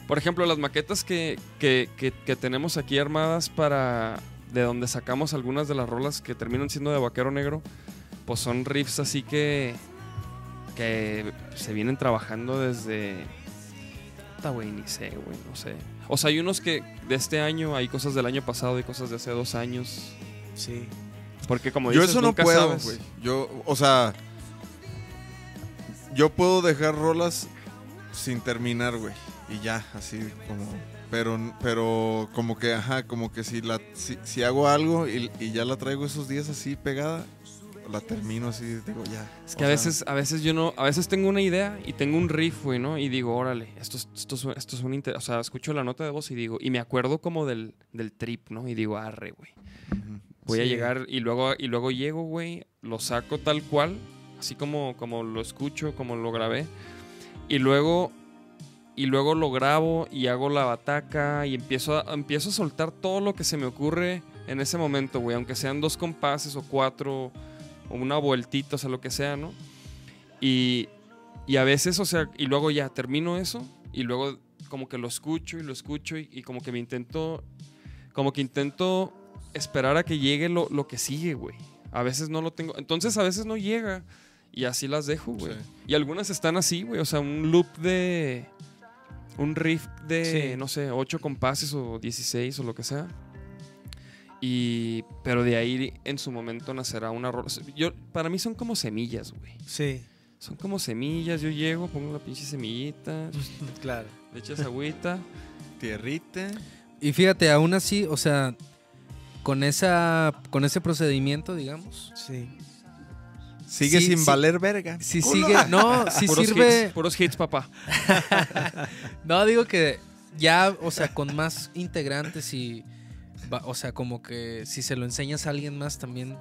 Speaker 2: Por ejemplo, las maquetas que, que, que- que tenemos aquí armadas para... De donde sacamos algunas de las rolas que terminan siendo de Vaquero Negro, pues son riffs así que... Que se vienen trabajando desde... Puta, güey, ni sé, güey, no sé. O sea, hay unos que de este año, hay cosas del año pasado, hay cosas de hace dos años.
Speaker 5: Sí.
Speaker 2: Porque como
Speaker 3: Yo
Speaker 2: dices,
Speaker 3: eso no
Speaker 2: nunca
Speaker 3: puedo,
Speaker 2: sabes.
Speaker 3: güey. Yo, o sea, yo puedo dejar rolas sin terminar, güey, y ya, así como... Pero, pero como que, ajá, como que si, la, si, si hago algo y, y ya la traigo esos días así pegada, la termino así, digo, ya.
Speaker 2: Es
Speaker 3: o
Speaker 2: que a
Speaker 3: sea,
Speaker 2: veces, a veces yo no, a veces tengo una idea y tengo un riff, güey, ¿no? Y digo, órale, esto, es- esto, es- esto es un inter- O sea, escucho la nota de voz y digo, y me acuerdo como del, del trip, ¿no? Y digo, arre, güey.
Speaker 3: Ujú.
Speaker 2: Voy a
Speaker 6: Sí.
Speaker 2: llegar y luego, y luego llego, güey, lo saco tal cual, así como, como lo escucho, como lo grabé. Y luego, y luego lo grabo y hago la bataca y empiezo a, empiezo a soltar todo lo que se me ocurre en ese momento, güey, aunque sean dos compases o cuatro o una vueltita, o sea, lo que sea, ¿no? Y, y a veces, o sea, y luego ya termino eso y luego como que lo escucho y lo escucho y, y como que me intento, como que intento esperar a que llegue lo, lo que sigue, güey. A veces no lo tengo. Entonces a veces no llega y así las dejo, güey.
Speaker 3: Sí.
Speaker 2: Y algunas están así, güey. O sea, un loop de... Un riff de,
Speaker 5: Sí.
Speaker 2: no sé, 8 compases o 16 o lo que sea. Y, pero de ahí en su momento nacerá una rola. Yo, para mí son como semillas, güey.
Speaker 5: Sí,
Speaker 2: Son como semillas. Yo llego, pongo una pinche semillita,
Speaker 5: claro.
Speaker 2: le echas agüita.
Speaker 3: Tierrita.
Speaker 6: Y fíjate, aún así, o sea, con esa, con ese procedimiento, digamos,
Speaker 5: Sí.
Speaker 3: Sigue
Speaker 6: Sí,
Speaker 3: sin
Speaker 6: sí.
Speaker 3: valer verga.
Speaker 6: si sigue, no, si
Speaker 2: puros
Speaker 6: sirve,
Speaker 2: hits, puros hits, papá.
Speaker 6: no digo que ya, o sea, con más integrantes y, va- o sea, como que si se lo enseñas a alguien más también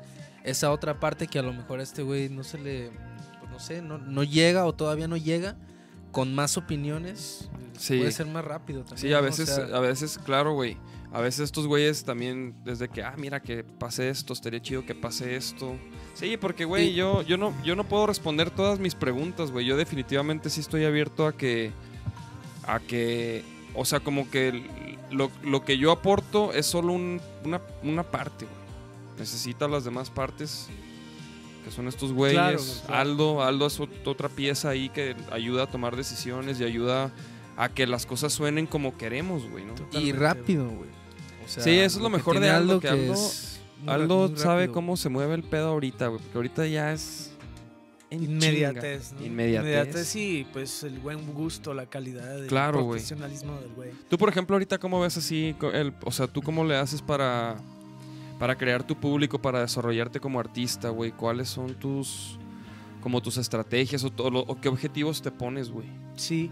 Speaker 6: esa otra parte que a lo mejor a este güey no se le, pues, no sé, no, no llega o todavía no llega con más opiniones.
Speaker 2: Sí.
Speaker 6: Puede ser más rápido también.
Speaker 2: Sí, a
Speaker 6: ¿no? O
Speaker 2: veces,
Speaker 6: sea,
Speaker 2: a veces, claro, güey. A veces estos güeyes también, desde que, ah, mira, que pase esto, estaría chido que pase esto. Sí, porque, güey,
Speaker 6: Y-
Speaker 2: yo, yo, no, yo no puedo responder todas mis preguntas, güey. Yo definitivamente sí estoy abierto a que, a que, o sea, como que el- lo, lo que yo aporto es solo un- una, una parte, güey. Necesita las demás partes, que son estos güeyes.
Speaker 5: Claro, claro.
Speaker 2: Aldo, Aldo es ot- otra pieza ahí que ayuda a tomar decisiones y ayuda a que las cosas suenen como queremos, güey, ¿no?
Speaker 6: y rápido, güey. O sea,
Speaker 2: Sí, eso es lo mejor
Speaker 6: tiene
Speaker 2: de Aldo, que Aldo-
Speaker 6: es muy ra-
Speaker 2: Aldo
Speaker 6: muy
Speaker 2: sabe
Speaker 6: rápido.
Speaker 2: cómo se mueve el pedo ahorita, güey, porque ahorita ya es en
Speaker 5: Inmediatez,
Speaker 2: chinga.
Speaker 5: ¿no?
Speaker 2: Inmediatez.
Speaker 5: y pues el buen gusto, la calidad, el
Speaker 2: Claro, güey.
Speaker 5: profesionalismo del güey.
Speaker 2: Tú, por ejemplo, ahorita cómo ves así, co- el- o sea, tú cómo le haces para para crear tu público, para desarrollarte como artista, güey. ¿Cuáles son tus como tus estrategias o, to- lo- o qué objetivos te pones, güey?
Speaker 5: Sí.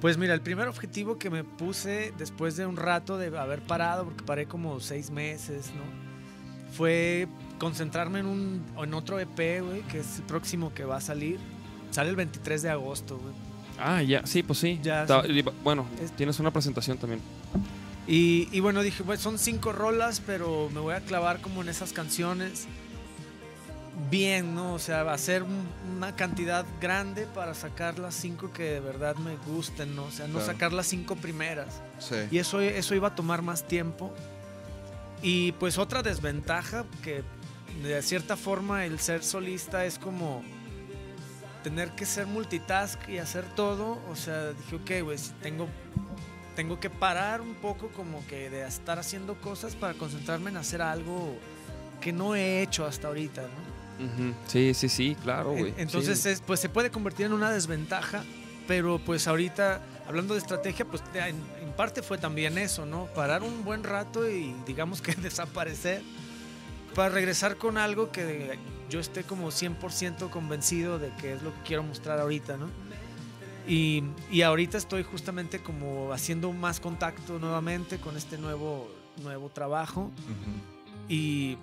Speaker 5: Pues mira, el primer objetivo que me puse después de un rato de haber parado, porque paré como seis meses, ¿no? Fue concentrarme en, un, en otro EP, güey, que es el próximo que va a salir. Sale el 23 de agosto, güey.
Speaker 2: Ah, ya, sí, pues sí.
Speaker 5: Ya,
Speaker 2: Ta-
Speaker 5: sí.
Speaker 2: y va- Bueno,
Speaker 5: Es-
Speaker 2: tienes una presentación también.
Speaker 5: Y, y bueno, dije, pues son cinco rolas, pero me voy a clavar como en esas canciones. bien, ¿no? O sea, hacer un- una cantidad grande para sacar las cinco que de verdad me gusten, ¿no? O sea, no
Speaker 3: Claro.
Speaker 5: sacar las cinco primeras.
Speaker 3: Sí.
Speaker 5: Y eso, eso iba a tomar más tiempo. Y pues otra desventaja que de cierta forma el ser solista es como tener que ser multitask y hacer todo. O sea, dije, ok, güey, si tengo, tengo que parar un poco como que de estar haciendo cosas para concentrarme en hacer algo que no he hecho hasta ahorita, ¿no?
Speaker 2: Ujú. Sí, sí, sí, claro,
Speaker 5: En-
Speaker 2: güey.
Speaker 5: Entonces,
Speaker 2: Sí.
Speaker 5: es- pues se puede convertir en una desventaja, pero pues ahorita, hablando de estrategia, pues te- en, en parte fue también eso, ¿no? Parar un buen rato y digamos que desaparecer para regresar con algo que yo esté como 100% convencido de que es lo que quiero mostrar ahorita, ¿no? Y, y ahorita estoy justamente como haciendo más contacto nuevamente con este nuevo, nuevo trabajo.
Speaker 3: Ujú.
Speaker 5: Y,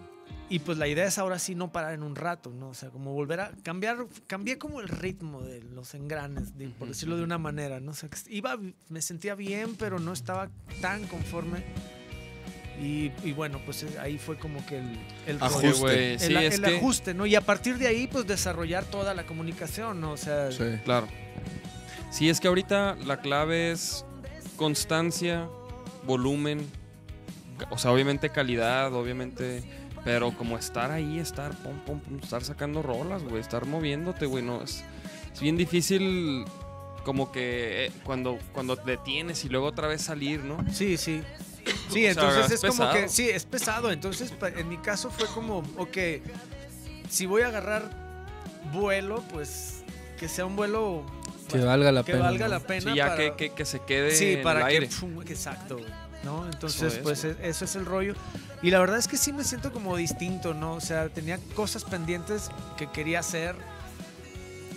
Speaker 5: y, pues la idea es ahora sí no parar en un rato, ¿no? O sea, como volver a cambiar, cambié como el ritmo de los engranes, de- por decirlo de una manera, ¿no? O sea, que iba, me sentía bien, pero no estaba tan conforme. Y, y bueno, pues eh, ahí fue como que el, el rollo,
Speaker 3: Ajuste.
Speaker 2: Sí, güey,
Speaker 5: El,
Speaker 2: sí,
Speaker 5: el
Speaker 2: es que-
Speaker 5: ajuste, ¿no? Y a partir de ahí, pues desarrollar toda la comunicación, ¿no? O sea,
Speaker 3: Sí.
Speaker 2: Claro. Sí, es que ahorita la clave es constancia, volumen, ca- o sea, obviamente calidad, obviamente, pero como estar ahí, estar, pum, pum, pum, estar sacando rolas, güey, estar moviéndote, güey, no, es, es bien difícil como que eh, cuando, cuando te detienes y luego otra vez salir, ¿no?
Speaker 5: Sí, sí.
Speaker 2: O
Speaker 5: Sí,
Speaker 2: sea,
Speaker 5: entonces
Speaker 2: es
Speaker 5: es, como
Speaker 2: pesado.
Speaker 5: que. Sí, es pesado. Entonces, pa- en mi caso fue como, ok, si voy a agarrar vuelo, pues que sea un vuelo
Speaker 6: Que
Speaker 5: bueno,
Speaker 6: valga la
Speaker 5: que
Speaker 6: pena.
Speaker 5: valga
Speaker 6: ¿no?
Speaker 5: la pena.
Speaker 2: Sí, ya
Speaker 5: para-
Speaker 2: que, que- que se quede
Speaker 5: sí,
Speaker 2: en el
Speaker 5: para que.
Speaker 2: aire.
Speaker 5: pum, exacto, güey, ¿no? Entonces,
Speaker 2: Eso es,
Speaker 5: pues
Speaker 2: güey.
Speaker 5: e- eso es el rollo. Y la verdad es que sí me siento como distinto, ¿no? O sea, tenía cosas pendientes que quería hacer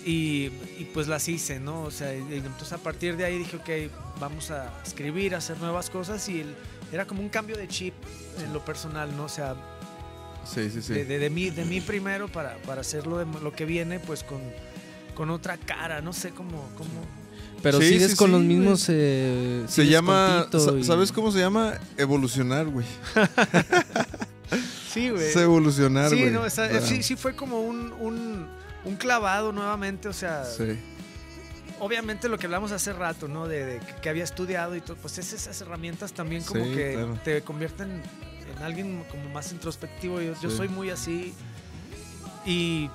Speaker 5: y, y, pues las hice, ¿no? O sea, y- y entonces a partir de ahí dije, ok, vamos a escribir, a hacer nuevas cosas y el- era como un cambio de chip en lo personal, ¿no? O sea,
Speaker 3: Sí, sí, sí.
Speaker 5: de, de, de mí, de mí primero para, para hacer lo, de- lo que viene, pues con, con otra cara, no sé cómo... cómo
Speaker 6: Pero
Speaker 3: Sí,
Speaker 6: sigues
Speaker 3: sí,
Speaker 6: con
Speaker 3: sí,
Speaker 6: los
Speaker 3: güey.
Speaker 6: mismos. eh,
Speaker 3: Se
Speaker 6: sigues
Speaker 3: llama,
Speaker 6: con Tito
Speaker 3: sa-
Speaker 6: y-
Speaker 3: ¿sabes cómo se llama? Evolucionar, güey.
Speaker 5: sí, güey.
Speaker 3: Es evolucionar,
Speaker 5: Sí,
Speaker 3: güey.
Speaker 5: no, o sea,
Speaker 3: Claro.
Speaker 5: sí, sí fue como un, un, un clavado nuevamente, o sea,
Speaker 3: Sí.
Speaker 5: obviamente lo que hablamos hace rato, ¿no? De, de que había estudiado y todo, pues esas, esas herramientas también como
Speaker 3: Sí,
Speaker 5: que
Speaker 3: claro.
Speaker 5: te convierten en alguien como más introspectivo, yo, yo
Speaker 3: Sí.
Speaker 5: soy muy así y,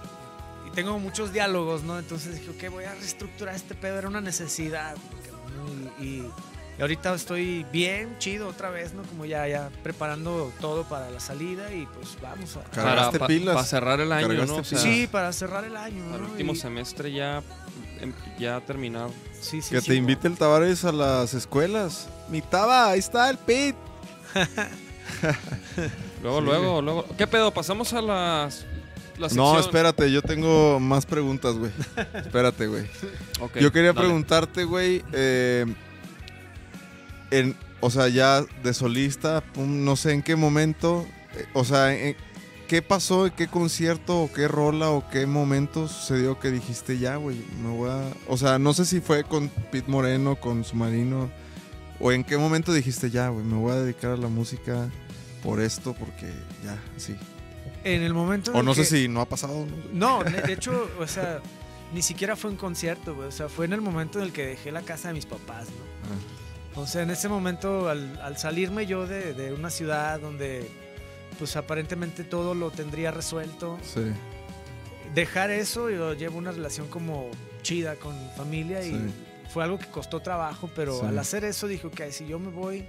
Speaker 5: y tengo muchos diálogos, ¿no? Entonces dije, ok, voy a reestructurar este pedo, era una necesidad, cabrón, ¿no? y, y- y ahorita estoy bien chido otra vez, ¿no? Como ya, ya preparando todo para la salida y pues vamos a...
Speaker 3: Claro. Cargaste
Speaker 2: para,
Speaker 3: pilas.
Speaker 2: Para cerrar el año,
Speaker 3: Cargaste
Speaker 2: ¿no? O sea,
Speaker 5: Sí, para cerrar el año.
Speaker 2: Para el
Speaker 5: ¿no?
Speaker 2: último
Speaker 5: Y-
Speaker 2: semestre ya, em- ya terminar.
Speaker 5: Sí, sí,
Speaker 3: Que
Speaker 5: sí.
Speaker 3: te invite el Tavares a las escuelas. Mi Taba, ahí está el pit.
Speaker 2: Luego,
Speaker 3: Sí,
Speaker 2: luego, luego. ¿Qué pedo? Pasamos a las. la
Speaker 3: No,
Speaker 2: sección-
Speaker 3: espérate, yo tengo más preguntas, güey. Espérate, güey.
Speaker 2: Ok,
Speaker 3: Yo quería
Speaker 2: dale.
Speaker 3: preguntarte, güey, eh, en, o sea, ya de solista, pum, no sé en qué momento, eh, o sea, en- ¿qué pasó, en qué concierto, o qué rola, o qué momento sucedió que dijiste ya, güey, me voy a... O sea, no sé si fue con Pete Moreno, con Submarino, o en qué momento dijiste ya, güey, me voy a dedicar a la música por esto, porque ya, sí.
Speaker 5: En el momento. en
Speaker 3: O
Speaker 5: el
Speaker 3: no sé
Speaker 5: que-
Speaker 3: si no ha pasado. ¿no?
Speaker 5: No, de de hecho, o sea, ni siquiera fue un concierto, güey. O sea, fue en el momento en el que dejé la casa de mis papás, ¿no?
Speaker 3: Ah,
Speaker 5: O sea, en ese momento, al, al salirme yo de, de una ciudad donde, pues aparentemente todo lo tendría resuelto,
Speaker 3: Sí,
Speaker 5: dejar eso, yo llevo una relación como chida con mi familia y
Speaker 3: Sí.
Speaker 5: fue algo que costó trabajo, pero
Speaker 3: Sí.
Speaker 5: al hacer eso dije, ok, si yo me voy,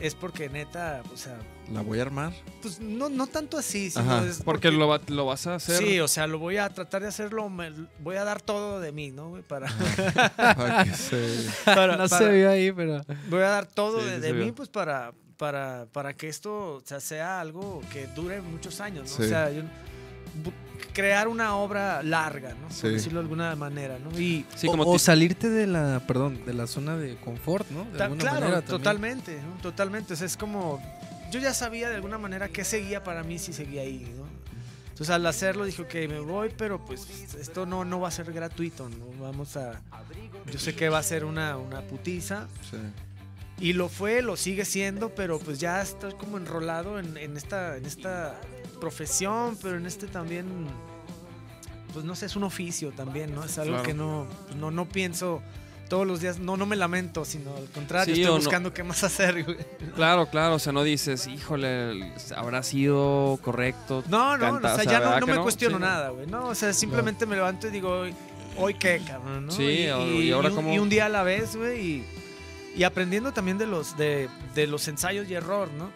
Speaker 5: es porque neta, o sea,
Speaker 3: la voy a armar.
Speaker 5: pues no, no tanto así, sino
Speaker 3: Ajá.
Speaker 5: es
Speaker 2: Porque lo, va- lo vas a hacer.
Speaker 5: Sí, o sea, lo voy a tratar de hacerlo, voy a dar todo de mí, ¿no? güey? Para,
Speaker 3: Para que se-
Speaker 5: para-
Speaker 4: No se
Speaker 5: para-
Speaker 4: vio ahí, pero.
Speaker 5: voy a dar todo
Speaker 2: Sí,
Speaker 5: de,
Speaker 2: sí
Speaker 5: de
Speaker 2: se
Speaker 5: mí,
Speaker 2: vio.
Speaker 5: pues para, para, para que esto o sea, sea algo que dure muchos años, ¿no? O
Speaker 3: Sí.
Speaker 5: sea, yo- bu- crear una obra larga, ¿no?
Speaker 3: Sí.
Speaker 5: Por decirlo de alguna manera, ¿no? Y
Speaker 2: Sí,
Speaker 6: o,
Speaker 2: como
Speaker 6: o
Speaker 2: ti-
Speaker 6: salirte de la, perdón, de la zona de confort, ¿no? De
Speaker 5: Ta-
Speaker 6: alguna
Speaker 5: claro,
Speaker 6: manera también.
Speaker 5: totalmente, ¿no? totalmente. O sea, es como, yo ya sabía de alguna manera qué seguía para mí si seguía ahí, ¿no? Entonces al hacerlo dije, ok, me voy, pero pues esto no, no va a ser gratuito, ¿no? Vamos a... Yo sé que va a ser una, una putiza.
Speaker 3: sí.
Speaker 5: Y lo fue, lo sigue siendo, pero pues ya estoy como enrolado en, en esta, en esta profesión, pero en este también, pues no sé, es un oficio también, ¿no? Es algo
Speaker 2: Claro.
Speaker 5: que no, no, no pienso todos los días, no, no me lamento, sino al contrario,
Speaker 2: Sí, o
Speaker 5: estoy
Speaker 2: no-
Speaker 5: buscando qué más hacer, güey.
Speaker 2: Claro, claro, o sea, no dices, híjole, habrá sido correcto.
Speaker 5: No, no,
Speaker 2: Canta-
Speaker 5: o sea,
Speaker 2: o sea,
Speaker 5: ya no,
Speaker 2: ¿verdad
Speaker 5: no
Speaker 2: que
Speaker 5: me
Speaker 2: no?
Speaker 5: cuestiono
Speaker 2: Sí, no.
Speaker 5: nada, güey. No, o sea, simplemente me levanto y digo, hoy, hoy qué, cabrón, ¿no?
Speaker 2: Sí,
Speaker 5: y,
Speaker 2: o- ¿y ahora
Speaker 5: un,
Speaker 2: cómo?
Speaker 5: y un día a la vez, güey, y, y aprendiendo también de los, de, de los ensayos y error, ¿no?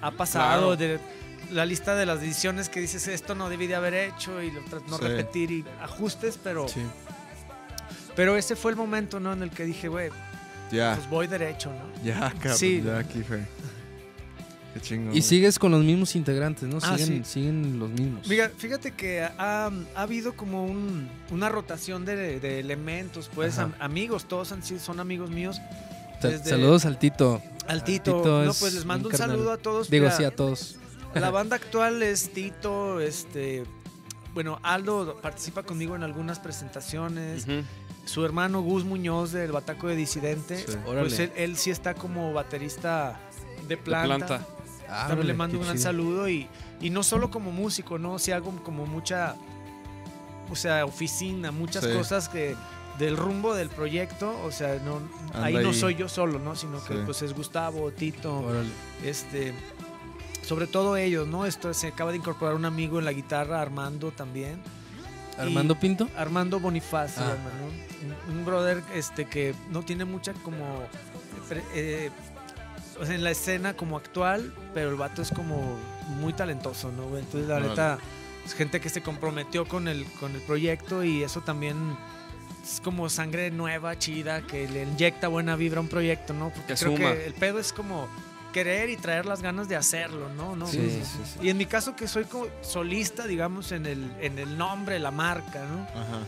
Speaker 5: Ha
Speaker 2: Claro.
Speaker 5: pasado de la lista de las decisiones que dices, esto no debí de haber hecho y lo tra- no
Speaker 3: Sí.
Speaker 5: repetir y ajustes, pero,
Speaker 3: Sí.
Speaker 5: pero ese fue el momento, ¿no? En el que dije, güey,
Speaker 2: Ah.
Speaker 3: Ya.
Speaker 5: pues voy derecho, ¿no?
Speaker 3: Ya, cabrón.
Speaker 5: Sí.
Speaker 3: Ya aquí fue. Qué chingón.
Speaker 6: Y sigues con los mismos integrantes, ¿no?
Speaker 5: Ah,
Speaker 6: siguen,
Speaker 5: sí.
Speaker 6: siguen los mismos.
Speaker 5: Mira, fíjate que ha, ha habido como un- una rotación de, de elementos, pues
Speaker 6: Ajá.
Speaker 5: am- amigos, todos han sido, son amigos míos.
Speaker 6: Sa-
Speaker 5: desde-
Speaker 6: Saludos al Tito.
Speaker 5: Al Tito,
Speaker 6: Tito
Speaker 5: no,
Speaker 6: es
Speaker 5: pues les mando
Speaker 6: un
Speaker 5: un
Speaker 6: carnal.
Speaker 5: saludo a todos.
Speaker 6: Digo,
Speaker 5: Pues mira,
Speaker 6: sí, a todos.
Speaker 5: La banda actual es Tito, este, bueno, Aldo participa conmigo en algunas presentaciones.
Speaker 2: Ujú.
Speaker 5: Su hermano Gus Muñoz del Bataco de Disidente,
Speaker 3: Sí.
Speaker 5: pues él, él sí está como baterista de
Speaker 2: La
Speaker 5: planta.
Speaker 2: planta.
Speaker 6: Ah,
Speaker 5: También
Speaker 6: órale,
Speaker 5: le mando
Speaker 6: qué
Speaker 5: un gran
Speaker 6: chido.
Speaker 5: saludo y, y no solo como músico, ¿no? Si hago como mucha, o sea, oficina, muchas
Speaker 3: Sí.
Speaker 5: cosas que del rumbo del proyecto, o sea, no, ahí,
Speaker 3: Anda
Speaker 5: no
Speaker 3: ahí.
Speaker 5: soy yo solo, ¿no? Sino que
Speaker 3: Sí.
Speaker 5: pues es Gustavo, Tito,
Speaker 6: Órale.
Speaker 5: este, sobre todo ellos, ¿no? Esto se acaba de incorporar un amigo en la guitarra, Armando también.
Speaker 6: Armando Pinto.
Speaker 5: Armando Bonifaz se
Speaker 6: Ah.
Speaker 5: llama, ¿no? Un, un brother este, que no tiene mucha como. pre- eh, o sea, en la escena como actual, pero el vato es como muy talentoso, ¿no? güey? Entonces, la
Speaker 3: Órale.
Speaker 5: neta, es gente que se comprometió con el, con el proyecto y eso también es como sangre nueva, chida, que le inyecta buena vibra a un proyecto, ¿no? Porque
Speaker 2: Que
Speaker 5: creo
Speaker 2: suma.
Speaker 5: que el pedo es como querer y traer las ganas de hacerlo, ¿no? ¿No?
Speaker 2: Sí, sí, sí.
Speaker 5: Y en mi caso que soy como solista, digamos, en el, en el nombre, la marca, ¿no?
Speaker 3: Ajá.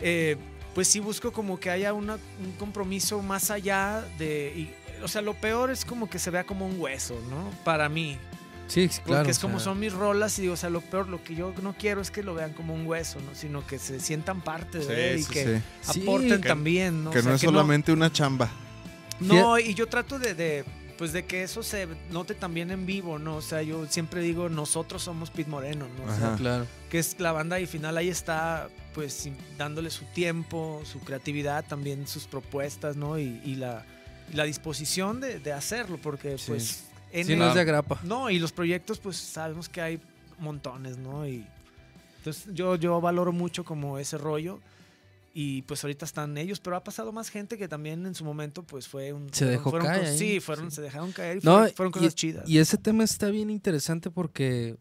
Speaker 5: eh, pues sí busco como que haya una- un compromiso más allá de... y- o sea, lo peor es como que se vea como un hueso, ¿no? Para mí.
Speaker 6: Sí,
Speaker 5: Porque
Speaker 6: claro.
Speaker 5: es
Speaker 6: o
Speaker 5: como
Speaker 6: sea,
Speaker 5: son mis rolas y digo, o sea, lo peor, lo que yo no quiero es que lo vean como un hueso, ¿no? Sino que se sientan parte de él y
Speaker 3: Sí, sí,
Speaker 5: que
Speaker 3: sí.
Speaker 6: sí.
Speaker 5: aporten
Speaker 6: Sí,
Speaker 5: también, ¿no? O
Speaker 3: Que
Speaker 5: sea,
Speaker 3: no es solamente una chamba.
Speaker 5: No, y yo trato de... de pues de que eso se note también en vivo, ¿no? O sea, yo siempre digo, nosotros somos Pit Moreno, ¿no? O sea,
Speaker 3: Ajá.
Speaker 6: Claro.
Speaker 5: que es la banda y final ahí está pues sin- dándole su tiempo, su creatividad, también sus propuestas, ¿no? Y, y la, y la disposición de, de hacerlo, porque
Speaker 6: Sí.
Speaker 5: pues... en
Speaker 6: Sí,
Speaker 5: el-
Speaker 6: no es de agrapa.
Speaker 5: no, y los proyectos pues sabemos que hay montones, ¿no? Y entonces yo, yo valoro mucho como ese rollo. Y pues ahorita están ellos, pero ha pasado más gente que también en su momento pues fue un...
Speaker 6: Se dejó
Speaker 5: fueron
Speaker 6: caer
Speaker 5: cos-
Speaker 6: ahí,
Speaker 5: Sí, fueron,
Speaker 6: sí.
Speaker 5: se dejaron caer y
Speaker 6: No,
Speaker 5: fueron, fueron cosas chidas.
Speaker 6: Y ese tema está bien interesante porque,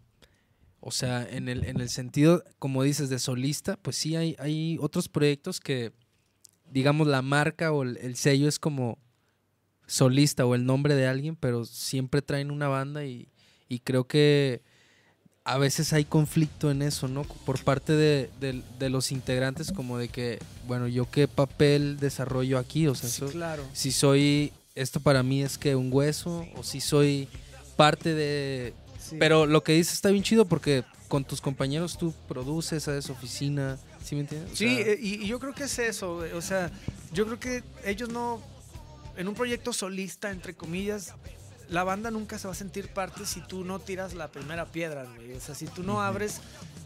Speaker 6: o sea, en el, en el sentido, como dices, de solista, pues sí hay, hay otros proyectos que, digamos, la marca o el, el sello es como solista o el nombre de alguien, pero siempre traen una banda y, y creo que a veces hay conflicto en eso, ¿no? Por parte de, del- de los integrantes, como de que, bueno, yo qué papel desarrollo aquí, o sea,
Speaker 5: Sí,
Speaker 6: eso-
Speaker 5: claro.
Speaker 6: si soy esto para mí es que un hueso o si soy parte de
Speaker 5: sí.
Speaker 6: pero lo que dices está bien chido porque con tus compañeros tú produces haces oficina ¿sí me entiendes? O
Speaker 5: Sí,
Speaker 6: sea,
Speaker 5: eh, y, y yo creo que es eso, güey, o sea, yo creo que ellos no, en un proyecto solista, entre comillas, la banda nunca se va a sentir parte si tú no tiras la primera piedra, güey, o sea, si tú no abres,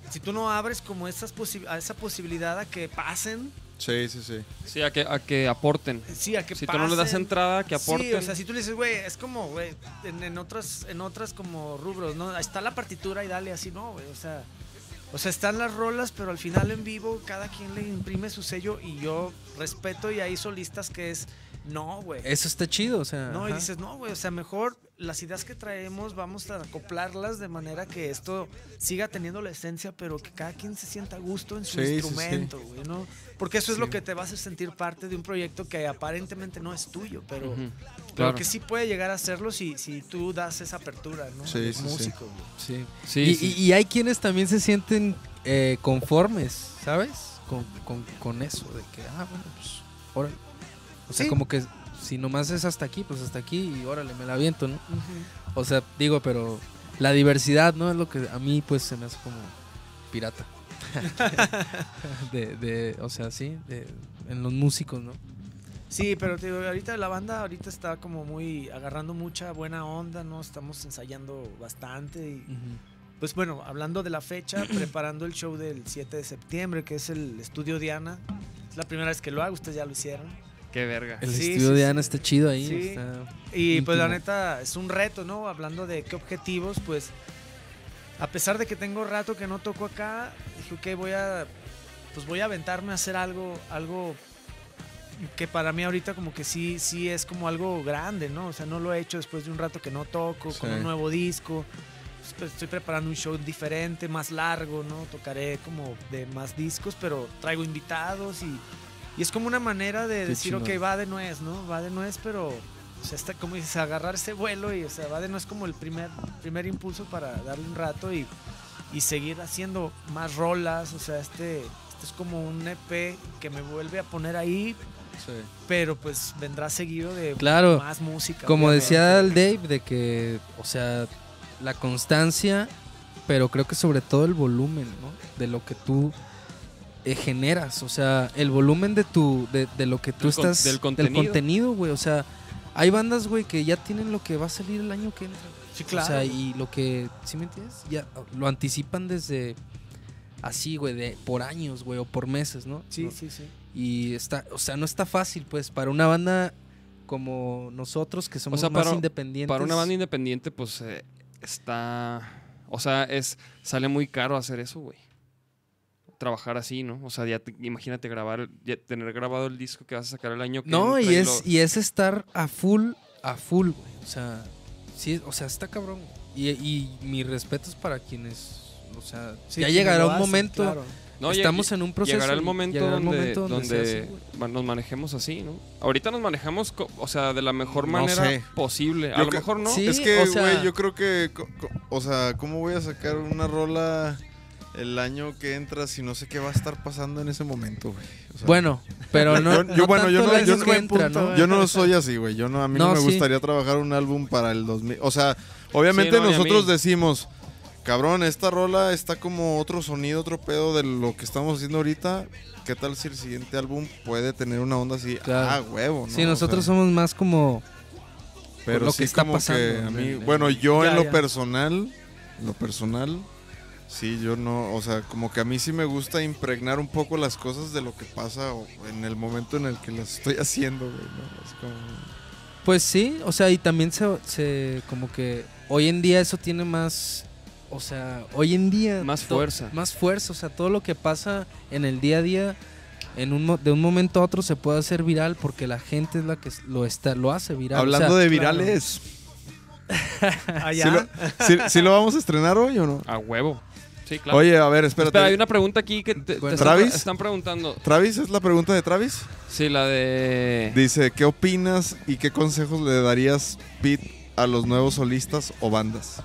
Speaker 5: si tú no abres como esas posi- a esa posibilidad a que pasen,
Speaker 3: Sí, sí, sí.
Speaker 2: Sí, a que, a que aporten.
Speaker 5: sí, a que
Speaker 2: Si tú
Speaker 5: pasen.
Speaker 2: no le das entrada, que aporten.
Speaker 5: Sí, o sea, si tú le dices, güey, es como, güey, en, en otras, en otras como rubros, ¿no? Ahí está la partitura y dale así, no, güey, o sea, o sea, están las rolas, pero al final en vivo cada quien le imprime su sello y yo respeto y hay solistas que es, no, güey.
Speaker 6: eso está chido o sea
Speaker 5: No, y
Speaker 6: ajá.
Speaker 5: dices, no, güey, o sea, mejor las ideas que traemos vamos a acoplarlas de manera que esto siga teniendo la esencia, pero que cada quien se sienta a gusto en su
Speaker 3: Sí, sí, sí.
Speaker 5: instrumento, güey, ¿no? Porque eso es lo que te va a hacer sentir parte de un proyecto que aparentemente no es tuyo, pero,
Speaker 2: Ujú.
Speaker 5: pero
Speaker 2: Claro.
Speaker 5: que sí puede llegar a serlo si, si tú das esa apertura, ¿no?
Speaker 3: Sí, sí,
Speaker 5: Como
Speaker 3: sí.
Speaker 5: músico, güey.
Speaker 6: Sí.
Speaker 2: Sí,
Speaker 6: y,
Speaker 2: sí.
Speaker 6: y- y hay quienes también se sienten eh, conformes ¿sabes? Con, con- con eso de que ah bueno pues órale o sea
Speaker 5: Sí.
Speaker 6: como que si nomás es hasta aquí pues hasta aquí y órale me la aviento ¿no? O sea, digo, pero la diversidad, ¿no? Es lo que a mí, pues, se me hace como pirata. de, de, o sea, sí, de- en los músicos, ¿no?
Speaker 5: Sí, pero te digo, ahorita la banda ahorita está como muy agarrando mucha buena onda, ¿no? Estamos ensayando bastante y... Pues bueno, hablando de la fecha, preparando el show del 7 de septiembre, que es el estudio Diana. Es la primera vez que lo hago, ustedes ya lo hicieron.
Speaker 2: Qué verga.
Speaker 6: El
Speaker 5: Sí,
Speaker 6: estudio
Speaker 5: sí,
Speaker 6: de Ana está chido ahí.
Speaker 5: Sí.
Speaker 6: está-
Speaker 5: Y pues la
Speaker 6: Íntimo.
Speaker 5: neta es un reto, ¿no? Hablando de qué objetivos, pues a pesar de que tengo rato que no toco acá, dije, ok, voy a pues voy a aventarme a hacer algo algo que para mí ahorita como que sí sí es como algo grande, ¿no? O sea, no lo he hecho después de un rato que no toco, con
Speaker 3: Sí.
Speaker 5: un nuevo disco. Pues, pues, estoy preparando un show diferente, más largo, ¿no? Tocaré como de más discos, pero traigo invitados y y es como una manera de
Speaker 6: Qué
Speaker 5: decir,
Speaker 6: chingón.
Speaker 5: ok, va de nuez, ¿no? Va de nuez, pero, o sea, está como dices, agarrar ese vuelo y, o sea, va de nuez como el primer, primer impulso para darle un rato y, y seguir haciendo más rolas. O sea, este, este es como un EP que me vuelve a poner ahí, pero pues vendrá seguido de
Speaker 6: Claro.
Speaker 5: más música.
Speaker 6: Como
Speaker 5: obviamente.
Speaker 6: decía el Dave, de que, o sea, la constancia, pero creo que sobre todo el volumen, ¿no? De lo que tú eh, generas, o sea, el volumen de tu, de, de lo que tú
Speaker 2: Del con-
Speaker 6: estás,
Speaker 2: del contenido.
Speaker 6: contenido, güey, o sea, hay bandas, güey, que ya tienen lo que va a salir el año que entra.
Speaker 5: Sí, claro.
Speaker 6: O sea, y lo que, ¿sí me entiendes? Ya lo anticipan desde así, güey, de por años, güey, o por meses, ¿no?
Speaker 5: sí,
Speaker 6: No-
Speaker 5: sí, sí.
Speaker 6: y está, o sea, no está fácil, pues, para una banda como nosotros que somos
Speaker 2: sea,
Speaker 6: más
Speaker 2: para-
Speaker 6: independientes.
Speaker 2: Para una banda independiente, pues eh, está. O sea, es sale muy caro hacer eso, güey. Trabajar así, ¿no? O sea, ya te- imagínate grabar, ya tener grabado el disco que vas a sacar el año que
Speaker 6: No,
Speaker 2: entra
Speaker 6: y
Speaker 2: lo-
Speaker 6: es, y es estar a full, a full, güey. O sea, sí, o sea, está cabrón. güey. Y, y mis respetos para quienes, o sea,
Speaker 5: Sí,
Speaker 6: ya
Speaker 5: quien
Speaker 6: llegará
Speaker 5: lo
Speaker 6: un
Speaker 5: hace,
Speaker 6: momento,
Speaker 5: claro.
Speaker 2: No, lleg-
Speaker 6: estamos en un proceso.
Speaker 2: Llegará el
Speaker 6: y
Speaker 2: momento
Speaker 6: llegará el
Speaker 2: donde,
Speaker 6: momento donde se
Speaker 2: donde
Speaker 6: hace, güey.
Speaker 2: ma- nos manejemos así, ¿no? Ahorita nos manejamos, co- o sea, de la mejor
Speaker 3: No
Speaker 2: manera
Speaker 3: sé.
Speaker 2: posible. A
Speaker 3: Yo
Speaker 2: lo
Speaker 3: que-
Speaker 2: mejor no.
Speaker 6: Sí,
Speaker 3: es que,
Speaker 6: o
Speaker 3: güey,
Speaker 6: sea-
Speaker 3: yo creo que. co- co- O sea, ¿cómo voy a sacar una rola el año que entra si no sé qué va a estar pasando en ese momento, güey? O sea,
Speaker 6: Bueno, pero no.
Speaker 3: yo, yo- bueno, yo
Speaker 6: tanto
Speaker 3: no,
Speaker 6: el
Speaker 3: yo no-
Speaker 6: año que entra, ¿no?
Speaker 3: yo no soy así, güey. Yo no, a mí no,
Speaker 6: No,
Speaker 3: me
Speaker 6: sí.
Speaker 3: gustaría trabajar un álbum para el 2000. O sea, obviamente
Speaker 2: Sí, no, ni a
Speaker 3: nosotros
Speaker 2: mí.
Speaker 3: decimos, cabrón, esta rola está como otro sonido, otro pedo de lo que estamos haciendo ahorita. ¿Qué tal si el siguiente álbum puede tener una onda así?
Speaker 6: Claro.
Speaker 3: Ah, huevo, ¿no?
Speaker 6: Sí,
Speaker 3: O
Speaker 6: nosotros
Speaker 3: sea,
Speaker 6: somos más como.
Speaker 3: pero
Speaker 6: lo
Speaker 3: sí
Speaker 6: que está
Speaker 3: como
Speaker 6: pasando
Speaker 3: que a
Speaker 6: en
Speaker 3: mí,
Speaker 6: el-
Speaker 3: bueno, yo
Speaker 5: Ya,
Speaker 3: en lo
Speaker 5: ya.
Speaker 3: personal, lo personal, sí, yo no, o sea, como que a mí sí me gusta impregnar un poco las cosas de lo que pasa o en el momento en el que las estoy haciendo, güey, ¿no? Es como...
Speaker 6: Pues sí, o sea, y también se, se- como que hoy en día eso tiene más, o sea, hoy en día
Speaker 2: Más
Speaker 6: to-
Speaker 2: fuerza.
Speaker 6: más fuerza, o sea, todo lo que pasa en el día a día, en un mo- de un momento a otro se puede hacer viral porque la gente es la que s- lo está, lo hace viral.
Speaker 3: Hablando de
Speaker 5: claro. Ah,
Speaker 3: virales,
Speaker 5: Allá.
Speaker 3: ¿sí, lo, sí- sí lo vamos a estrenar hoy o no?
Speaker 2: A huevo. Sí, claro.
Speaker 3: Oye, a ver, espérate.
Speaker 2: Espera, hay una pregunta aquí que te, te
Speaker 6: Bueno.
Speaker 2: están-
Speaker 3: ¿Travis?
Speaker 2: están preguntando.
Speaker 3: Travis, es la pregunta de Travis.
Speaker 2: Sí, la de.
Speaker 3: Dice, ¿qué opinas y qué consejos le darías, Pete, a los nuevos solistas o bandas?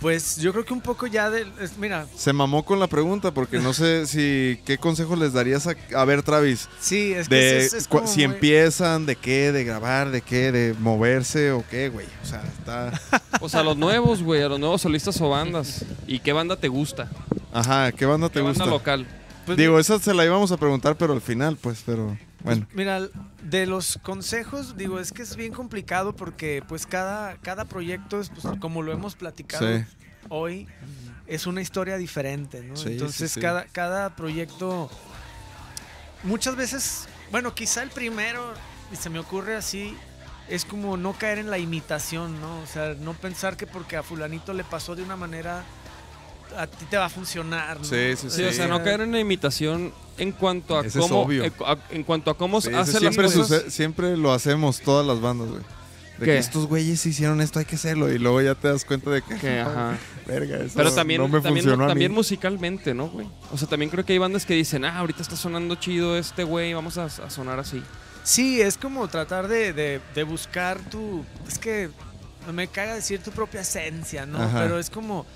Speaker 5: Pues yo creo que un poco ya de... es- mira,
Speaker 3: Se mamó con la pregunta porque no sé si qué consejos les darías a, a ver, Travis.
Speaker 5: sí, es que
Speaker 3: De
Speaker 5: es- es
Speaker 3: cua-
Speaker 5: como
Speaker 3: si
Speaker 5: muy-
Speaker 3: empiezan, de qué, de grabar, de qué, de moverse o qué, güey. O sea, está...
Speaker 2: O sea, a los nuevos, güey, a los nuevos solistas o bandas. ¿Y qué banda te gusta?
Speaker 3: Ajá, ¿qué banda
Speaker 2: ¿Qué
Speaker 3: te
Speaker 2: banda
Speaker 3: gusta?
Speaker 2: local?
Speaker 5: pues,
Speaker 3: Digo, esa se la íbamos a preguntar, pero al final, pues, pero bueno.
Speaker 5: Mira, de los consejos, digo, es que es bien complicado porque pues cada, cada proyecto, es, pues, como lo hemos platicado
Speaker 3: Sí.
Speaker 2: pues,
Speaker 5: hoy, es una historia diferente, ¿no?
Speaker 3: Sí, sí,
Speaker 5: Entonces
Speaker 3: sí.
Speaker 5: Cada, cada proyecto, muchas veces, bueno, quizá el primero, y se me ocurre así, es como no caer en la imitación, ¿no? O sea, no pensar que porque a fulanito le pasó de una manera, a ti te va a funcionar, ¿no?
Speaker 3: Sí, sí,
Speaker 2: Sí, o sea, no caer en la imitación en cuanto a
Speaker 3: Ese es
Speaker 2: cómo.
Speaker 3: obvio.
Speaker 2: En, cu- a- en cuanto a cómo
Speaker 3: Sí, eso
Speaker 2: hace las
Speaker 3: siempre,
Speaker 2: cosas.
Speaker 3: suce- siempre lo hacemos todas las bandas, güey.
Speaker 2: ¿Qué?
Speaker 3: De que estos güeyes hicieron esto, hay que hacerlo. Y luego ya te das cuenta de que,
Speaker 2: Que, ajá.
Speaker 3: verga, eso
Speaker 2: Pero también,
Speaker 3: no me
Speaker 2: también,
Speaker 3: funcionó a mí".
Speaker 2: también musicalmente, ¿no, güey? O sea, también creo que hay bandas que dicen, ah, ahorita está sonando chido este güey, vamos a, a sonar así.
Speaker 5: Sí, es como tratar de, de- de buscar tu. Es que me caga decir tu propia esencia, ¿no?
Speaker 3: Ajá.
Speaker 5: Pero es como,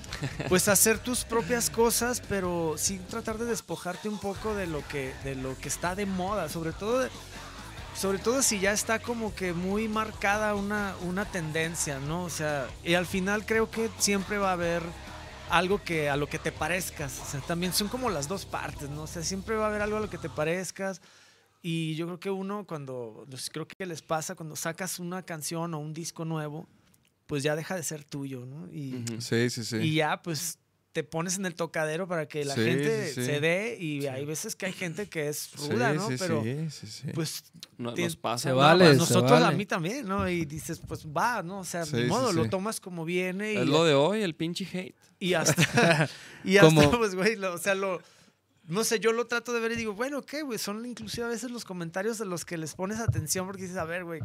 Speaker 5: pues hacer tus propias cosas, pero sí tratar de despojarte un poco de lo que, de lo que está de moda, sobre todo. de- sobre todo si ya está como que muy marcada una, una tendencia, ¿no? O sea, y al final creo que siempre va a haber algo que a lo que te parezcas. O sea, también son como las dos partes, ¿no? O sea, siempre va a haber algo a lo que te parezcas. Y yo creo que uno cuando, pues, creo que les pasa cuando sacas una canción o un disco nuevo, pues ya deja de ser tuyo, ¿no? Y,
Speaker 2: Ujú.
Speaker 3: Sí, sí, sí.
Speaker 5: y ya, pues te pones en el tocadero para que la
Speaker 3: Sí,
Speaker 5: gente
Speaker 3: sí, sí.
Speaker 5: se dé y hay veces que hay gente que es ruda,
Speaker 3: sí,
Speaker 5: ¿no?
Speaker 3: sí,
Speaker 5: Pero
Speaker 3: sí, sí, sí.
Speaker 5: pues
Speaker 2: No,
Speaker 5: Tien-
Speaker 2: nos pasa.
Speaker 6: se
Speaker 2: güey.
Speaker 5: no,
Speaker 6: vale,
Speaker 5: pues
Speaker 6: se
Speaker 5: nosotros a
Speaker 6: vale.
Speaker 5: mí también, ¿no? Y dices, pues va, ¿no? O sea,
Speaker 3: Sí,
Speaker 5: ni
Speaker 3: sí,
Speaker 5: modo,
Speaker 3: sí.
Speaker 5: lo tomas como viene y,
Speaker 2: Es lo de hoy, el pinche hate.
Speaker 5: y hasta y hasta
Speaker 6: Como-
Speaker 5: pues güey, lo- o sea, lo no sé, yo lo trato de ver y digo, bueno, ¿qué, güey? Son inclusive a veces los comentarios de los que les pones atención porque dices, a ver, güey,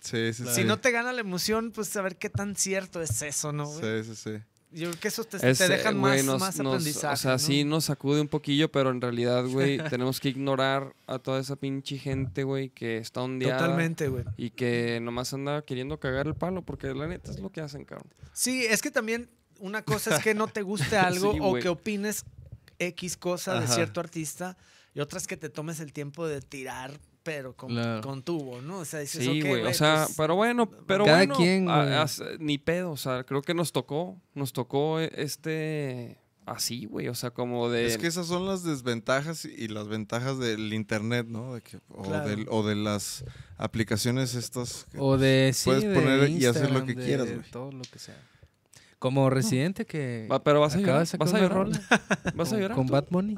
Speaker 3: sí, sí,
Speaker 5: si
Speaker 3: sí.
Speaker 5: no te gana la emoción, pues a ver qué tan cierto es eso, ¿no? güey?
Speaker 3: Sí, sí, sí.
Speaker 5: Yo creo que eso te,
Speaker 2: Es,
Speaker 5: te
Speaker 2: eh,
Speaker 5: dejan
Speaker 2: güey,
Speaker 5: más,
Speaker 2: nos-
Speaker 5: más
Speaker 2: nos-
Speaker 5: aprendizaje.
Speaker 2: O sea,
Speaker 5: ¿no?
Speaker 2: sí nos sacude un poquillo, pero en realidad, güey, tenemos que ignorar a toda esa pinche gente, güey, que está ondeada.
Speaker 5: Totalmente, güey.
Speaker 2: Y que nomás anda queriendo cagar el palo, porque la neta es lo que hacen, cabrón.
Speaker 5: Sí, es que también una cosa es que no te guste algo
Speaker 2: Sí,
Speaker 5: o
Speaker 2: güey.
Speaker 5: que opines X cosa de
Speaker 3: Ajá.
Speaker 5: cierto artista y otras que te tomes el tiempo de tirar, pero con,
Speaker 6: Claro.
Speaker 5: con tubo, ¿no? O sea, dices,
Speaker 2: Sí,
Speaker 5: "Ok,
Speaker 2: güey. o sea,
Speaker 5: pues,
Speaker 2: pero bueno, pero
Speaker 6: Cada
Speaker 2: bueno.
Speaker 6: quien,
Speaker 2: a-
Speaker 6: güey.
Speaker 2: as- ni pedo, o sea, creo que nos tocó, nos tocó eh, este así, güey, o sea, como de
Speaker 3: Es que esas son las desventajas y las ventajas del internet, ¿no? De que, o,
Speaker 5: Claro.
Speaker 3: del- o de las aplicaciones estas. que-
Speaker 6: O de sí,
Speaker 3: Puedes
Speaker 6: de
Speaker 3: poner y hacer lo
Speaker 6: Instagram,
Speaker 3: que
Speaker 6: de
Speaker 3: quieras, güey.
Speaker 6: Todo lo que sea. Como residente que.
Speaker 2: Va, pero vas a
Speaker 6: acaba
Speaker 2: llorar,
Speaker 6: de sacar
Speaker 2: vas a
Speaker 6: una
Speaker 2: llorar.
Speaker 6: rola
Speaker 2: ¿Vas a
Speaker 6: con-
Speaker 2: llorar
Speaker 6: Con
Speaker 2: tú?
Speaker 6: Bad Bunny.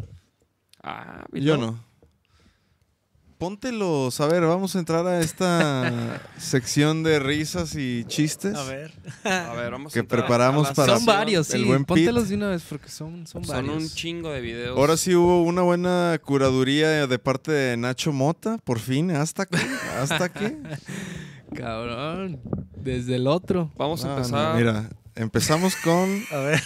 Speaker 2: Ah,
Speaker 3: Yo
Speaker 2: Vitao.
Speaker 3: no. Póntelos. A ver, vamos a entrar a esta sección de risas y chistes.
Speaker 5: a ver.
Speaker 2: A ver, vamos a
Speaker 3: Que
Speaker 2: entrar a
Speaker 3: preparamos
Speaker 2: la
Speaker 3: para-
Speaker 6: Son
Speaker 2: sección.
Speaker 6: varios,
Speaker 3: el
Speaker 6: sí.
Speaker 3: buen Pete.
Speaker 6: Póntelos de una vez porque son, son
Speaker 2: Son
Speaker 6: varios.
Speaker 2: un chingo de videos.
Speaker 3: Ahora sí hubo una buena curaduría de parte de Nacho Mota, por fin, hasta que, hasta que.
Speaker 6: Cabrón. Desde el otro.
Speaker 2: Vamos a
Speaker 3: Ah, no,
Speaker 2: empezar.
Speaker 3: mira, empezamos con.
Speaker 5: A ver.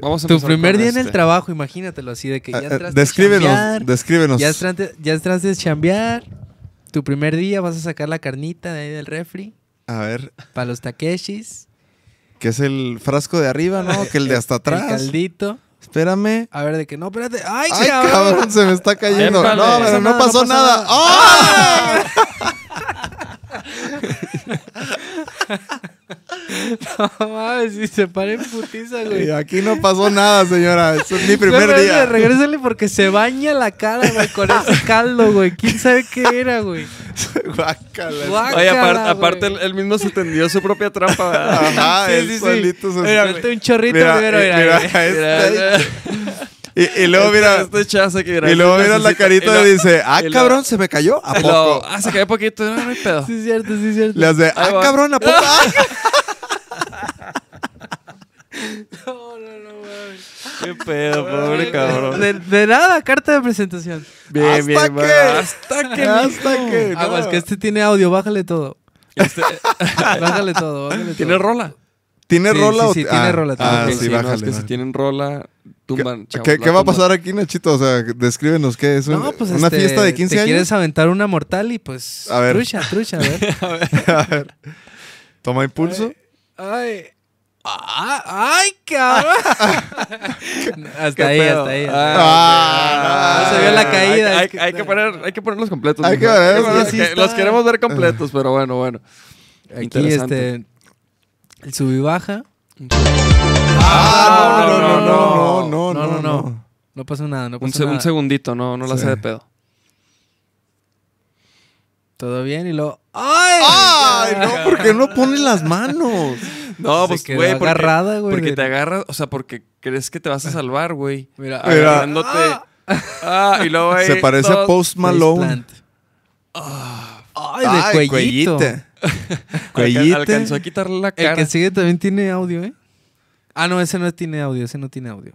Speaker 2: Vamos a
Speaker 6: Tu
Speaker 2: empezar
Speaker 6: primer
Speaker 2: con
Speaker 6: día en el
Speaker 2: este.
Speaker 6: trabajo, imagínatelo así de que ya
Speaker 3: Eh, eh,
Speaker 6: entraste a chambear,
Speaker 3: descríbenos, descríbenos.
Speaker 6: Ya entraste, ya entraste a chambear. Tu primer día vas a sacar la carnita de ahí del refri.
Speaker 3: A ver,
Speaker 6: Para los Takeshis.
Speaker 3: que es el frasco de arriba, ¿no? Que el de hasta
Speaker 6: El
Speaker 3: atrás.
Speaker 6: caldito.
Speaker 3: Espérame.
Speaker 6: A ver, de que no, espérate. ¡Ay,
Speaker 3: Ay,
Speaker 6: cabrón!
Speaker 3: cabrón, se me está cayendo.
Speaker 2: Épale.
Speaker 3: No, pero no pasó nada. ¡Ah!
Speaker 6: No mames, si se para en putiza, güey.
Speaker 3: Y Aquí no pasó nada, señora. Este es mi primer
Speaker 6: Regrésale,
Speaker 3: día.
Speaker 6: Regrésale porque se baña la cara, güey, con ese caldo, güey. ¿Quién sabe qué era, güey?
Speaker 3: Guácala.
Speaker 6: Guácala,
Speaker 2: Oye, apar-
Speaker 6: güey.
Speaker 2: aparte él, él mismo se tendió su propia trampa. ¿verdad?
Speaker 3: Ajá,
Speaker 6: Sí,
Speaker 3: él
Speaker 6: sí, sí.
Speaker 3: solito se-
Speaker 6: Mira, mete un chorrito
Speaker 3: Mira,
Speaker 6: primero,
Speaker 3: eh,
Speaker 6: mira,
Speaker 3: mira,
Speaker 6: güey.
Speaker 3: este-
Speaker 2: Mira,
Speaker 3: y, y luego mira,
Speaker 2: Este chaza que mira,
Speaker 3: y luego
Speaker 2: este
Speaker 3: mira la
Speaker 2: necesita- y
Speaker 3: carita
Speaker 2: lo-
Speaker 3: y dice, ah,
Speaker 2: y lo-
Speaker 3: cabrón, se me cayó. ¿A
Speaker 2: y lo-
Speaker 3: poco?
Speaker 2: Ah, se cayó poquito. No, no hay pedo.
Speaker 6: Sí, es cierto, sí, es cierto.
Speaker 3: Le hace, ah,
Speaker 2: va.
Speaker 3: cabrón, ¿a poco? Ah.
Speaker 6: No, no, no, güey.
Speaker 2: Qué pedo, pobre cabrón.
Speaker 6: Eh, De, de nada, carta de presentación.
Speaker 3: Bien, bien, bueno,
Speaker 2: Hasta que.
Speaker 3: Hasta que. no.
Speaker 6: Aguas, que este tiene audio, bájale todo.
Speaker 2: Este-
Speaker 6: Bájale todo, bájale todo.
Speaker 2: ¿Tiene rola?
Speaker 3: ¿Tiene
Speaker 6: Sí,
Speaker 3: rola
Speaker 6: sí,
Speaker 3: o
Speaker 6: sí,
Speaker 3: ti-
Speaker 6: tiene
Speaker 3: ah,
Speaker 6: rola, tiene
Speaker 3: Ah,
Speaker 6: rola.
Speaker 2: Ok,
Speaker 6: Sí,
Speaker 3: sí,
Speaker 2: no,
Speaker 3: bájale.
Speaker 2: es que si
Speaker 3: bájale.
Speaker 2: tienen rola, tumban.
Speaker 3: ¿Qué,
Speaker 2: chavos,
Speaker 3: qué
Speaker 2: la
Speaker 3: va a
Speaker 2: tumban.
Speaker 3: pasar aquí, Nachito? O sea, descríbenos qué es. un-
Speaker 6: No, pues
Speaker 3: ¿Una
Speaker 6: este,
Speaker 3: fiesta de 15
Speaker 6: te
Speaker 3: años?
Speaker 6: quieres aventar una mortal y pues.
Speaker 3: A ver.
Speaker 6: Trucha, trucha, a Eh, ver.
Speaker 3: A ver. Toma impulso.
Speaker 6: Ay. Ah, ¡Ay, cabrón! hasta ahí, hasta ahí. hasta ahí.
Speaker 3: Ah,
Speaker 6: no, se vio la caída.
Speaker 2: Hay,
Speaker 6: es que-
Speaker 2: hay que poner, hay que ponerlos completos.
Speaker 3: Hay que
Speaker 2: mijo.
Speaker 3: ver,
Speaker 2: ponerlos
Speaker 3: es que sí
Speaker 2: que- eh,
Speaker 3: está.
Speaker 2: los queremos ver completos, pero bueno, bueno.
Speaker 6: Aquí
Speaker 2: Interesante.
Speaker 6: este. El sub y baja.
Speaker 3: Ah, no, no, no, no, no,
Speaker 6: no,
Speaker 3: no, no, no.
Speaker 6: No pasó nada, no
Speaker 2: Un,
Speaker 6: pasó
Speaker 2: se-
Speaker 6: nada.
Speaker 2: un segundito, no, no la
Speaker 3: Sí.
Speaker 2: sé de pedo.
Speaker 6: Todo bien y luego. ¡Ay!
Speaker 3: Ay, no, ¿por qué no pone las manos?
Speaker 2: No,
Speaker 6: Se
Speaker 2: pues,
Speaker 6: quedó
Speaker 2: güey, porque,
Speaker 6: agarrada, güey,
Speaker 2: porque
Speaker 6: de-
Speaker 2: te agarras, o sea, porque crees que te vas a salvar, güey.
Speaker 6: Mira,
Speaker 3: Mira.
Speaker 2: Agarrándote. Ah, y luego ahí
Speaker 3: Se parece
Speaker 2: todo-
Speaker 3: a Post Malone.
Speaker 6: Faceplant. Ah, Ay, de
Speaker 3: Ay,
Speaker 6: cuellito.
Speaker 3: cuellita.
Speaker 2: Alca-
Speaker 3: Cuellita.
Speaker 2: Alcanzó a quitarle la
Speaker 6: eh. El
Speaker 2: cara.
Speaker 6: que sigue también tiene audio, ¿eh? Ah, no, ese no tiene audio, ese no tiene audio.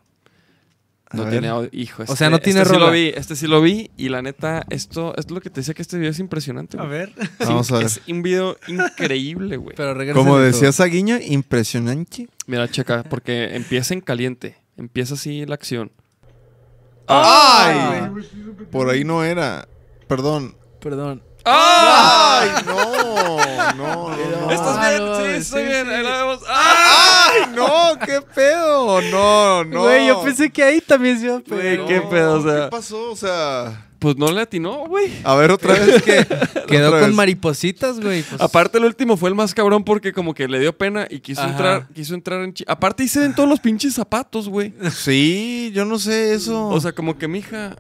Speaker 2: No
Speaker 3: A ver.
Speaker 2: tiene audio, hijo.
Speaker 6: sea, no tiene
Speaker 2: este sí lo
Speaker 6: rola.
Speaker 2: vi, este sí lo vi. Y la neta, esto es lo que te decía que este video es impresionante.
Speaker 5: A
Speaker 2: güey.
Speaker 5: ver.
Speaker 2: Es
Speaker 3: Vamos
Speaker 2: in-
Speaker 3: a ver.
Speaker 2: Es un video increíble, güey.
Speaker 6: Pero regresa.
Speaker 3: Como decía Saguiño, impresionante.
Speaker 2: Mira, checa, porque empieza en caliente. Empieza así la acción.
Speaker 3: ¡Ay! Por ahí no era. Perdón.
Speaker 6: Ah, Perdón. ¡Ah!
Speaker 3: ¡Ay, no! No, no, no.
Speaker 2: ¿Estás bien?
Speaker 6: no,
Speaker 2: sí,
Speaker 6: güey,
Speaker 2: estoy
Speaker 6: sí,
Speaker 2: bien.
Speaker 6: sí.
Speaker 2: Ahí la vemos. ¡Ah!
Speaker 3: ¡Ay, no! ¡Qué pedo! No, no.
Speaker 6: Güey, yo pensé que ahí también se iba a
Speaker 2: Güey,
Speaker 6: pegar.
Speaker 2: qué pedo, o sea.
Speaker 3: ¿Qué pasó? O sea.
Speaker 2: Pues no le atinó, güey.
Speaker 3: A ver, otra vez que.
Speaker 6: Quedó
Speaker 3: otra
Speaker 6: con
Speaker 3: vez.
Speaker 6: maripositas, güey. pues.
Speaker 2: Aparte, el último fue el más cabrón porque como que le dio pena y quiso
Speaker 6: Ajá.
Speaker 2: entrar, quiso entrar en... chi- Aparte, hice en todos los pinches zapatos, güey.
Speaker 3: Sí, yo no sé eso.
Speaker 2: O sea, como que mija...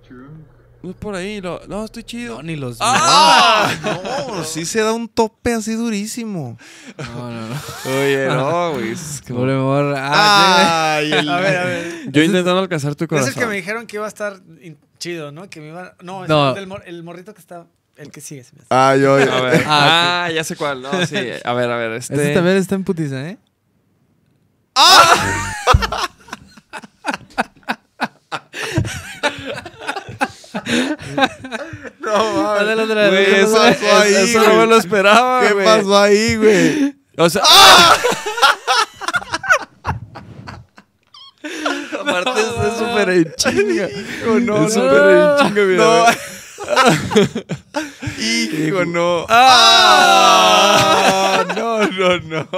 Speaker 2: No es por ahí, lo- no, estoy chido.
Speaker 6: No, ni los
Speaker 3: No, sí se da un tope así durísimo.
Speaker 6: vi. No, no, no.
Speaker 2: Oye, no, güey. es que-
Speaker 6: Pobre morra. Ah,
Speaker 3: Ay, el-
Speaker 5: A ver, a ver.
Speaker 2: Yo intentando alcanzar tu
Speaker 5: Es
Speaker 2: corazón.
Speaker 5: el que me dijeron que iba a estar in- chido, ¿no? Que me iba... No, es
Speaker 6: No.
Speaker 5: el, del mor- el morrito que está... El que sigue. se me hace.
Speaker 3: Ay, ay,
Speaker 2: A ver.
Speaker 6: Ah,
Speaker 2: Ah, ya sé cuál. No, sí. A ver, a ver. Este,
Speaker 6: ya. Este también está en putiza, ¿eh?
Speaker 3: No, mames.
Speaker 6: Dale, dale, dale,
Speaker 2: Güey,
Speaker 6: dale,
Speaker 2: eso,
Speaker 6: dale.
Speaker 3: pasó ahí,
Speaker 2: eso
Speaker 3: güey?
Speaker 2: no me lo esperaba,
Speaker 3: ¿Qué
Speaker 2: güey. ¡Ah!
Speaker 3: pasó ahí, güey?
Speaker 2: O sea. Aparte, es súper en chinga.
Speaker 3: no,
Speaker 2: es súper en chinga, mira.
Speaker 3: No.
Speaker 2: güey.
Speaker 3: Hijo, no. Ah, no, no, no.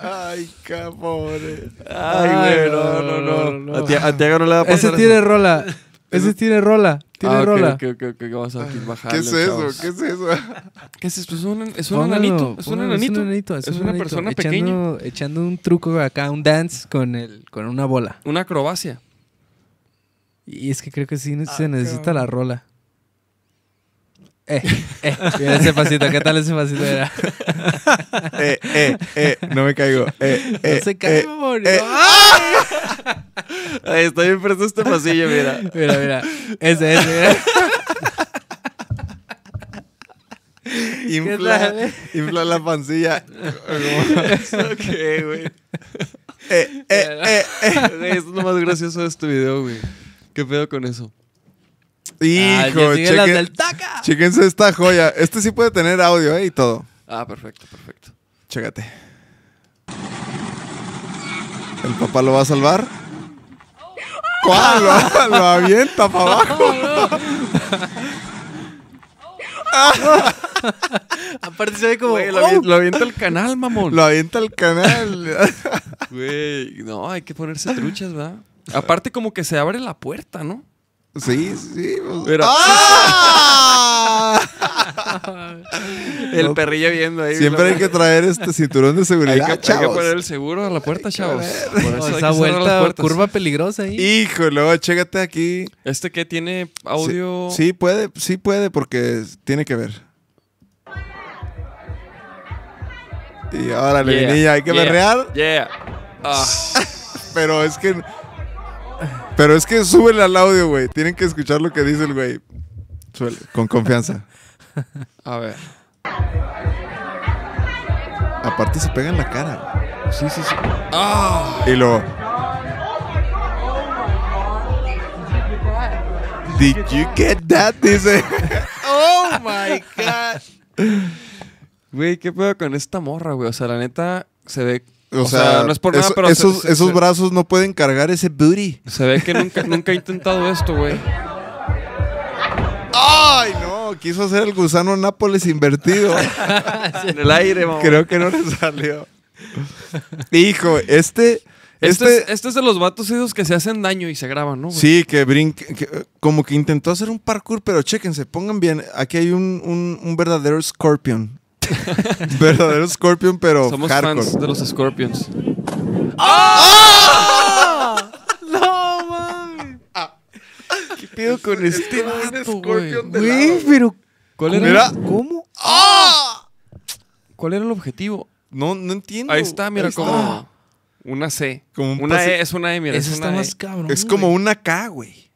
Speaker 3: Ay, qué pobre.
Speaker 2: Ay, güey, no, no, no.
Speaker 6: no.
Speaker 2: A Tia- A Tiago no le va a
Speaker 6: Ese
Speaker 2: pasar.
Speaker 6: tiene rola. Ese tiene rola. Tiene
Speaker 2: Ah, ok,
Speaker 6: rola.
Speaker 2: ok, ok, ok, vamos a
Speaker 3: ¿Qué
Speaker 2: bajarle,
Speaker 3: es eso?
Speaker 2: chavos.
Speaker 3: ¿Qué es eso?
Speaker 2: ¿Qué es esto? Es un, es un
Speaker 6: Póngalo,
Speaker 2: enanito. Es un
Speaker 6: póngalo,
Speaker 2: enanito.
Speaker 6: es
Speaker 2: Es
Speaker 6: un
Speaker 2: una
Speaker 6: enanito,
Speaker 2: persona
Speaker 6: echando, pequeña. Echando un truco acá, un dance con, el, con una bola.
Speaker 2: Una acrobacia.
Speaker 6: Y es que creo que sí ne- se necesita la rola. Eh, eh. Mira ese pasito, ¿qué tal ese pasito? Era?
Speaker 3: Eh, eh, eh. No me caigo. Eh, eh.
Speaker 6: no se cae,
Speaker 3: eh.
Speaker 6: Ah. amor.
Speaker 3: eh.
Speaker 2: Ahí está bien preso este pasillo, mira.
Speaker 6: Mira, mira. Ese, ese. mira.
Speaker 3: Infla,
Speaker 6: tal?
Speaker 3: infla la pancilla.
Speaker 2: ok, güey. Ah,
Speaker 3: Eh, eh, eh, eh.
Speaker 2: Güey, Eso es lo más gracioso de este video, güey. ¿Qué pedo con eso?
Speaker 6: Ah,
Speaker 3: Hijo,
Speaker 6: ya sigue las
Speaker 3: chequen-
Speaker 6: del taca.
Speaker 3: chéquense esta joya. Este sí puede tener audio, eh, y todo.
Speaker 2: Ah, perfecto, perfecto.
Speaker 3: Chécate. ¿El papá lo va a salvar? ¿Cuál? Lo, lo avienta para abajo.
Speaker 6: Aparte se ve como.
Speaker 2: Güey, lo, avien- lo avienta el canal, mamón.
Speaker 3: Lo avienta al canal.
Speaker 2: Güey, no, hay que ponerse truchas, ¿verdad? Aparte, como que se abre la puerta, ¿no?
Speaker 3: Sí, sí. pues-
Speaker 2: Pero-
Speaker 3: ¡Ah!
Speaker 2: El perrillo viendo ahí.
Speaker 3: Siempre hay que traer este cinturón
Speaker 2: Hay
Speaker 3: de
Speaker 2: que,
Speaker 3: seguridad,
Speaker 2: hay que
Speaker 3: chavos.
Speaker 2: poner el seguro a la puerta, chavos. Por
Speaker 6: Oh,
Speaker 2: eso hay que
Speaker 6: esa
Speaker 2: cerrar las
Speaker 6: vuelta
Speaker 2: puertas.
Speaker 6: curva peligrosa ahí.
Speaker 3: Hijo, luego chécate aquí.
Speaker 2: ¿Este que tiene audio?
Speaker 3: Sí, sí puede, sí puede porque tiene que ver. Y ahora,
Speaker 2: Yeah,
Speaker 3: niña, hay que
Speaker 2: yeah,
Speaker 3: berrear.
Speaker 2: Yeah. Ah,
Speaker 3: Pero es que. Pero es que súbele al audio, güey. Tienen que escuchar lo que dice el güey. Suele, con confianza.
Speaker 2: a ver.
Speaker 3: Aparte se pega en la cara.
Speaker 2: Sí, sí, sí.
Speaker 3: Y luego. Did you get that? Dice. oh my god.
Speaker 2: Güey, ¿qué pedo con esta morra, güey? O sea, la neta se ve.
Speaker 3: O, sea,
Speaker 2: no es por nada,
Speaker 3: eso-
Speaker 2: pero se-
Speaker 3: esos,
Speaker 2: se-
Speaker 3: esos
Speaker 2: se-
Speaker 3: brazos no pueden cargar ese booty.
Speaker 2: Se ve que nunca, nunca ha intentado esto, güey.
Speaker 3: Ay, no. Quiso hacer el gusano Nápoles invertido.
Speaker 2: En el aire, mamá.
Speaker 3: Creo que no le salió. Hijo, este.
Speaker 2: Este,
Speaker 3: Este,
Speaker 2: es, este es de los vatos esos que se hacen daño y se graban, ¿no? güey?
Speaker 3: Sí, que brinque. que- como que intentó hacer un parkour, pero chéquense, pongan bien. Aquí hay un, un- un verdadero Scorpion. verdadero Scorpion, pero
Speaker 2: Somos
Speaker 3: hardcore.
Speaker 2: fans de los Scorpions.
Speaker 6: No mames.
Speaker 2: ¿Qué pedo con este vato, güey?
Speaker 6: Güey, pero.
Speaker 2: ¿Cuál
Speaker 6: ¿cómo?
Speaker 2: era,
Speaker 3: Mira.
Speaker 6: ¿Cómo?
Speaker 2: ¿Cuál era el objetivo?
Speaker 3: No, no entiendo.
Speaker 2: Ahí está, mira,
Speaker 3: Mm, Ahí está.
Speaker 2: como una C.
Speaker 3: Como un
Speaker 2: una
Speaker 3: pase-
Speaker 2: E, es una E, mira.
Speaker 6: Eso
Speaker 2: es
Speaker 6: está
Speaker 2: una
Speaker 6: más
Speaker 2: E.
Speaker 6: cabrón.
Speaker 3: Es como una K, güey.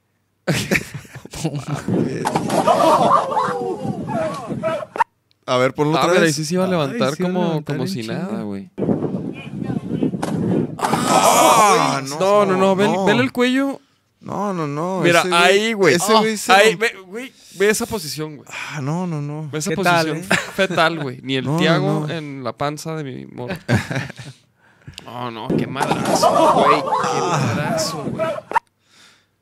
Speaker 3: A ver, ponlo
Speaker 2: Ah,
Speaker 3: otra
Speaker 2: mira, y
Speaker 3: vez.
Speaker 2: sí se iba a levantar
Speaker 6: Ay, se iba a
Speaker 2: como,
Speaker 6: levantar
Speaker 2: como
Speaker 6: en
Speaker 2: si
Speaker 6: chinga.
Speaker 2: nada, güey.
Speaker 3: Ah,
Speaker 2: No, no, no, ve, vele el cuello.
Speaker 3: No, no, no.
Speaker 2: Mira,
Speaker 3: ese
Speaker 2: ahí, güey. Ah,
Speaker 3: Ese güey se-
Speaker 2: Ahí, ve, güey, ve esa posición, güey.
Speaker 3: Ah, no, no, no.
Speaker 2: Ve esa
Speaker 5: ¿Qué tal,
Speaker 2: posición
Speaker 5: eh?
Speaker 2: fetal, güey. Ni el
Speaker 3: No, no,
Speaker 2: Tiago
Speaker 3: no.
Speaker 2: en la panza de mi morro. No, no, qué madrazo, güey. Qué
Speaker 3: Ah.
Speaker 2: madrazo, güey.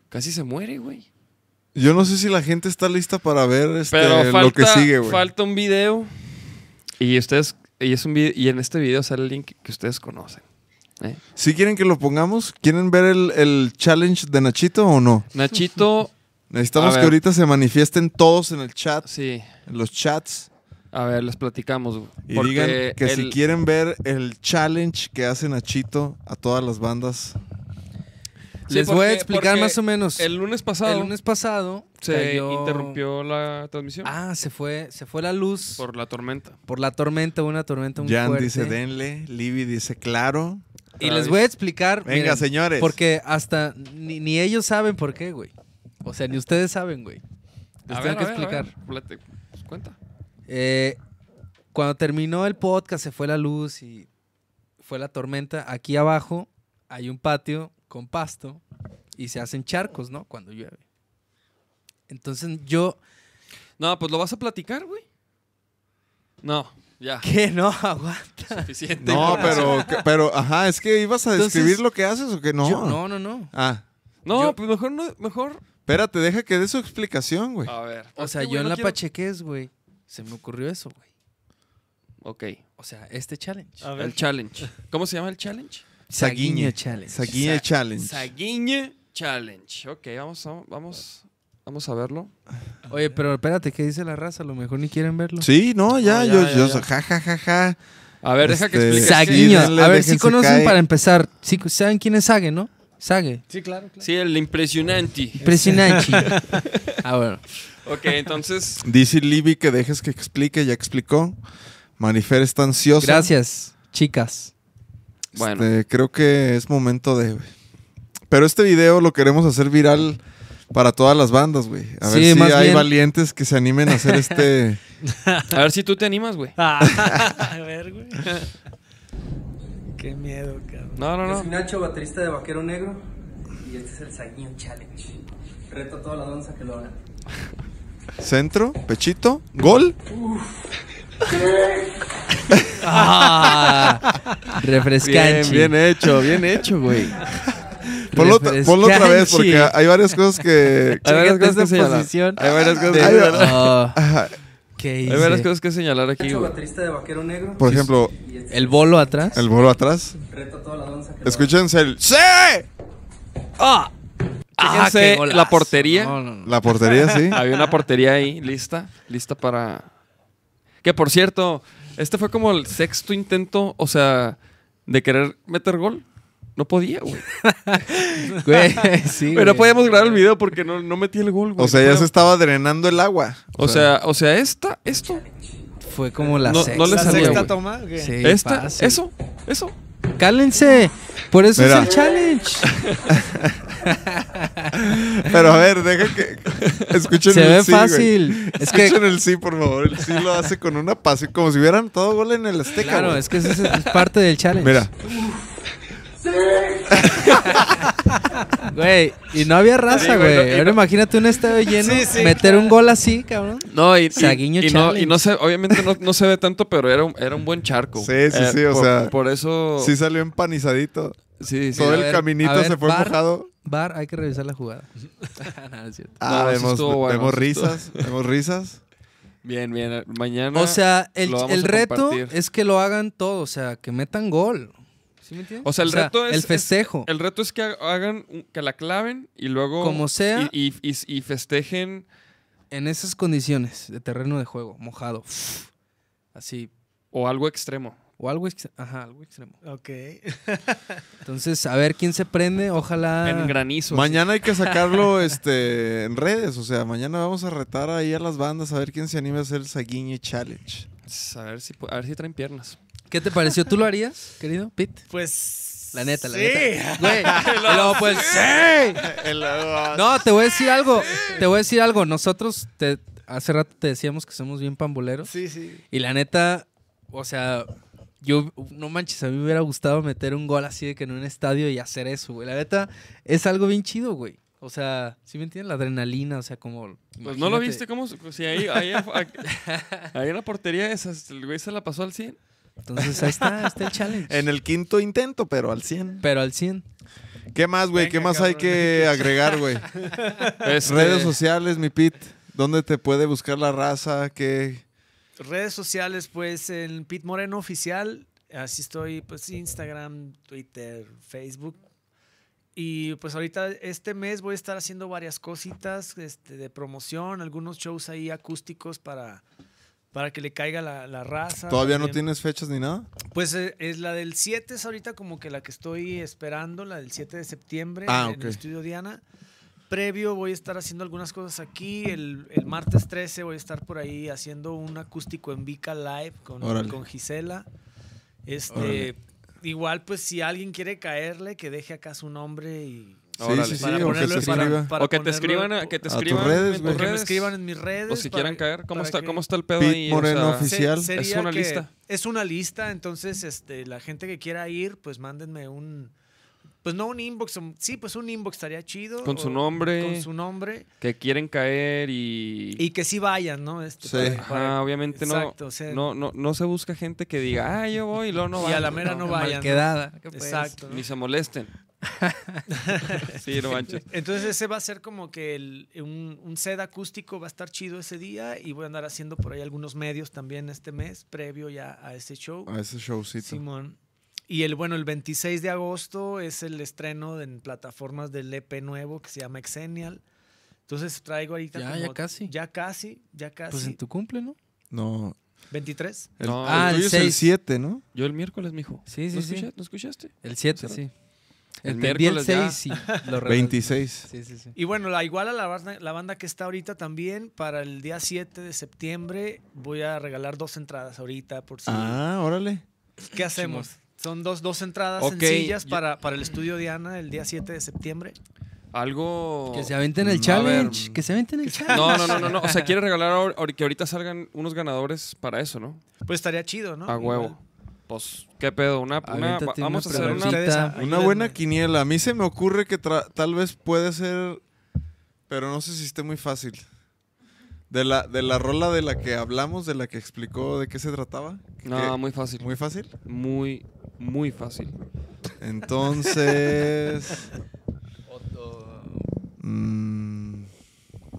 Speaker 2: Casi se muere, güey.
Speaker 3: Yo no sé si la gente está lista para ver este,
Speaker 2: Pero falta,
Speaker 3: lo que sigue, güey.
Speaker 2: falta un video. Y ustedes, y, es un vi- y en este video sale alguien que, que ustedes conocen. ¿eh?
Speaker 3: Si quieren que lo pongamos, ¿quieren ver el, el challenge de Nachito o no?
Speaker 2: Nachito, A
Speaker 3: Necesitamos
Speaker 2: ver.
Speaker 3: que ahorita se manifiesten todos en el chat,
Speaker 2: sí.
Speaker 3: en los chats,
Speaker 2: A ver, les platicamos, güey.
Speaker 3: y
Speaker 2: Porque
Speaker 3: digan que si
Speaker 2: el-
Speaker 3: quieren ver el challenge que hace Nachito a todas las bandas.
Speaker 2: Sí,
Speaker 6: Les voy
Speaker 2: porque-
Speaker 6: a explicar
Speaker 2: porque
Speaker 6: más o menos.
Speaker 2: El
Speaker 6: El,
Speaker 2: lunes pasado
Speaker 6: lunes pasado
Speaker 2: se
Speaker 6: cayó-
Speaker 2: interrumpió la transmisión
Speaker 6: Ah, se fue, se fue la luz por,
Speaker 2: por la tormenta.
Speaker 6: la tormenta, una tormenta muy
Speaker 3: Jan
Speaker 6: fuerte.
Speaker 3: dice denle, Libby dice claro.
Speaker 6: y les voy a explicar.
Speaker 3: Venga,
Speaker 6: miren,
Speaker 3: señores.
Speaker 6: Porque hasta ni, ni ellos saben por qué, güey. O sea, ni ustedes saben, güey. Les
Speaker 2: A
Speaker 6: tengo
Speaker 2: ver,
Speaker 6: que
Speaker 2: a ver, a ver,
Speaker 6: explicar.
Speaker 2: plate- pues, cuenta.
Speaker 6: Eh, cuando terminó el podcast, se fue la luz y fue la tormenta. Aquí abajo hay un patio con pasto y se hacen charcos, ¿no? Cuando llueve. Entonces yo.
Speaker 2: No, pues lo vas a platicar, güey. No, ya.
Speaker 6: ¿Qué? No, aguanta.
Speaker 2: Suficiente.
Speaker 3: No,
Speaker 2: información.
Speaker 3: pero, que- pero, ajá, es que ibas a
Speaker 6: Entonces,
Speaker 3: describir lo que haces o que no.
Speaker 6: Yo- no, no, no.
Speaker 3: Ah,
Speaker 2: No,
Speaker 6: yo-
Speaker 2: pues mejor no, mejor.
Speaker 3: espérate, deja que dé su explicación, güey.
Speaker 2: A ver.
Speaker 6: O
Speaker 2: es
Speaker 6: sea,
Speaker 2: que, güey,
Speaker 6: yo en
Speaker 2: no
Speaker 6: la
Speaker 2: quiero-
Speaker 6: Pachequez, güey, se me ocurrió eso, güey.
Speaker 2: Ok.
Speaker 6: O sea, este challenge.
Speaker 5: A ver.
Speaker 2: El challenge. ¿Cómo se llama el challenge?
Speaker 6: Saguiño
Speaker 3: Saguiñe.
Speaker 6: challenge.
Speaker 3: Saguiñe
Speaker 2: Sa-
Speaker 3: Challenge.
Speaker 2: Saguiñe Challenge. Ok, vamos a, vamos, vamos a verlo.
Speaker 6: Oye, pero espérate, ¿qué dice la raza? A lo mejor ni quieren verlo.
Speaker 3: Sí, no, ya,
Speaker 2: Ah, ya,
Speaker 3: yo,
Speaker 2: ya,
Speaker 3: yo,
Speaker 2: ya.
Speaker 3: ja, ja, ja, ja.
Speaker 2: A ver, deja que
Speaker 3: Este,
Speaker 2: explique.
Speaker 3: Saguiño.
Speaker 6: Saguiño.
Speaker 3: denle,
Speaker 6: A ver, si
Speaker 3: déjense
Speaker 6: conocen
Speaker 3: caer.
Speaker 6: para empezar. Sí, ¿Saben quién es Sague, no? Sague.
Speaker 5: Sí, claro, claro.
Speaker 2: Sí, el impresionante.
Speaker 6: Impresionante. ah, bueno.
Speaker 2: Ok, entonces.
Speaker 3: Dice Libby que dejes que explique, ya explicó. Marifer está ansiosa.
Speaker 6: Gracias, chicas.
Speaker 2: Bueno.
Speaker 3: Este, creo que es momento de. Pero este video lo queremos hacer viral para todas las bandas, güey. A
Speaker 6: Sí,
Speaker 3: ver si
Speaker 6: más
Speaker 3: hay
Speaker 6: bien.
Speaker 3: valientes que se animen a hacer este.
Speaker 2: A ver si tú te animas, güey.
Speaker 5: Ah, a ver, güey. Qué miedo, cabrón.
Speaker 2: No, no,
Speaker 7: Yo soy
Speaker 2: no.
Speaker 7: Nacho, baterista de Vaquero Negro, y este es el Saguinho Challenge. Reto a toda la danza que lo hagan.
Speaker 3: Centro, pechito, gol.
Speaker 6: Ah, refrescanchi.
Speaker 2: Bien, bien hecho, bien hecho, güey.
Speaker 3: Ponlo, otra- ponlo otra vez porque
Speaker 6: Refrescanchi. Ah,
Speaker 3: hay varias cosas que.
Speaker 2: Hay varias cosas
Speaker 6: Chécate
Speaker 2: que
Speaker 6: esa
Speaker 2: señalar.
Speaker 6: posición.
Speaker 2: Hay varias cosas que
Speaker 3: Hay-
Speaker 2: señalar.
Speaker 6: Oh,
Speaker 3: Ajá,
Speaker 6: ¿Qué
Speaker 2: Hay varias
Speaker 6: hice?
Speaker 2: cosas que señalar aquí,
Speaker 7: Nacho,
Speaker 2: güey.
Speaker 7: baterista de Vaquero Negro,
Speaker 3: Por ejemplo,
Speaker 7: y este
Speaker 6: El bolo atrás.
Speaker 3: el bolo atrás.
Speaker 7: reto a toda la danza que lo hagan.
Speaker 3: Escúchense el. ¡Sí!
Speaker 2: ¡Ah!
Speaker 6: Ah,
Speaker 2: Fíjense
Speaker 6: qué golazo.
Speaker 2: la portería.
Speaker 6: No, no, no.
Speaker 3: La portería, sí.
Speaker 2: Había una portería ahí, lista, lista para... Que por cierto, este fue como el sexto intento, o sea, de querer meter gol. No podía, güey.
Speaker 6: Güey, sí,
Speaker 2: Pero no
Speaker 6: güey.
Speaker 2: podíamos grabar el video porque no, no metí el gol, güey.
Speaker 3: O sea, ya
Speaker 2: Pero-
Speaker 3: se estaba drenando el agua.
Speaker 2: O sea, o sea, esta, esto,
Speaker 6: Fue como la
Speaker 2: No- no
Speaker 6: sexta.
Speaker 2: le
Speaker 5: ¿La
Speaker 2: salió,
Speaker 5: sexta
Speaker 2: güey.
Speaker 5: toma? ¿Qué?
Speaker 6: Sí,
Speaker 2: esta,
Speaker 6: fácil.
Speaker 2: eso, eso.
Speaker 6: Cálense. Por eso
Speaker 3: Mira.
Speaker 6: es el challenge.
Speaker 3: Pero a ver, deja que. Escuchen
Speaker 6: Se
Speaker 3: el
Speaker 6: ve
Speaker 3: sí, güey.
Speaker 6: fácil. Es que-
Speaker 3: Escuchen el sí, por favor. El sí lo hace con una pasión. Como si hubieran todo gol en el Azteca.
Speaker 6: Claro,
Speaker 3: güey.
Speaker 6: es que eso es, es parte del challenge.
Speaker 3: Mira,
Speaker 6: Güey, y no había raza,
Speaker 2: Sí, güey,
Speaker 6: güey.
Speaker 2: no- y
Speaker 6: Ahora
Speaker 2: no-
Speaker 6: imagínate un estadio lleno,
Speaker 5: Sí, sí.
Speaker 6: meter un gol así, cabrón.
Speaker 2: No, y, y-
Speaker 6: Saguiño
Speaker 2: y no, y no
Speaker 6: challenge.
Speaker 2: se, obviamente no, no se ve tanto, pero era un, era un buen charco. Eh,
Speaker 3: Sí, sí, sí, o
Speaker 2: por-
Speaker 3: sea,
Speaker 2: Por eso...
Speaker 3: sí salió empanizadito.
Speaker 2: sí, sí.
Speaker 3: todo
Speaker 6: a
Speaker 3: el
Speaker 6: ver,
Speaker 3: caminito
Speaker 6: a ver,
Speaker 3: se fue
Speaker 6: VAR.
Speaker 3: mojado.
Speaker 6: Bar, hay que revisar la jugada. No, no es cierto.
Speaker 3: Ah,
Speaker 2: No, sí
Speaker 3: vemos,
Speaker 2: estuvo bueno,
Speaker 3: vemos
Speaker 2: sí
Speaker 3: risas. Vemos risas.
Speaker 2: Bien, bien. Mañana...
Speaker 6: O sea, el,
Speaker 2: lo vamos
Speaker 6: el
Speaker 2: a
Speaker 6: reto
Speaker 2: compartir.
Speaker 6: es que lo hagan todo, o sea, que metan gol. ¿Sí me entiendes?
Speaker 2: O sea, el reto es-
Speaker 6: El
Speaker 2: es-
Speaker 6: festejo.
Speaker 2: El reto es que ha- hagan, un- que la claven y luego...
Speaker 6: Como sea.
Speaker 2: Y, y- y- y festejen.
Speaker 6: En esas condiciones de terreno de juego, mojado. Así.
Speaker 2: O algo extremo.
Speaker 6: O algo, ex- ajá, algo extremo.
Speaker 5: Ok.
Speaker 6: Entonces, a ver quién se prende.
Speaker 5: Ah.
Speaker 6: Ojalá.
Speaker 2: En granizo.
Speaker 3: Mañana hay que sacarlo este, en redes. O sea, mañana vamos a retar ahí a las bandas a ver quién se anima a hacer el Saguiñe
Speaker 2: así.
Speaker 3: Challenge.
Speaker 2: Pues, A ver si, pu- a ver si traen piernas.
Speaker 6: ¿Qué te pareció? ¿Tú lo harías, querido Pete?
Speaker 5: Pues.
Speaker 6: La neta, la
Speaker 5: sí.
Speaker 6: neta. Güey. y luego, pues, sí. No, te voy a decir algo. Te voy a decir algo. Nosotros te, hace rato te decíamos que somos bien pamboleros.
Speaker 5: Sí, sí.
Speaker 6: Y la neta, o sea, yo no manches, a mí me hubiera gustado meter un gol así de que en un estadio y hacer eso, güey. La neta, es algo bien chido, güey. O sea, ¿sí me entiendes? La adrenalina, o sea, como.
Speaker 2: Pues no lo
Speaker 6: imagínate.
Speaker 2: viste, ¿cómo? se- Si ahí, ahí, a- ahí en la portería esa, el güey se la pasó al 100.
Speaker 6: Entonces ahí está, está el challenge.
Speaker 3: En el quinto intento, pero al 100.
Speaker 6: Pero al 100.
Speaker 3: ¿Qué más, güey? ¿Qué
Speaker 5: Venga,
Speaker 3: más hay
Speaker 5: cabrón.
Speaker 3: que agregar, güey?
Speaker 2: Este,
Speaker 3: Redes sociales, mi Pit. ¿Dónde te puede buscar la raza? ¿Qué?
Speaker 5: Redes sociales, pues en Pit Moreno Oficial. Así estoy, pues Instagram, Twitter, Facebook. Y pues ahorita este mes voy a estar haciendo varias cositas este, de promoción, algunos shows ahí acústicos para, para que le caiga la, la raza.
Speaker 3: ¿Todavía no
Speaker 5: Ah, también.
Speaker 3: tienes fechas ni nada?
Speaker 5: Pues eh, es la del 7 es ahorita como que la que estoy esperando, la del 7 de septiembre
Speaker 3: Ah,
Speaker 5: en
Speaker 3: ok.
Speaker 5: el estudio Diana. Previo voy a estar haciendo algunas cosas aquí. El, el martes 13 voy a estar por ahí haciendo un acústico en Vika Live con,
Speaker 3: Órale.
Speaker 5: con Gisela. Este,
Speaker 3: Órale.
Speaker 5: Igual, pues si alguien quiere caerle, que deje acá su nombre y...
Speaker 3: Sí,
Speaker 2: Órale.
Speaker 3: sí, sí,
Speaker 5: para
Speaker 3: o que
Speaker 5: ponerlo-
Speaker 3: te
Speaker 5: para-
Speaker 3: escriba.
Speaker 5: para
Speaker 2: o que te
Speaker 5: ponerlo
Speaker 2: escriban, a-
Speaker 5: por-
Speaker 2: que te
Speaker 3: a tus
Speaker 2: escriban
Speaker 3: redes,
Speaker 2: en
Speaker 3: güey.
Speaker 5: o
Speaker 2: tus
Speaker 5: que me
Speaker 2: redes.
Speaker 5: escriban en mis redes.
Speaker 2: O si
Speaker 5: para
Speaker 2: quieren
Speaker 5: que-
Speaker 2: caer, ¿cómo
Speaker 5: para
Speaker 2: está,
Speaker 5: que-
Speaker 2: cómo está el pedo
Speaker 3: Pit
Speaker 2: ahí? O
Speaker 3: Moreno
Speaker 2: sea,
Speaker 3: oficial.
Speaker 5: Se-
Speaker 2: Es
Speaker 5: sería
Speaker 2: una
Speaker 5: que-
Speaker 2: lista.
Speaker 5: Es una lista, entonces este, la gente que quiera ir, pues mándenme un... Pues no un inbox, un- sí, pues un inbox estaría chido.
Speaker 2: Con su
Speaker 5: o-
Speaker 2: nombre.
Speaker 5: Con su nombre.
Speaker 2: que quieren caer y...
Speaker 5: Y que sí vayan, ¿no? Este,
Speaker 3: Sí.
Speaker 5: para- para-
Speaker 2: Ajá, obviamente no,
Speaker 5: Exacto, o sea-
Speaker 2: no, no, no se busca gente que diga, ah, yo voy y luego no
Speaker 5: y
Speaker 2: va.
Speaker 5: a la mera no, vayan. ¿no?
Speaker 6: Quedada.
Speaker 5: Exacto. ¿no?
Speaker 2: Ni se molesten. sí, no manches.
Speaker 5: Entonces ese va a ser como que el- un, un set acústico va a estar chido ese día y voy a andar haciendo por ahí algunos medios también este mes, previo ya a ese show.
Speaker 3: A ese showcito.
Speaker 5: Simón. Y el bueno, el 26 de agosto es el estreno en plataformas del EP nuevo que se llama Exenial. Entonces traigo ahorita
Speaker 6: Ya,
Speaker 5: como-
Speaker 6: ya casi.
Speaker 5: Ya casi, ya casi.
Speaker 6: Pues en tu cumple, ¿no?
Speaker 3: No.
Speaker 5: 23.
Speaker 3: El,
Speaker 2: No,
Speaker 3: ah,
Speaker 6: el
Speaker 3: tuyo es el
Speaker 6: seis.
Speaker 3: 7, ¿no?
Speaker 2: Yo el miércoles, mijo.
Speaker 6: Sí, sí,
Speaker 2: ¿No
Speaker 6: sí.
Speaker 2: escucha- ¿No escuchaste?
Speaker 6: El 7,
Speaker 2: Cerrado.
Speaker 6: sí.
Speaker 2: El
Speaker 6: Entendí el
Speaker 2: miércoles ya.
Speaker 6: 6 y lo revelé.
Speaker 3: 26.
Speaker 6: Sí, sí, sí.
Speaker 5: Y bueno, la, igual a la banda, la banda que está ahorita también, para el día 7 de septiembre voy a regalar dos entradas ahorita por si...
Speaker 3: Ah, órale.
Speaker 5: ¿Qué hacemos? Son dos, dos entradas
Speaker 2: Ok,
Speaker 5: sencillas
Speaker 2: yo-
Speaker 5: para, para el estudio Diana el día 7 de septiembre.
Speaker 2: Algo...
Speaker 6: Que se aventen el
Speaker 2: A
Speaker 6: challenge.
Speaker 2: ver,
Speaker 6: que se aventen el challenge.
Speaker 2: No, no, no, no, no. O sea, quiere regalar ahor- ahor- que ahorita salgan unos ganadores para eso, ¿no?
Speaker 5: Pues estaría chido, ¿no?
Speaker 2: A huevo.
Speaker 5: Igual.
Speaker 2: Pues, ¿qué pedo? Una, una-
Speaker 6: Ah, Aviéntate
Speaker 2: va-
Speaker 6: una
Speaker 2: vamos a hacer
Speaker 6: preguntita.
Speaker 2: una...
Speaker 5: Ustedes, a-
Speaker 3: Una buena
Speaker 5: ayúdenme.
Speaker 3: quiniela. A mí se me ocurre que tra- tal vez puede ser, pero no sé si esté muy fácil. De la, de la rola de la que hablamos, de la que explicó de qué se trataba. que-
Speaker 2: No, muy fácil.
Speaker 3: muy fácil.
Speaker 2: Muy, muy fácil.
Speaker 3: Entonces. mm,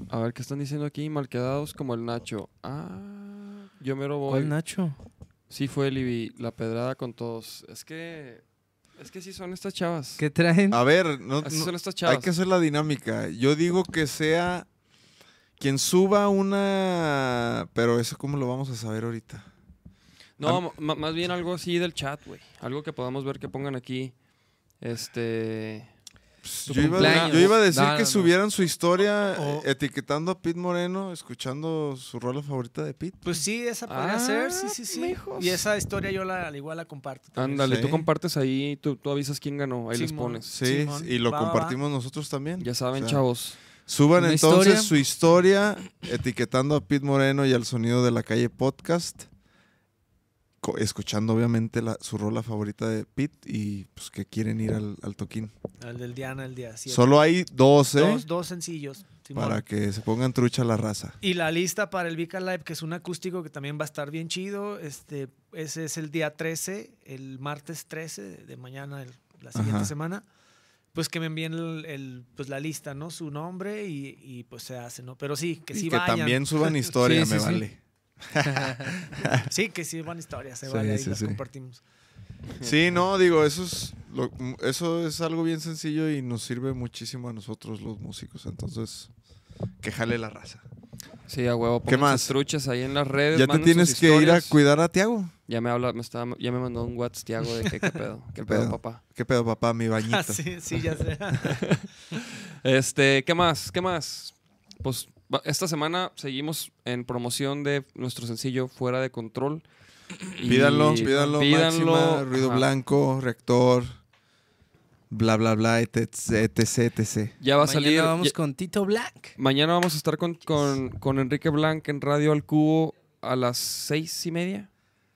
Speaker 2: A ver, ¿qué están diciendo aquí? Malquedados como el Nacho. Ah, yo mero voy.
Speaker 6: ¿Cuál Nacho?
Speaker 2: Sí fue Libby, la pedrada con todos. Es que... Es que sí son estas chavas.
Speaker 6: ¿Qué traen?
Speaker 3: a ver, no,
Speaker 2: Así
Speaker 3: no-
Speaker 2: son estas chavas.
Speaker 3: hay que hacer la dinámica. Yo digo que sea quien suba una. Pero eso, ¿cómo lo vamos a saber ahorita?
Speaker 2: No, ma- ma- más bien algo así del chat, güey. Algo que podamos ver que pongan aquí. Este...
Speaker 3: Pues,
Speaker 2: Tu
Speaker 3: yo, iba,
Speaker 2: cumpleaños.
Speaker 3: yo iba a decir
Speaker 6: No,
Speaker 3: que
Speaker 6: no, no.
Speaker 3: subieran su historia
Speaker 5: O-
Speaker 3: eh, etiquetando a Pete Moreno, escuchando su rola favorita de Pete.
Speaker 5: Pues sí, esa podría ser, sí,
Speaker 2: Ah,
Speaker 5: sí, sí.
Speaker 2: mijos.
Speaker 5: Y esa historia yo la, al igual la comparto. también.
Speaker 2: Ándale, tú
Speaker 3: Sí.
Speaker 2: compartes ahí, tú, tú avisas quién ganó, ahí les
Speaker 5: Simón.
Speaker 2: pones.
Speaker 3: Sí,
Speaker 5: Simón.
Speaker 3: y lo
Speaker 5: Va, va, va.
Speaker 3: compartimos nosotros también.
Speaker 2: Ya saben,
Speaker 3: O sea,
Speaker 2: chavos.
Speaker 3: Suban
Speaker 6: Una
Speaker 3: entonces
Speaker 6: historia.
Speaker 3: su historia etiquetando a Pete Moreno y al sonido de la calle podcast. co- Escuchando obviamente la- su rola favorita de Pete y pues que quieren ir al, al toquín.
Speaker 5: Al del Diana, el día 7.
Speaker 3: Solo hay 12
Speaker 5: Dos, dos sencillos. Simón.
Speaker 3: para que se pongan trucha la raza.
Speaker 5: Y la lista para el Vika Live, que es un acústico que también va a estar bien chido. Este, ese es el día 13, el martes 13 de- de mañana, el- la siguiente
Speaker 3: Ajá.
Speaker 5: semana. Pues que me envíen el, el- pues la lista, ¿no? Su nombre y, y, pues se hace, ¿no? Pero sí, que
Speaker 3: y
Speaker 5: sí
Speaker 3: que
Speaker 5: vayan.
Speaker 3: también suban historia,
Speaker 6: Sí,
Speaker 3: me
Speaker 6: sí, sí.
Speaker 3: vale.
Speaker 5: Sí, que sí van historias, se
Speaker 3: Sí,
Speaker 5: vale, ahí
Speaker 3: sí,
Speaker 5: las
Speaker 3: sí.
Speaker 5: compartimos.
Speaker 3: Sí, no, digo, eso es, lo- m- eso es algo bien sencillo y nos sirve muchísimo a nosotros los músicos. Entonces, que jale la raza.
Speaker 2: Sí, a huevo. pónganse
Speaker 3: más?
Speaker 2: truchas ahí en las redes.
Speaker 3: Ya te
Speaker 2: manden
Speaker 3: tienes
Speaker 2: sus
Speaker 3: que ir a
Speaker 2: historias.
Speaker 3: cuidar a Tiago.
Speaker 2: Ya me, habla, me está, ya me mandó un WhatsApp, Tiago, de que qué pedo, qué pedo,
Speaker 3: pedo?
Speaker 2: papá.
Speaker 3: ¿Qué pedo, papá? Mi bañito.
Speaker 5: Ah, sí, sí, ya sé.
Speaker 2: Este, ¿qué más? ¿Qué más? Pues va- esta semana seguimos en promoción de nuestro sencillo Fuera de Control. Y-
Speaker 3: Pídanlo, pídanlo,
Speaker 2: pídanlo,
Speaker 3: máxima, ruido
Speaker 2: ajá.
Speaker 3: blanco, reactor, bla, bla, bla, etc, etc, etc.
Speaker 2: Ya va a salir.
Speaker 6: Mañana vamos
Speaker 2: ya-
Speaker 6: con Tito Black.
Speaker 2: Mañana vamos a estar con, con, con Enrique Blanc en Radio Al Cubo a las seis y media.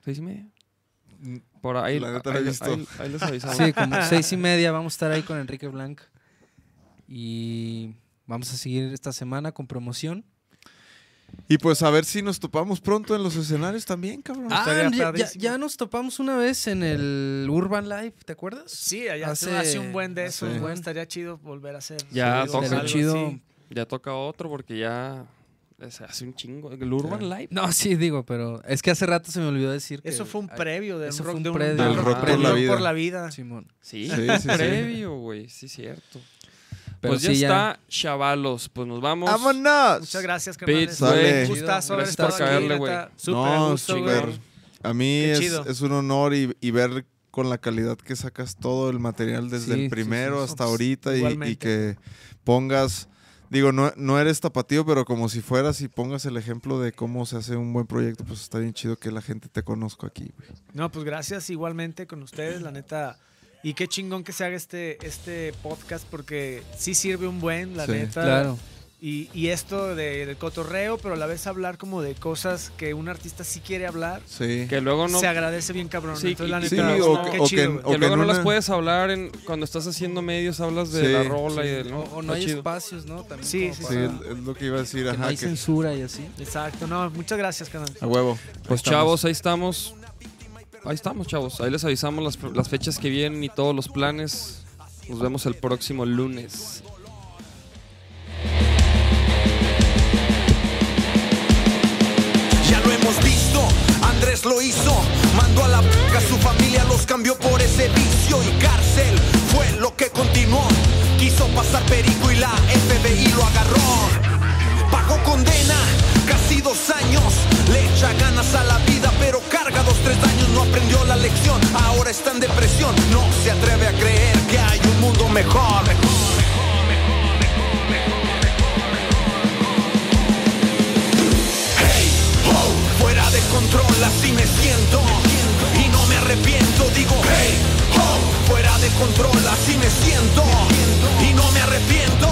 Speaker 2: ¿Seis y media? Por ahí.
Speaker 3: Mm, La neta no he
Speaker 2: ahí-
Speaker 3: visto.
Speaker 2: ahí- ahí les avisamos.
Speaker 6: Sí, como seis y media vamos a estar ahí con Enrique Blanc. Y vamos a seguir esta semana con promoción.
Speaker 3: Y pues a ver si nos topamos pronto en los escenarios también, cabrón.
Speaker 5: estaría
Speaker 6: Ah, ya, ya-
Speaker 5: padrísimo.
Speaker 6: ya nos topamos una vez en el Urban Life, ¿te acuerdas?
Speaker 5: Sí, allá hace,
Speaker 6: Hace-
Speaker 5: hace un buen de
Speaker 6: hace
Speaker 5: eso.
Speaker 3: un
Speaker 5: un buen,
Speaker 6: buen.
Speaker 5: estaría chido volver a hacer.
Speaker 2: Ya,
Speaker 5: algo
Speaker 2: toca.
Speaker 5: así.
Speaker 6: Chido.
Speaker 2: Ya toca otro porque ya se hace un chingo. El Urban Live.
Speaker 6: No, sí, digo, pero es que hace rato se me olvidó decir que...
Speaker 5: Eso fue un
Speaker 6: Ay,
Speaker 5: previo del
Speaker 6: Eso fue
Speaker 5: rock
Speaker 6: un
Speaker 5: de un-
Speaker 6: previo.
Speaker 2: Del
Speaker 5: del rock
Speaker 2: rock por
Speaker 5: del
Speaker 2: la
Speaker 5: rock
Speaker 3: vida.
Speaker 5: por la vida.
Speaker 6: Simón.
Speaker 2: Sí,
Speaker 3: Sí, sí, sí.
Speaker 2: previo, güey. Sí, cierto.
Speaker 6: Pero
Speaker 2: pues ya
Speaker 6: sí,
Speaker 2: está, chavalos. Pues nos vamos.
Speaker 3: ¡Vámonos!
Speaker 5: Muchas gracias, carnales.
Speaker 2: Pete,
Speaker 3: güey.
Speaker 5: Un gustazo haber
Speaker 2: Gracias
Speaker 5: estado
Speaker 2: por caerle,
Speaker 5: aquí,
Speaker 2: güey.
Speaker 5: neta. Súper a
Speaker 3: No,
Speaker 5: gusto, güey.
Speaker 3: súper. A mí
Speaker 5: Qué
Speaker 3: es,
Speaker 5: chido.
Speaker 3: es un honor y, y ver con la calidad que sacas todo el material desde
Speaker 2: Sí, sí,
Speaker 3: el primero
Speaker 2: sí.
Speaker 3: hasta
Speaker 5: No, pues,
Speaker 3: ahorita y- y,
Speaker 5: igualmente.
Speaker 3: que pongas, digo, no, no eres tapatío, pero como si fueras y pongas el ejemplo de cómo se hace un buen proyecto, pues está bien chido que la gente te conozca aquí. güey.
Speaker 5: No, pues gracias igualmente con ustedes, la neta. Y qué chingón que se haga este, este podcast porque sí sirve un buen, la
Speaker 3: Sí,
Speaker 5: neta.
Speaker 6: Claro.
Speaker 5: Y, y esto de- del cotorreo, pero a la vez hablar como de cosas que un artista sí quiere hablar,
Speaker 3: Sí.
Speaker 2: Que luego no.
Speaker 5: se agradece bien cabrón.
Speaker 2: Sí,
Speaker 5: Entonces, la
Speaker 2: y-
Speaker 5: neta,
Speaker 3: Sí,
Speaker 2: que
Speaker 5: no,
Speaker 3: o,
Speaker 2: no,
Speaker 3: que-
Speaker 5: qué
Speaker 3: o
Speaker 5: chido,
Speaker 3: que,
Speaker 5: güey.
Speaker 2: Que
Speaker 3: o que
Speaker 2: luego
Speaker 3: en
Speaker 2: no las
Speaker 3: una-
Speaker 2: puedes hablar en, cuando estás haciendo medios, hablas de
Speaker 3: Sí.
Speaker 2: la rola y del.
Speaker 6: O, o no
Speaker 2: Está
Speaker 6: hay
Speaker 2: chido.
Speaker 6: espacios, ¿no? También
Speaker 5: Sí,
Speaker 6: como
Speaker 5: sí,
Speaker 3: Sí,
Speaker 6: para-
Speaker 3: es es lo que iba a decir,
Speaker 6: Que no
Speaker 3: ajá,
Speaker 6: hay
Speaker 3: que-
Speaker 6: censura y así.
Speaker 5: Exacto, no, muchas gracias, canal.
Speaker 3: a huevo.
Speaker 2: Pues
Speaker 3: Ahí estamos.
Speaker 2: chavos, ahí estamos. Ahí estamos, chavos. Ahí les avisamos las, las fechas que vienen y todos los planes. Nos vemos el próximo lunes.
Speaker 8: Ya lo hemos visto, Andrés lo hizo, mandó a la p*** a su familia, los cambió por ese vicio y cárcel fue lo que continuó. Quiso pasar perico y la FBI lo agarró. Pagó condena, casi dos años, le echa ganas a la vida, pero carga dos, tres años, no aprendió la lección, ahora está en depresión, no se atreve a creer que hay un mundo mejor. Hey, ho, fuera de control, así me siento. Y no me arrepiento, digo, hey, ho, fuera de control, así me siento. Y no me arrepiento.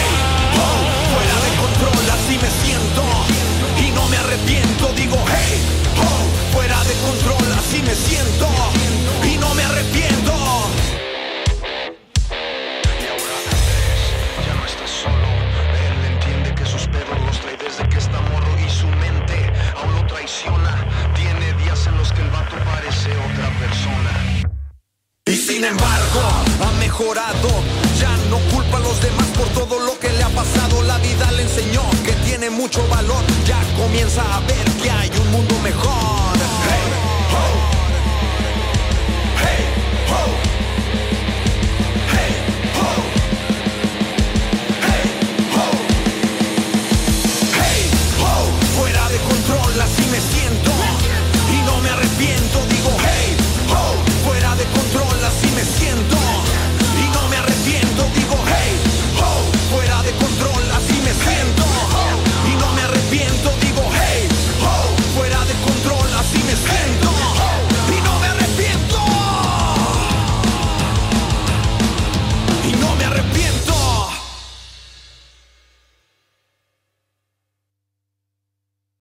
Speaker 8: Fuera de control, así me siento Y no me arrepiento, digo hey, ho Fuera de control, así me siento Y no me arrepiento Y ahora Andrés, ya no está solo Él entiende que sus perros los trae desde que está morro Y su mente aún lo traiciona Tiene días en los que el vato parece otra persona y sin embargo, ha mejorado. Ya no culpa a los demás por todo lo que le ha pasado. La vida le enseñó que tiene mucho valor. Ya comienza a ver